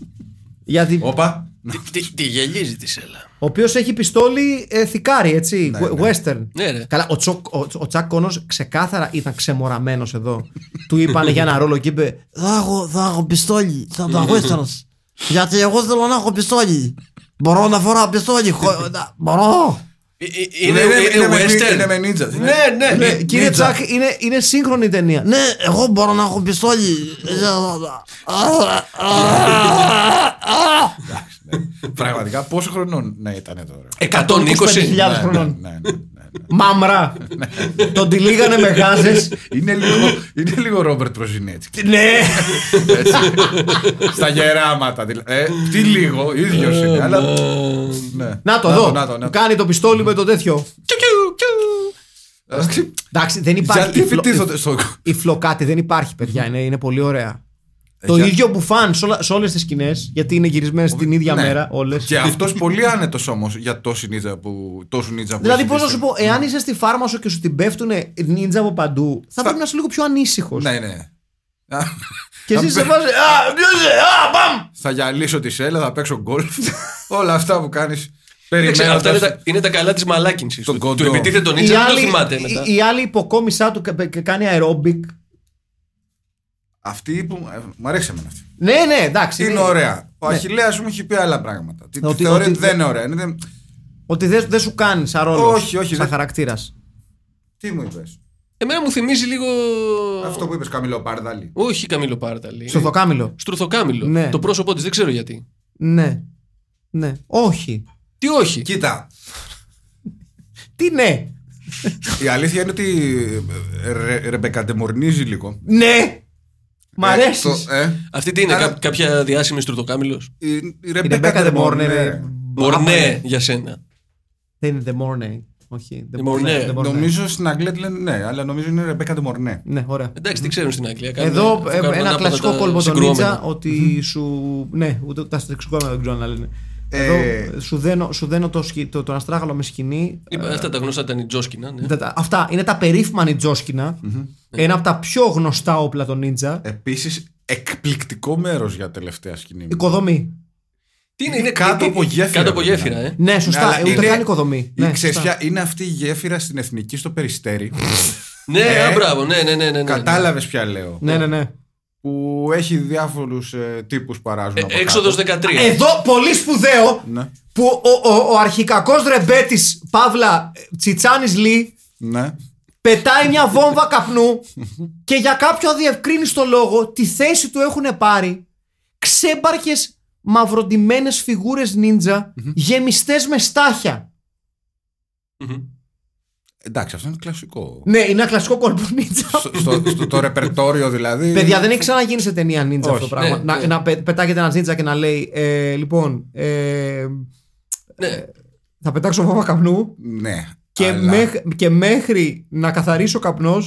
[SPEAKER 3] Γιατί
[SPEAKER 4] Όπα.
[SPEAKER 5] Τι- Τι τι γελίζει τη σέλα.
[SPEAKER 3] Ο οποίος έχει πιστόλι ε, θικάρι, έτσι.
[SPEAKER 4] Ναι, ναι.
[SPEAKER 3] Western.
[SPEAKER 5] Ναι, ρε.
[SPEAKER 3] Καλά, ο, Τσοκ, ο, ο Τσακ Κόνος ξεκάθαρα ήταν ξεμοραμένος εδώ. Του είπανε για ένα ρόλο και είπε.
[SPEAKER 6] Θα έχω, θα έχω πιστόλι, θα το αγώστρας. Γιατί εγώ θέλω να έχω πιστόλι. Μπορώ να φοράω πιστόλι. χω- να- Μπορώ.
[SPEAKER 5] Ε,
[SPEAKER 4] Ναι,
[SPEAKER 5] ε, Είναι είναι
[SPEAKER 4] με- ναι, είναι
[SPEAKER 5] western.
[SPEAKER 4] με ninja.
[SPEAKER 5] Ναι, ναι, ναι.
[SPEAKER 3] Ε, κύριε Τσακ, είναι, είναι σύγχρονη η ταινία. Ναι,
[SPEAKER 6] Ναι, εγώ μπορώ να έχω πιστόλι.
[SPEAKER 4] ναι. Πραγματικά πόσο χρονών να ήταν τώρα.
[SPEAKER 5] 120.
[SPEAKER 3] 125.000
[SPEAKER 4] Ναι,
[SPEAKER 3] χρονών.
[SPEAKER 4] ναι, ναι, ναι, ναι.
[SPEAKER 3] Μάμρα. Τον τυλίγανε με γάζες.
[SPEAKER 4] Είναι λίγο, είναι λίγο Ρόμπερτ Προζινέτσκι.
[SPEAKER 3] Ναι.
[SPEAKER 4] έτσι. Στα γεράματα. δηλα- Ε, τι λίγο, ίδιος είναι. αλλά... ναι.
[SPEAKER 3] Ε, Να το δω.
[SPEAKER 4] Να το, να το.
[SPEAKER 3] Κάνει το πιστόλι με το τέτοιο.
[SPEAKER 5] Κιου, κιου, κιου.
[SPEAKER 3] Εντάξει, δεν υπάρχει.
[SPEAKER 4] Ε, Γιατί
[SPEAKER 3] η φλο-
[SPEAKER 4] φυτίζονται στο.
[SPEAKER 3] Η φλοκάτη δεν υπάρχει, παιδιά. Είναι, είναι πολύ ωραία. Το
[SPEAKER 4] Ε, για-
[SPEAKER 3] ίδιο μπουφάν σε, όλα- σε όλες τις σκηνές, γιατί είναι γυρισμένες την ίδια
[SPEAKER 4] Ναι.
[SPEAKER 3] μέρα όλες.
[SPEAKER 4] Και αυτός πολύ άνετος όμως για τόσο νίτσα που. Τόσο νίτσα που
[SPEAKER 3] Δηλαδή,
[SPEAKER 4] έχει
[SPEAKER 3] πώς να
[SPEAKER 4] δει.
[SPEAKER 3] σου πω, εάν είσαι στη φάρμα σου και σου την πέφτουν νίντζα από παντού, θα πρέπει να είσαι λίγο πιο ανήσυχος.
[SPEAKER 4] Ναι, ναι. Α,
[SPEAKER 3] Και εσύ
[SPEAKER 4] Θα
[SPEAKER 3] σε
[SPEAKER 4] μπε-
[SPEAKER 3] βάζει. Α, ποιο είσαι, α, μπαμ!
[SPEAKER 4] Θα γυαλίσω τη σέλα, θα παίξω γκολφ. Όλα αυτά που κάνεις.
[SPEAKER 5] Εντάξει,
[SPEAKER 4] Περιμένω.
[SPEAKER 5] Ναι, Αυτά είναι τα- είναι τα καλά της μαλάκινσης.
[SPEAKER 4] Τον
[SPEAKER 5] Του
[SPEAKER 4] κοντό.
[SPEAKER 5] επιτίθεται τον
[SPEAKER 3] Η
[SPEAKER 5] Νίτσα, δεν το
[SPEAKER 3] άλλη,
[SPEAKER 5] θυμάται
[SPEAKER 3] η-
[SPEAKER 5] μετά.
[SPEAKER 3] η άλλη υποκόμισά του κα- κα- κάνει aerobic.
[SPEAKER 4] Αυτή που. ε, Μ' αρέσει εμένα αυτή.
[SPEAKER 3] Ναι, ναι, εντάξει.
[SPEAKER 4] Είναι
[SPEAKER 3] ναι.
[SPEAKER 4] ωραία. Ο Αχηλέα μου έχει πει άλλα πράγματα. Τι-
[SPEAKER 3] Ότι-
[SPEAKER 4] τη Θεωρεί
[SPEAKER 3] ότι-
[SPEAKER 4] ότι δεν είναι ωραία. Είναι-
[SPEAKER 3] Ότι δεν δεν σου κάνει σαν ρόλο.
[SPEAKER 4] Όχι, όχι,
[SPEAKER 3] Σαν
[SPEAKER 4] δεν-
[SPEAKER 3] χαρακτήρας.
[SPEAKER 4] Τι μου είπες.
[SPEAKER 5] Εμένα μου θυμίζει λίγο.
[SPEAKER 4] Αυτό που είπες, Καμιλό Παρδάλη.
[SPEAKER 5] Όχι Καμίλο
[SPEAKER 4] Ε,
[SPEAKER 5] Πάρταλη.
[SPEAKER 3] Στο δοκάμιλο.
[SPEAKER 5] Στουρθοκάμιλο.
[SPEAKER 3] Ναι.
[SPEAKER 5] Το πρόσωπό της δεν ξέρω γιατί.
[SPEAKER 3] Ναι. Ναι. Όχι.
[SPEAKER 5] Τι όχι.
[SPEAKER 4] Κοίτα,
[SPEAKER 3] Τι ναι.
[SPEAKER 4] η αλήθεια είναι ότι ε, ρε, ρεμπεκαντεμορνίζει λίγο.
[SPEAKER 3] Ναι. Μ'
[SPEAKER 4] Ε,
[SPEAKER 3] αρέσεις.
[SPEAKER 4] το- ε,
[SPEAKER 5] Αυτή τι είναι,
[SPEAKER 4] Άρα-
[SPEAKER 5] κά- κάποια διάσημη στουρθοκάμιλο.
[SPEAKER 4] η, η
[SPEAKER 3] Η
[SPEAKER 4] Ρεμπέκα
[SPEAKER 3] Ρεμπέκα
[SPEAKER 4] Ντε Μόρνε,
[SPEAKER 3] Μόρνερ.
[SPEAKER 4] ναι.
[SPEAKER 5] Μορνέ ναι, για σένα.
[SPEAKER 3] Δεν είναι The Morney. Όχι. The
[SPEAKER 5] The
[SPEAKER 3] Morney.
[SPEAKER 5] Mornay.
[SPEAKER 3] The Mornay.
[SPEAKER 4] Νομίζω στην Αγγλία τη λένε ναι, αλλά νομίζω είναι Ρεμπέκα Ντεμορνέ.
[SPEAKER 3] Ναι, ωραία.
[SPEAKER 5] Εντάξει, τι ξέρουν στην Αγγλία. κάνουν-
[SPEAKER 3] Εδώ
[SPEAKER 5] αφού
[SPEAKER 3] ε,
[SPEAKER 5] κάνουν
[SPEAKER 3] ένα
[SPEAKER 5] ανάποδα
[SPEAKER 3] κλασικό
[SPEAKER 5] τα
[SPEAKER 3] κόλπο των
[SPEAKER 5] συγκρούμενα.
[SPEAKER 3] Νίτσα ότι σου. Ναι, ούτε τα στριξικόμενα δεν ξέρω να λένε.
[SPEAKER 4] Ε,
[SPEAKER 3] Εδώ σου δένω, σου δένω το, σκη- το, τον αστράγαλο με σκηνή.
[SPEAKER 5] Είπα, Αυτά τα γνωστά ήταν η Τζόσκινα. ναι.
[SPEAKER 3] Τα- τα- Αυτά είναι τα περίφημα νιτζόσκινα. Ένα από τα πιο γνωστά όπλα των
[SPEAKER 4] Ε.
[SPEAKER 3] νίτσα.
[SPEAKER 4] Επίσης, εκπληκτικό μέρος για τελευταία σκηνή.
[SPEAKER 3] Οικοδομή.
[SPEAKER 5] Τι είναι,
[SPEAKER 4] Είναι
[SPEAKER 5] είναι-
[SPEAKER 4] κάτω
[SPEAKER 5] είναι-
[SPEAKER 4] από γέφυρα,
[SPEAKER 5] Κάτω από
[SPEAKER 4] παιδιά.
[SPEAKER 5] γέφυρα, ε.
[SPEAKER 3] Ναι, σωστά.
[SPEAKER 4] αλλά
[SPEAKER 3] ε, Ούτε
[SPEAKER 4] είναι-
[SPEAKER 3] καν οικοδομή.
[SPEAKER 4] Η
[SPEAKER 3] Ναι,
[SPEAKER 4] ξεσιά-
[SPEAKER 3] σωστά.
[SPEAKER 4] είναι αυτή η γέφυρα στην εθνική στο περιστέρι.
[SPEAKER 5] Ναι,
[SPEAKER 4] Ε,
[SPEAKER 5] α, μπράβο, ναι, ναι, ναι. ναι, ναι.
[SPEAKER 4] Κατάλαβε πια λέω.
[SPEAKER 3] Ναι, ναι, ναι.
[SPEAKER 4] Που έχει διάφορους ε, τύπους παράζουν. από
[SPEAKER 5] Ε,
[SPEAKER 4] κάτω.
[SPEAKER 5] Έξοδος 13.
[SPEAKER 3] Εδώ πολύ σπουδαίο
[SPEAKER 4] Ναι.
[SPEAKER 3] που ο, ο, ο αρχικακός ρεμπέτης Παύλα ε, Τσιτσάνης Λί
[SPEAKER 4] Ναι.
[SPEAKER 3] πετάει μια βόμβα καπνού και για κάποιο αδιευκρίνηστο λόγο τη θέση του έχουν πάρει ξέμπαρχες μαυροντημένες φιγούρες νίντζα γεμιστές με στάχια.
[SPEAKER 5] Μμμ.
[SPEAKER 4] Εντάξει, αυτό είναι κλασικό.
[SPEAKER 3] Ναι, είναι ένα κλασικό κόλπο νίντζα.
[SPEAKER 4] στο, στο- στο- το ρεπερτόριο δηλαδή.
[SPEAKER 3] Παιδιά, δεν έχει ξαναγίνει σε ταινία νίντζα αυτό
[SPEAKER 4] Όχι,
[SPEAKER 3] το πράγμα.
[SPEAKER 5] ναι,
[SPEAKER 3] να,
[SPEAKER 5] ναι.
[SPEAKER 3] να πε- πετάγεται ένα νίντζα και να λέει ε, Λοιπόν, ε,
[SPEAKER 5] Ναι.
[SPEAKER 3] θα πετάξω βόμβα καπνού
[SPEAKER 4] Ναι.
[SPEAKER 3] Και,
[SPEAKER 4] αλλά-
[SPEAKER 3] μέχ- και μέχρι να καθαρίσω καπνός,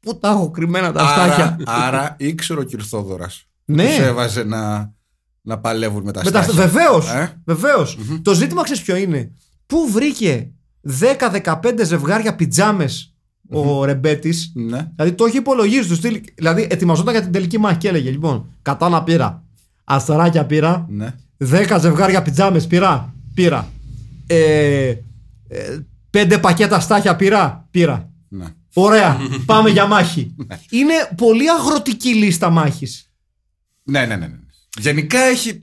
[SPEAKER 3] πού τα έχω κρυμμένα τα
[SPEAKER 4] Άρα,
[SPEAKER 3] αστάχια.
[SPEAKER 4] άρα ήξερε ο Κυρθόδωρα.
[SPEAKER 3] Ναι.
[SPEAKER 4] Τους έβαζε να, να παλεύουν με τα
[SPEAKER 3] Με τα-
[SPEAKER 4] στάχια.
[SPEAKER 3] βεβαίως,
[SPEAKER 4] Ε.
[SPEAKER 3] βεβαίως. Το ζήτημα ξέρεις ποιο είναι. Πού βρήκε 10-15 ζευγάρια πιτζάμες ο ρεμπέτης
[SPEAKER 4] Ναι.
[SPEAKER 3] Δηλαδή το έχει υπολογίσει. Τους στυλ, δηλαδή ετοιμαζόταν για την τελική μάχη και έλεγε: Λοιπόν, κατάνα πήρα. Αστεράκια πήρα.
[SPEAKER 4] ναι.
[SPEAKER 3] 10 ζευγάρια πιτζάμες πήρα. Πήρα. Ε, ε, 5 πακέτα στάχια πήρα. Πήρα.
[SPEAKER 4] ναι.
[SPEAKER 3] Ωραία, πάμε για μάχη. Είναι πολύ αγροτική λίστα μάχης.
[SPEAKER 4] Ναι, ναι, ναι, ναι. Γενικά έχει.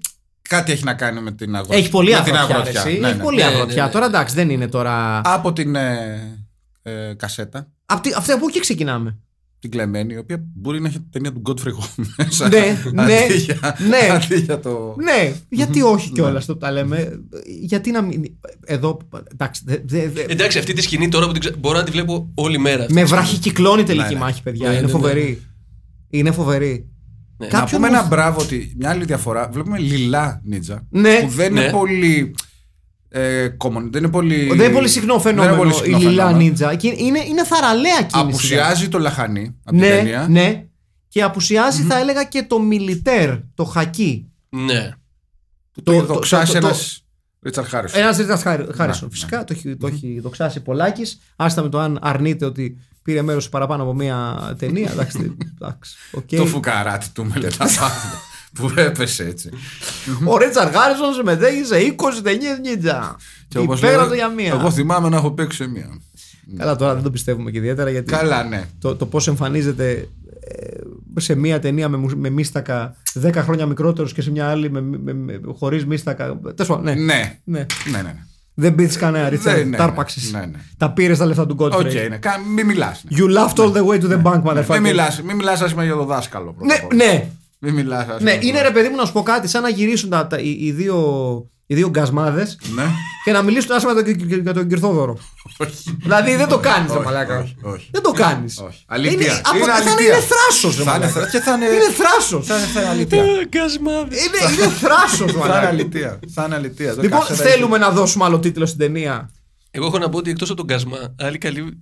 [SPEAKER 4] Κάτι έχει να κάνει με την αγροτιά.
[SPEAKER 3] Έχει πολύ
[SPEAKER 4] με την
[SPEAKER 3] αγροτιά. ρε,
[SPEAKER 4] αγροτιά.
[SPEAKER 3] εσύ.
[SPEAKER 4] Ναι,
[SPEAKER 3] Έχει
[SPEAKER 4] ναι.
[SPEAKER 3] πολύ
[SPEAKER 5] Ναι, ναι,
[SPEAKER 3] αγροτιά.
[SPEAKER 5] ναι.
[SPEAKER 3] Τώρα εντάξει, δεν είναι τώρα.
[SPEAKER 4] Από την ε, ε, κασέτα,
[SPEAKER 3] Απ' τη- Αυτή από εκεί ξεκινάμε.
[SPEAKER 4] την κλεμμένη, η οποία μπορεί να έχει ταινία του Godfrey Ho μέσα.
[SPEAKER 3] Ναι, ναι,
[SPEAKER 4] αντί για-
[SPEAKER 3] ναι.
[SPEAKER 4] Αντί για το.
[SPEAKER 3] Ναι, γιατί όχι
[SPEAKER 4] Ναι.
[SPEAKER 3] κιόλα το που τα λέμε. Γιατί να μην. Εδώ. Εντάξει. δε- δε- δε-
[SPEAKER 5] Εντάξει, αυτή τη σκηνή τώρα που την ξε- μπορώ να τη βλέπω όλη μέρα. αυτή
[SPEAKER 3] Με
[SPEAKER 5] τη σκηνή.
[SPEAKER 3] βραχικυκλώνει τελική
[SPEAKER 4] Ναι, ναι.
[SPEAKER 3] μάχη, παιδιά.
[SPEAKER 5] Ναι,
[SPEAKER 3] Είναι
[SPEAKER 5] ναι, ναι.
[SPEAKER 3] φοβερή. Είναι φοβερή.
[SPEAKER 5] Ναι.
[SPEAKER 4] Να πούμε
[SPEAKER 3] μου-
[SPEAKER 4] ένα μπράβο ότι μια άλλη διαφορά. Βλέπουμε λιλά νίτζα.
[SPEAKER 3] Ναι.
[SPEAKER 4] Που δεν
[SPEAKER 5] Ναι.
[SPEAKER 4] είναι πολύ. Ε, common, δεν είναι πολύ.
[SPEAKER 3] Δεν είναι πολύ συχνό
[SPEAKER 4] δεν είναι
[SPEAKER 3] φαινόμενο η
[SPEAKER 4] πολύ συχνό
[SPEAKER 3] λιλά
[SPEAKER 4] φαινόμενο.
[SPEAKER 3] νίτζα. Και Είναι, είναι θαραλέα κίνηση.
[SPEAKER 4] Απουσιάζει το λαχανί από την
[SPEAKER 3] Ναι,
[SPEAKER 4] ταινία.
[SPEAKER 3] ναι. Και απουσιάζει, θα έλεγα, και το μιλιτέρ, το χακί.
[SPEAKER 5] Ναι.
[SPEAKER 4] Που
[SPEAKER 3] Το-
[SPEAKER 4] το, το,
[SPEAKER 3] το- το-
[SPEAKER 4] δοξάσει
[SPEAKER 3] το- το-
[SPEAKER 4] ένας Ρίτσαρ Χάρισον.
[SPEAKER 3] Ένας Ρίτσαρτ
[SPEAKER 4] Ναι,
[SPEAKER 3] Χάρισον.
[SPEAKER 4] ναι.
[SPEAKER 3] Φυσικά το έχει, το έχει δοξάσει πολλάκι. Άστα με το αν αρνείται ότι πήρε μέρος σε παραπάνω από μία ταινία. Εντάξει. εντάξει, οκ.
[SPEAKER 4] Το φουκαράτι του μελετά. που έπεσε έτσι.
[SPEAKER 3] Ο Ρίτσαρ Χάρισον συμμετέχει σε 20 ταινίε νίτσα.
[SPEAKER 4] Και όπως
[SPEAKER 3] Υπέροχο
[SPEAKER 4] λέω,
[SPEAKER 3] για μία.
[SPEAKER 4] Εγώ θυμάμαι να έχω παίξει σε μία.
[SPEAKER 3] Καλά, τώρα δεν το πιστεύουμε και ιδιαίτερα γιατί.
[SPEAKER 4] Καλά, ναι.
[SPEAKER 3] Το, το πώς εμφανίζεται ε, σε μία ταινία με, μουσ- με μίστακα 10 χρόνια μικρότερο και σε μια άλλη με, με, με, χωρίς μίστακα. Τέλος πάντων, ναι.
[SPEAKER 4] Ναι.
[SPEAKER 3] ναι.
[SPEAKER 4] Ναι, ναι, ναι.
[SPEAKER 3] Δεν πείθεις κανένα, Ρίτσαρ.
[SPEAKER 4] ναι, ναι.
[SPEAKER 3] Τάρπαξες.
[SPEAKER 4] Ναι, ναι.
[SPEAKER 3] Τα πήρες τα λεφτά του Godfrey.
[SPEAKER 4] Οκ, ναι. Κα- Μη μιλάς.
[SPEAKER 3] You laughed all the way to the bank, motherfucker.
[SPEAKER 4] Μην μιλά, μην μιλάς άσχημα για το δάσκαλο. πρώτα απ'
[SPEAKER 3] Ναι,
[SPEAKER 4] όλα.
[SPEAKER 3] ναι.
[SPEAKER 4] Μην μιλά.
[SPEAKER 3] Ναι, είναι ρε παιδί μου να σου πω κάτι, σαν να γυρίσουν τα, τα- οι, οι δύο, οι δύο γκασμάδες
[SPEAKER 4] Ναι.
[SPEAKER 3] και να μιλήσουν άσχημα για τον- για τον Κυρθόδωρο.
[SPEAKER 4] Όχι.
[SPEAKER 3] δηλαδή δεν το κάνεις, ρε
[SPEAKER 4] Όχι,
[SPEAKER 3] μαλάκα.
[SPEAKER 4] όχι, όχι.
[SPEAKER 3] Δεν το κάνεις.
[SPEAKER 4] Όχι. Αλήθεια.
[SPEAKER 3] Είναι, από,
[SPEAKER 4] Είναι
[SPEAKER 3] θα
[SPEAKER 4] αλήθεια.
[SPEAKER 3] είναι θράσος, ρε
[SPEAKER 4] Θα είναι
[SPEAKER 3] μαλάκα.
[SPEAKER 4] θρα- και θα είναι.
[SPEAKER 3] Είναι θράσος.
[SPEAKER 4] Θα είναι θα είναι αλητία.
[SPEAKER 3] Ε,
[SPEAKER 5] Γκασμάδι.
[SPEAKER 3] Είναι, είναι θράσος,
[SPEAKER 4] Θα είναι
[SPEAKER 3] μαλάκα.
[SPEAKER 4] αλητία. Θα είναι αλητία. Το
[SPEAKER 3] Λοιπόν,
[SPEAKER 4] κάσερα
[SPEAKER 3] θέλουμε να δώσουμε άλλο τίτλο στην ταινία.
[SPEAKER 5] Εγώ έχω να πω ότι εκτός από τον γκασμά, άλλη καλή,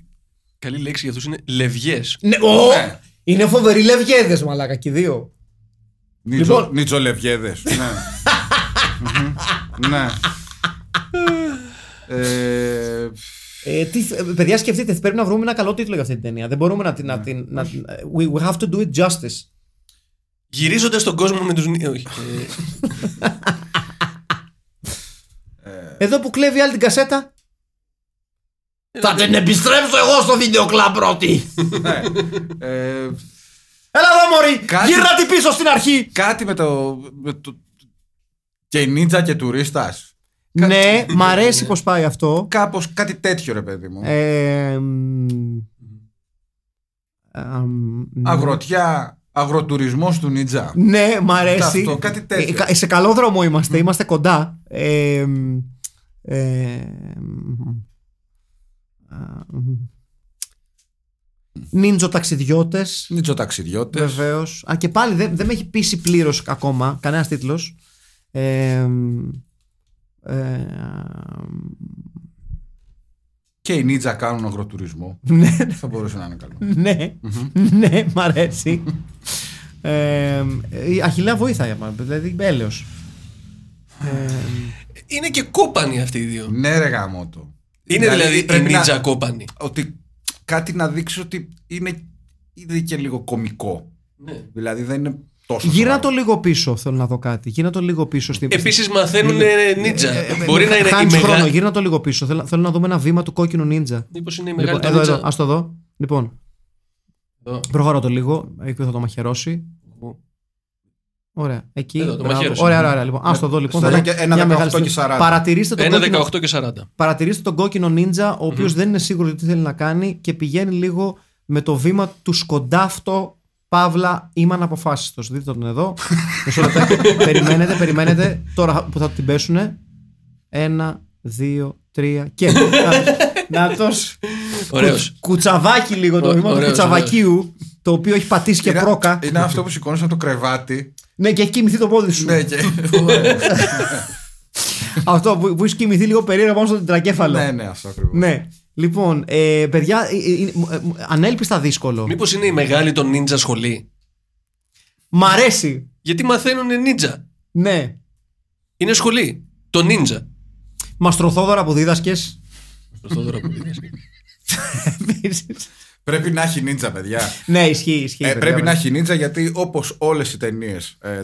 [SPEAKER 5] καλή λέξη για αυτούς είναι λευγές.
[SPEAKER 3] Ναι, ω!
[SPEAKER 4] Ναι.
[SPEAKER 3] Είναι φοβεροί λευγέδες, μαλάκα, και οι δύο.
[SPEAKER 4] έχει-
[SPEAKER 3] Λοιπόν.
[SPEAKER 4] Νιτζο- Νιτζολευγέδες. Ναι. Μμμ. Ναι. Ε,
[SPEAKER 3] Ε, τι, θε- ε, παιδιά, σκεφτείτε, πρέπει να βρούμε ένα καλό τίτλο για αυτή την ταινία. Δεν μπορούμε να την. Να, την- να, την- we, we have to do it justice.
[SPEAKER 5] Γυρίζοντα στον κόσμο με τους. Όχι. ε,
[SPEAKER 3] Εδώ που κλέβει η άλλη την κασέτα. Θα την επιστρέψω εγώ στο βίντεο κλαμπ πρώτη.
[SPEAKER 4] ναι. Ε,
[SPEAKER 3] Έλα εδώ, Μωρή!
[SPEAKER 4] Κάτι-
[SPEAKER 3] Γύρνα την πίσω στην αρχή!
[SPEAKER 4] Κάτι με το. με το- Και νίτσα και τουρίστας.
[SPEAKER 3] ναι, μ' αρέσει πώ πάει αυτό.
[SPEAKER 4] Κάπως κάτι τέτοιο, ρε παιδί μου.
[SPEAKER 3] Ε, μ, αμ, ναι.
[SPEAKER 4] Αγροτιά, αγροτουρισμός του νίτσα.
[SPEAKER 3] Ναι, μ' αρέσει.
[SPEAKER 4] Αυτό, κάτι τέτοιο.
[SPEAKER 3] Ε, κα- σε καλό δρόμο είμαστε, είμαστε κοντά. Ε, μ, ε, μ, α, μ. Νίντζο ταξιδιώτες
[SPEAKER 4] Νιτζοταξιδιώτε.
[SPEAKER 3] Βεβαίως. Α, και πάλι δεν, δεν με έχει πείσει πλήρως ακόμα κανένας τίτλος. Ε, μ, ε,
[SPEAKER 4] Και οι νίτσα κάνουν αγροτουρισμό.
[SPEAKER 3] ναι,
[SPEAKER 4] Θα μπορούσε να είναι καλό.
[SPEAKER 3] ναι, ναι, μ' αρέσει. Ε, η Αχιλέα βοήθαει, μα, δηλαδή έλεος.
[SPEAKER 5] Ε, Είναι και κόπανοι αυτοί οι δύο.
[SPEAKER 4] ναι, ρε γαμότο.
[SPEAKER 5] Είναι δηλαδή οι
[SPEAKER 4] πρέπει να-
[SPEAKER 5] νίτσα κόπανοι.
[SPEAKER 4] Ότι κάτι να δείξει ότι είναι ήδη και λίγο κομικό. Δηλαδή δεν είναι τόσο.
[SPEAKER 3] Γύρνα
[SPEAKER 4] σοβαρό.
[SPEAKER 3] το λίγο πίσω, θέλω να δω κάτι. Γύρνα το λίγο πίσω. Στη...
[SPEAKER 5] Επίσης μαθαίνουν
[SPEAKER 3] Ε,
[SPEAKER 5] νίτσα. Μπορεί να είναι η
[SPEAKER 3] Χάνεις χρόνο,
[SPEAKER 5] μεγάλη.
[SPEAKER 3] γύρνα το λίγο πίσω. Θέλω, θέλω να δούμε ένα βήμα του κόκκινου νίντζα.
[SPEAKER 5] Μήπως είναι η
[SPEAKER 3] Λοιπόν,
[SPEAKER 5] μεγάλη
[SPEAKER 3] εδώ, εδώ,
[SPEAKER 5] νίτσα.
[SPEAKER 3] ας το δω. Λοιπόν,
[SPEAKER 5] Εδώ.
[SPEAKER 3] προχωρώ το λίγο, εκεί θα το μαχαιρώσει. Ωραία, εκεί.
[SPEAKER 5] Εδώ, το
[SPEAKER 3] μπράβο.
[SPEAKER 5] μαχαίρωσε.
[SPEAKER 3] ωραία, ωραία, ωραία, λοιπόν. Ας το δω λοιπόν.
[SPEAKER 4] Στα
[SPEAKER 3] θα
[SPEAKER 4] δέκα-
[SPEAKER 3] δω
[SPEAKER 4] ένα
[SPEAKER 3] μια
[SPEAKER 4] 18
[SPEAKER 3] μεγάλη
[SPEAKER 4] και
[SPEAKER 3] στιγμή.
[SPEAKER 4] 40.
[SPEAKER 3] Παρατηρήστε τον
[SPEAKER 5] Ένα
[SPEAKER 3] κόκκινο,
[SPEAKER 5] 18 και 40.
[SPEAKER 3] παρατηρήστε τον κόκκινο νίντζα, ο οποιος δεν είναι σίγουρος τι θέλει να κάνει και πηγαίνει λίγο με το βήμα του σκοντάφτο Παύλα, είμαι αναποφάσιστος. Δείτε τον εδώ. Μισό λεπτάκι. περιμένετε, περιμένετε. Τώρα που θα την πέσουνε. Ένα, δύο, τρία και. να τος.
[SPEAKER 5] Ωραίος.
[SPEAKER 3] Κουτσαβάκι λίγο το
[SPEAKER 5] Ω-
[SPEAKER 3] βήμα του
[SPEAKER 5] ωραίος,
[SPEAKER 3] κουτσαβακίου. Το οποίο έχει πατήσει και
[SPEAKER 4] Είναι-
[SPEAKER 3] πρόκα.
[SPEAKER 4] Είναι αυτό που σηκώνεις από το κρεβάτι.
[SPEAKER 3] Ναι, και έχει κοιμηθεί το πόδι σου.
[SPEAKER 4] ναι, και.
[SPEAKER 3] Αυτό που, που έχει κοιμηθεί λίγο περίεργα πάνω στο τετρακέφαλο.
[SPEAKER 4] ναι, ναι, αυτό ακριβώς.
[SPEAKER 3] Ναι. Λοιπόν, ε, παιδιά, ε, ε, είναι, ε, ε, ανέλπιστα δύσκολο.
[SPEAKER 5] Μήπως είναι η μεγάλη των νίτσα σχολή.
[SPEAKER 3] Μ' αρέσει.
[SPEAKER 5] Γιατί μαθαίνουν νίτσα.
[SPEAKER 3] Ναι.
[SPEAKER 5] Είναι σχολή. Το νίτσα.
[SPEAKER 3] Μαστροθόδωρα που δίδασκες.
[SPEAKER 5] Αυτό τώρα που είδες.
[SPEAKER 4] Πρέπει να έχει νίτσα, παιδιά.
[SPEAKER 3] ναι, ισχύει, ισχύει.
[SPEAKER 4] Ε,
[SPEAKER 3] παιδιά.
[SPEAKER 4] πρέπει να έχει νίτσα γιατί όπως όλες οι ταινίες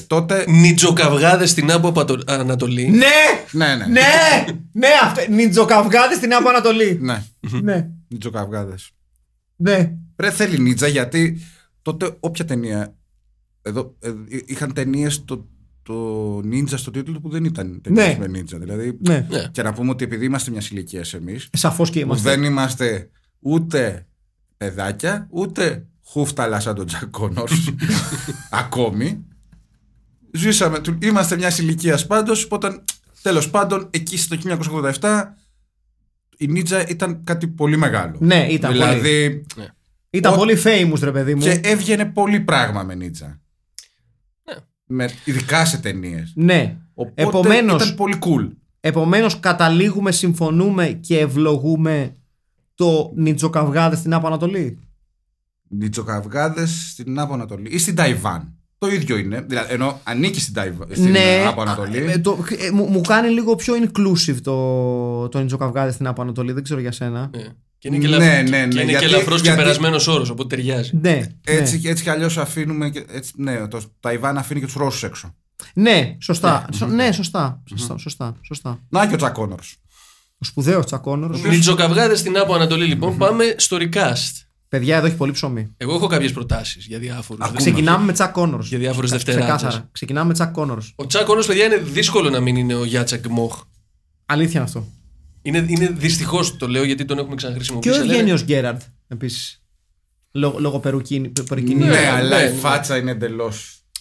[SPEAKER 4] τότε.
[SPEAKER 5] Νιτζοκαυγάδες στην Άπο Απατο- Ανατολή.
[SPEAKER 3] Ναι!
[SPEAKER 4] Ναι, ναι.
[SPEAKER 3] Ναι! ναι, αυτό. Νιτζοκαυγάδες στην Άπα Ανατολή.
[SPEAKER 4] ναι.
[SPEAKER 3] ναι.
[SPEAKER 4] Νιτζοκαυγάδες.
[SPEAKER 3] Ναι.
[SPEAKER 4] Ρε θέλει νίτσα γιατί τότε όποια ταινία. Εδώ, ε, είχαν ταινίες το, το νίτσα στο τίτλο που δεν ήταν ταινίες
[SPEAKER 3] Ναι.
[SPEAKER 4] με νίτσα. Δηλαδή,
[SPEAKER 3] ναι.
[SPEAKER 5] Ναι.
[SPEAKER 4] Και να πούμε ότι επειδή είμαστε μια ηλικία εμείς,
[SPEAKER 3] Σαφώς και
[SPEAKER 4] που
[SPEAKER 3] είμαστε.
[SPEAKER 4] δεν είμαστε ούτε παιδάκια, ούτε χούφταλα σαν τον Τζακ Κόνορ ακόμη. Ζήσαμε, του- είμαστε μια ηλικίας πάντως, οπότε τέλος πάντων εκεί στο 1987 η Νίτσα ήταν κάτι πολύ μεγάλο.
[SPEAKER 3] Ναι, ήταν πολύ.
[SPEAKER 4] δηλαδή,
[SPEAKER 3] Ήταν
[SPEAKER 4] ο-
[SPEAKER 3] πολύ famous, ρε παιδί μου.
[SPEAKER 4] και έβγαινε πολύ πράγμα με Νίτσα.
[SPEAKER 5] Ναι.
[SPEAKER 4] Με, ειδικά σε ταινίες.
[SPEAKER 3] Ναι.
[SPEAKER 4] Οπότε
[SPEAKER 3] Επομένως-
[SPEAKER 4] ήταν πολύ cool.
[SPEAKER 3] Επομένως καταλήγουμε, συμφωνούμε και ευλογούμε το νιτζοκαυγάδε στην Άπα Ανατολή.
[SPEAKER 4] Νιτσοκαυγάδες στην Άπο Ανατολή ή στην Ταϊβάν. Το ίδιο είναι. Δηλαδή, ενώ ανήκει στην, Ταϊβα... στην Άπο
[SPEAKER 3] α, ε,
[SPEAKER 4] Ανατολή.
[SPEAKER 3] το, ε, μου, μου κάνει λίγο πιο inclusive το, το νιτζοκαυγάδε στην Άπα Ανατολή. Δεν ξέρω για σένα.
[SPEAKER 5] Ναι. Και είναι και,
[SPEAKER 4] Ναι,
[SPEAKER 5] ελαφ-
[SPEAKER 4] ναι, ναι,
[SPEAKER 5] και, είναι
[SPEAKER 4] γιατί-
[SPEAKER 5] και ελαφρώς
[SPEAKER 4] γιατί-
[SPEAKER 5] ξεπερασμένος όρος, οπότε ταιριάζει.
[SPEAKER 3] Ναι,
[SPEAKER 4] ε, Έτσι,
[SPEAKER 3] ναι.
[SPEAKER 4] έτσι κι αλλιώς αφήνουμε. Και, έτσι, ναι, το Ταϊβάν αφήνει και τους Ρώσους έξω.
[SPEAKER 3] ναι, σωστά. Σω- Ναι, σωστά. Σωστά, σωστά, σωστά.
[SPEAKER 4] Να και ο Τσακόνορος.
[SPEAKER 3] Ο σπουδαίος τσακόνορος.
[SPEAKER 5] Νιτζοκαυγάδες στην Άπο Ανατολή, λοιπόν. Πάμε στο recast.
[SPEAKER 3] Παιδιά, εδώ έχει πολύ ψωμί.
[SPEAKER 5] Εγώ έχω κάποιες προτάσεις για διάφορους.
[SPEAKER 4] Ακούμε.
[SPEAKER 3] Ξεκινάμε με Τσακ Κόνορος.
[SPEAKER 5] Για διάφορους
[SPEAKER 3] Κα-
[SPEAKER 5] δευτεράτσες.
[SPEAKER 3] Ξεκάθαρα. Ξεκινάμε με Τσακ Κόνορος.
[SPEAKER 5] Ο Τσάκ Κόνος, παιδιά, είναι δύσκολο να μην είναι ο Γιάτσακ Μοχ.
[SPEAKER 3] Αλήθεια είναι αυτό.
[SPEAKER 5] Είναι, είναι δυστυχώς το λέω γιατί τον έχουμε
[SPEAKER 3] Και ο
[SPEAKER 5] ξαναχρησιμοποιήσει. αλλά είναι-
[SPEAKER 3] Ευγένιος Γκέραρντ επίσης. Λόγω, λόγω περουκίνη- πε- περουκινίου.
[SPEAKER 4] Ναι,
[SPEAKER 5] ναι,
[SPEAKER 4] αλλά
[SPEAKER 5] ναι,
[SPEAKER 4] η
[SPEAKER 5] ναι.
[SPEAKER 4] φάτσα είναι εντελώ.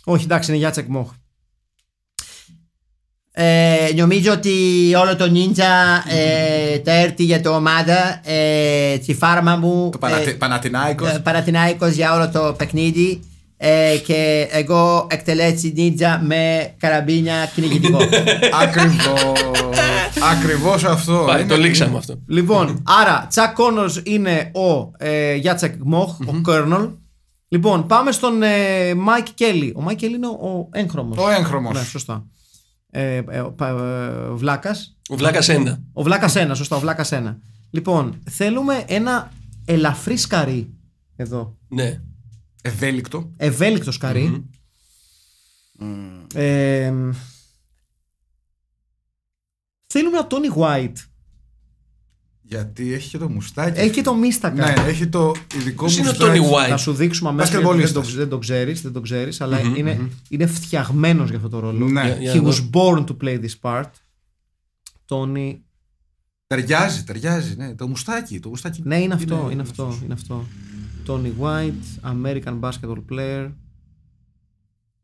[SPEAKER 3] Όχι, εντάξει, είναι Γιάτσεκ Μόχ. Ε, νομίζω ότι όλο το νίντζα ε,
[SPEAKER 4] Mm-hmm.
[SPEAKER 3] τα έρθει για το ομάδα ε, τη φάρμα μου
[SPEAKER 4] Το Πανατι... Παναθηναϊκός.
[SPEAKER 3] ε, Παναθηναϊκός για όλο το παιχνίδι ε, και εγώ εκτελέσει νίντζα με καραμπίνια κυνηγητικό
[SPEAKER 4] Ακριβώς. Ακριβώς αυτό.
[SPEAKER 5] Πάει,
[SPEAKER 4] Είναι-
[SPEAKER 5] το λήξαμε αυτό.
[SPEAKER 3] Λοιπόν, άρα Τσακ Κόνορς είναι ο ε, Γιάτσεκ Μόχ, ο
[SPEAKER 4] Mm-hmm.
[SPEAKER 3] Κέρνολ Λοιπόν, πάμε στον ε, Μάικ Κέλλη Ο Μάικ Κέλλη είναι ο έγχρωμος
[SPEAKER 4] Ο έγχρωμος.
[SPEAKER 3] Ναι, σωστά. Ε, ε, ο πα- ε, ο Βλάκας.
[SPEAKER 5] Ο Βλάκας ένα.
[SPEAKER 3] Ο Βλάκας ένα, σωστά, ο Βλάκας ένα. Λοιπόν, θέλουμε ένα ελαφρύ σκαρί εδώ.
[SPEAKER 5] Ναι.
[SPEAKER 4] Ευέλικτο.
[SPEAKER 3] Ευέλικτο σκαρί. Ε, μ, θέλουμε ένα Τόνι White.
[SPEAKER 4] Γιατί έχει και το μουστάκι.
[SPEAKER 3] Έχει και το μίστακα.
[SPEAKER 4] Ναι, έχει το ειδικό
[SPEAKER 5] Ποιος είναι ο
[SPEAKER 4] μουστάκι.
[SPEAKER 5] Τόνι
[SPEAKER 3] Θα
[SPEAKER 5] White.
[SPEAKER 3] σου δείξουμε αμέσως. Δεν, το-
[SPEAKER 4] Μπασκετμπολίστας.
[SPEAKER 3] δεν το ξέρεις, δεν το ξέρεις, αλλά είναι, είναι φτιαγμένος για αυτό το ρόλο.
[SPEAKER 4] Ναι.
[SPEAKER 5] Για-
[SPEAKER 3] He
[SPEAKER 5] να
[SPEAKER 3] was born to play this part. Τόνι
[SPEAKER 4] Ταιριάζει, ταιριάζει. Ναι. Το μουστάκι. Το μουστάκι.
[SPEAKER 3] Ναι, είναι αυτό, είναι, αυτό, είναι αυτός. Tony White, American Basketball Player.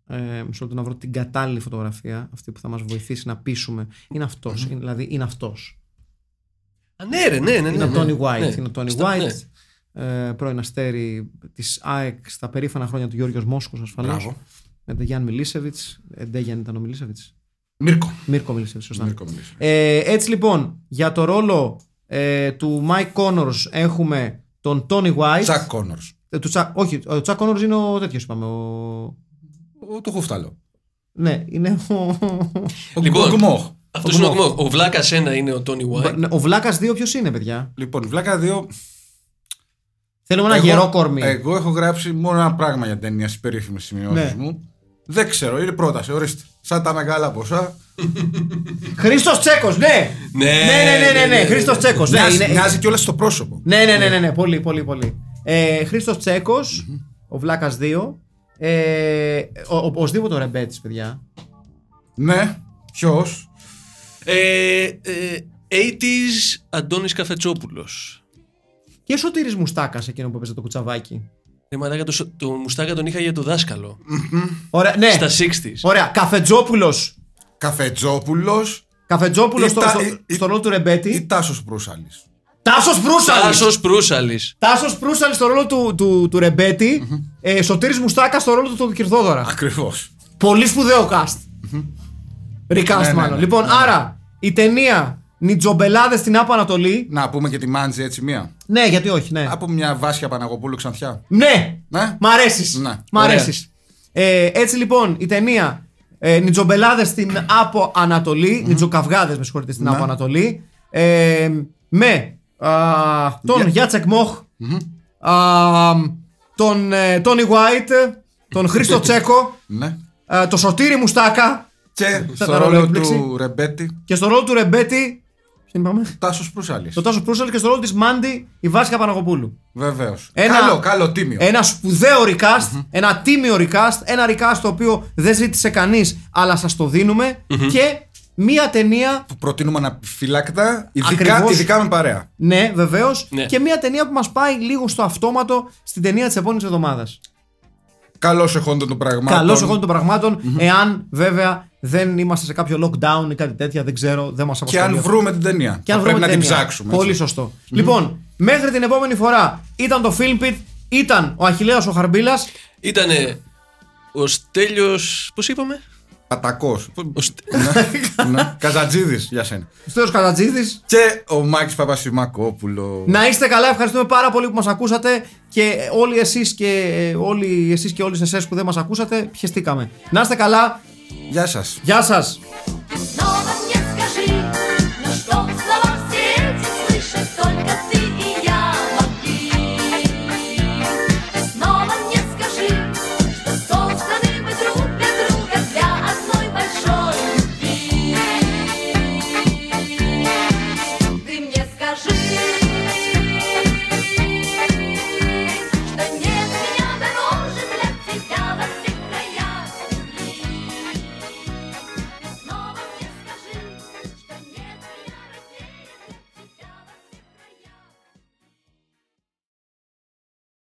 [SPEAKER 3] Ε, μισό λεπτό να βρω την κατάλληλη φωτογραφία, αυτή που θα μας βοηθήσει να πείσουμε. Είναι αυτός, είναι- δηλαδή είναι αυτός.
[SPEAKER 5] Α, ναι, ρε, ναι, ναι. ναι,
[SPEAKER 3] Είναι ο
[SPEAKER 5] ναι.
[SPEAKER 3] Tony White,
[SPEAKER 5] Ναι.
[SPEAKER 3] είναι ο Tony
[SPEAKER 5] Στα- ναι.
[SPEAKER 3] White. Ε, πρώην αστέρι της ΑΕΚ στα περήφανα χρόνια του Γιώργος Μόσκος ασφαλώς.
[SPEAKER 4] Μπράβο.
[SPEAKER 3] Με τον Γιάννη Μιλίσεβιτς. Ε, Ντέγιαν ήταν ο Μιλίσεβιτς.
[SPEAKER 4] Μύρκο.
[SPEAKER 3] Μίρκο Μιλίσεβιτς, σωστά.
[SPEAKER 4] Μύρκο μιλήσε.
[SPEAKER 3] Ε, έτσι λοιπόν, για το ρόλο ε, του Mike Connors έχουμε τον Tony White.
[SPEAKER 4] Τσακ Κόνορς.
[SPEAKER 3] Ε, του Τσα- όχι, ο Τσακ Κόνορ είναι ο τέτοιος, είπαμε. Ο...
[SPEAKER 4] Ο- Το χουφτάλο.
[SPEAKER 3] Ναι, είναι ο.
[SPEAKER 4] Ο
[SPEAKER 5] Λοιπόν.
[SPEAKER 4] ο Γκμόχ.
[SPEAKER 5] Αυτό είναι ο Γκμόχ. Ο Βλάκας ένα είναι ο Τόνι White.
[SPEAKER 3] ο Βλάκα 2 ποιος είναι, παιδιά.
[SPEAKER 4] Λοιπόν, Βλάκα 2.
[SPEAKER 3] Θέλουμε ένα
[SPEAKER 4] Εγώ-
[SPEAKER 3] γερό κορμί.
[SPEAKER 4] Εγώ έχω γράψει μόνο ένα πράγμα για την ταινία στις περίφημες σημειώσεις
[SPEAKER 3] Ναι.
[SPEAKER 4] μου. Δεν ξέρω, είναι πρόταση, ορίστε. Σαν τα μεγάλα ποσά.
[SPEAKER 3] Χρήστος Τσέκος, ναι!
[SPEAKER 5] Ναι,
[SPEAKER 3] ναι, ναι, ναι, ναι,
[SPEAKER 5] ναι, ναι.
[SPEAKER 3] Χρήστο Τσέκος. Ναι,
[SPEAKER 4] μοιάζει,
[SPEAKER 3] είναι-
[SPEAKER 4] μοιάζει κιόλας στο πρόσωπο.
[SPEAKER 3] ναι, ναι, ναι, ναι, ναι, πολύ, πολύ, πολύ. Ε, Χρήστος Τσέκος, ο Βλάκας 2. Ε, ο, ο, οπωσδήποτε ο Ρεμπέτης, παιδιά.
[SPEAKER 4] Ναι, ποιος.
[SPEAKER 5] Ε, ε, 80s Αντώνης Καφετσόπουλος.
[SPEAKER 3] Και Σωτήρης Μουστάκας εκείνο που έπαιζε το κουτσαβάκι.
[SPEAKER 5] Ε, μαλάκα, το, σο- το μουστάκα τον είχα για το δάσκαλο.
[SPEAKER 3] Ωραία, ναι.
[SPEAKER 5] Στα 60s.
[SPEAKER 3] Ωραία, Καφετζόπουλο.
[SPEAKER 4] Καφετζόπουλο
[SPEAKER 3] Καφετζόπουλο στο,
[SPEAKER 4] Ήταν-
[SPEAKER 3] στο,
[SPEAKER 4] ή- ή-
[SPEAKER 3] στο ρόλο του
[SPEAKER 4] ή
[SPEAKER 3] Ρεμπέτη.
[SPEAKER 4] Τάσος Προύσαλης.
[SPEAKER 3] Τάσος Προύσαλης!
[SPEAKER 5] Τάσος Προύσαλης.
[SPEAKER 3] Τάσος Προύσαλης στο ρόλο του, του, του ρεμπετη ε, Σωτήρης Μουστάκας στο ρόλο του, του Κυρδόδωρα.
[SPEAKER 4] Ακριβώς.
[SPEAKER 3] Πολύ σπουδαίο cast. Recast
[SPEAKER 4] Ναι, ναι,
[SPEAKER 3] μάλλον.
[SPEAKER 4] ναι.
[SPEAKER 3] λοιπόν, άρα η ταινία Νιτζομπελάδες στην Άπα Ανατολή.
[SPEAKER 4] Να πούμε και τη Μάντζη έτσι μία.
[SPEAKER 3] Ναι, γιατί όχι, ναι.
[SPEAKER 4] Από μια Βάσια Παναγοπούλου Ξανθιά.
[SPEAKER 3] Ναι!
[SPEAKER 4] Ναι.
[SPEAKER 3] Μ' αρέσεις.
[SPEAKER 4] Ναι.
[SPEAKER 3] Μ' αρέσεις. Ε, έτσι λοιπόν η ταινία ε, Νιτζομπελάδες στην Άπο Ανατολή. Νιτζοκαυγάδες, με συγχωρείτε,
[SPEAKER 4] Ναι.
[SPEAKER 3] στην Άπο Ανατολή. Ε, με α, τον Γιάτσεκ Μοχ. α, τον ε, Τόνι Γουάιτ. Τον Χρήστο Τσέκο.
[SPEAKER 4] Ναι.
[SPEAKER 3] ε, τον Σωτήρη Μουστάκα.
[SPEAKER 4] Και
[SPEAKER 3] Ε, τα
[SPEAKER 4] στο ρόλο
[SPEAKER 3] ρολόι
[SPEAKER 4] του Ρεμπέτη,
[SPEAKER 3] Και στο ρόλο του Ρεμπέτη. Ποιον είπαμε?
[SPEAKER 4] Τάσος Προύσαλης.
[SPEAKER 3] Το Τάσος Προύσελ και στο ρόλο της Μάντι η Βάσκα Παναγοπούλου.
[SPEAKER 4] Βεβαίως.
[SPEAKER 3] Ένα-
[SPEAKER 4] Καλό, καλό τίμιο.
[SPEAKER 3] Ένα σπουδαίο recast, ένα τίμιο recast, ένα recast το οποίο δεν ζήτησε κανείς, αλλά σας το δινουμε Και μία ταινία,
[SPEAKER 4] Που προτείνουμε αναφυλάκτα, ειδικά,
[SPEAKER 3] Ακριβώς.
[SPEAKER 4] ειδικά με παρέα.
[SPEAKER 3] ναι, βεβαίως,
[SPEAKER 5] Ναι.
[SPEAKER 3] και μία ταινία που μας πάει λίγο στο αυτόματο στην ταινία της επόμενης εβδομάδας.
[SPEAKER 4] Καλώς εχόντων των πραγμάτων.
[SPEAKER 3] Καλώς εγώ των πραγματων εάν βέβαια δεν είμαστε σε κάποιο lockdown ή κάτι τέτοια, δεν ξέρω, δεν μας απασχολεί.
[SPEAKER 4] Και αν
[SPEAKER 3] αυτό.
[SPEAKER 4] βρούμε την ταινία.
[SPEAKER 3] Και αν βρούμε
[SPEAKER 4] θα πρέπει να την
[SPEAKER 3] ταινία.
[SPEAKER 4] ψάξουμε.
[SPEAKER 3] Πολύ
[SPEAKER 4] έτσι.
[SPEAKER 3] σωστό. Λοιπόν, μέχρι την επόμενη φορά ήταν το Film Pit, ήταν ο Αχηλέας ο Χαρμπίλας
[SPEAKER 5] Ήτανε ο Στέλιος... Πώς είπαμε?
[SPEAKER 4] Πατακός.
[SPEAKER 3] Ναι.
[SPEAKER 5] Ο Στε-
[SPEAKER 4] Καζατζίδη Ναι. για σένα.
[SPEAKER 3] Στέλιος Κατατζίδης
[SPEAKER 4] Και ο Μάκης Παπασημακόπουλο.
[SPEAKER 3] Να είστε καλά, ευχαριστούμε πάρα πολύ που μας ακούσατε και όλοι εσείς και ε, όλοι εσείς και όλες εσές που δεν μας ακούσατε, πιεστήκαμε. Να είστε καλά,
[SPEAKER 4] Γεια σας.
[SPEAKER 3] γεια σας!
[SPEAKER 2] Thank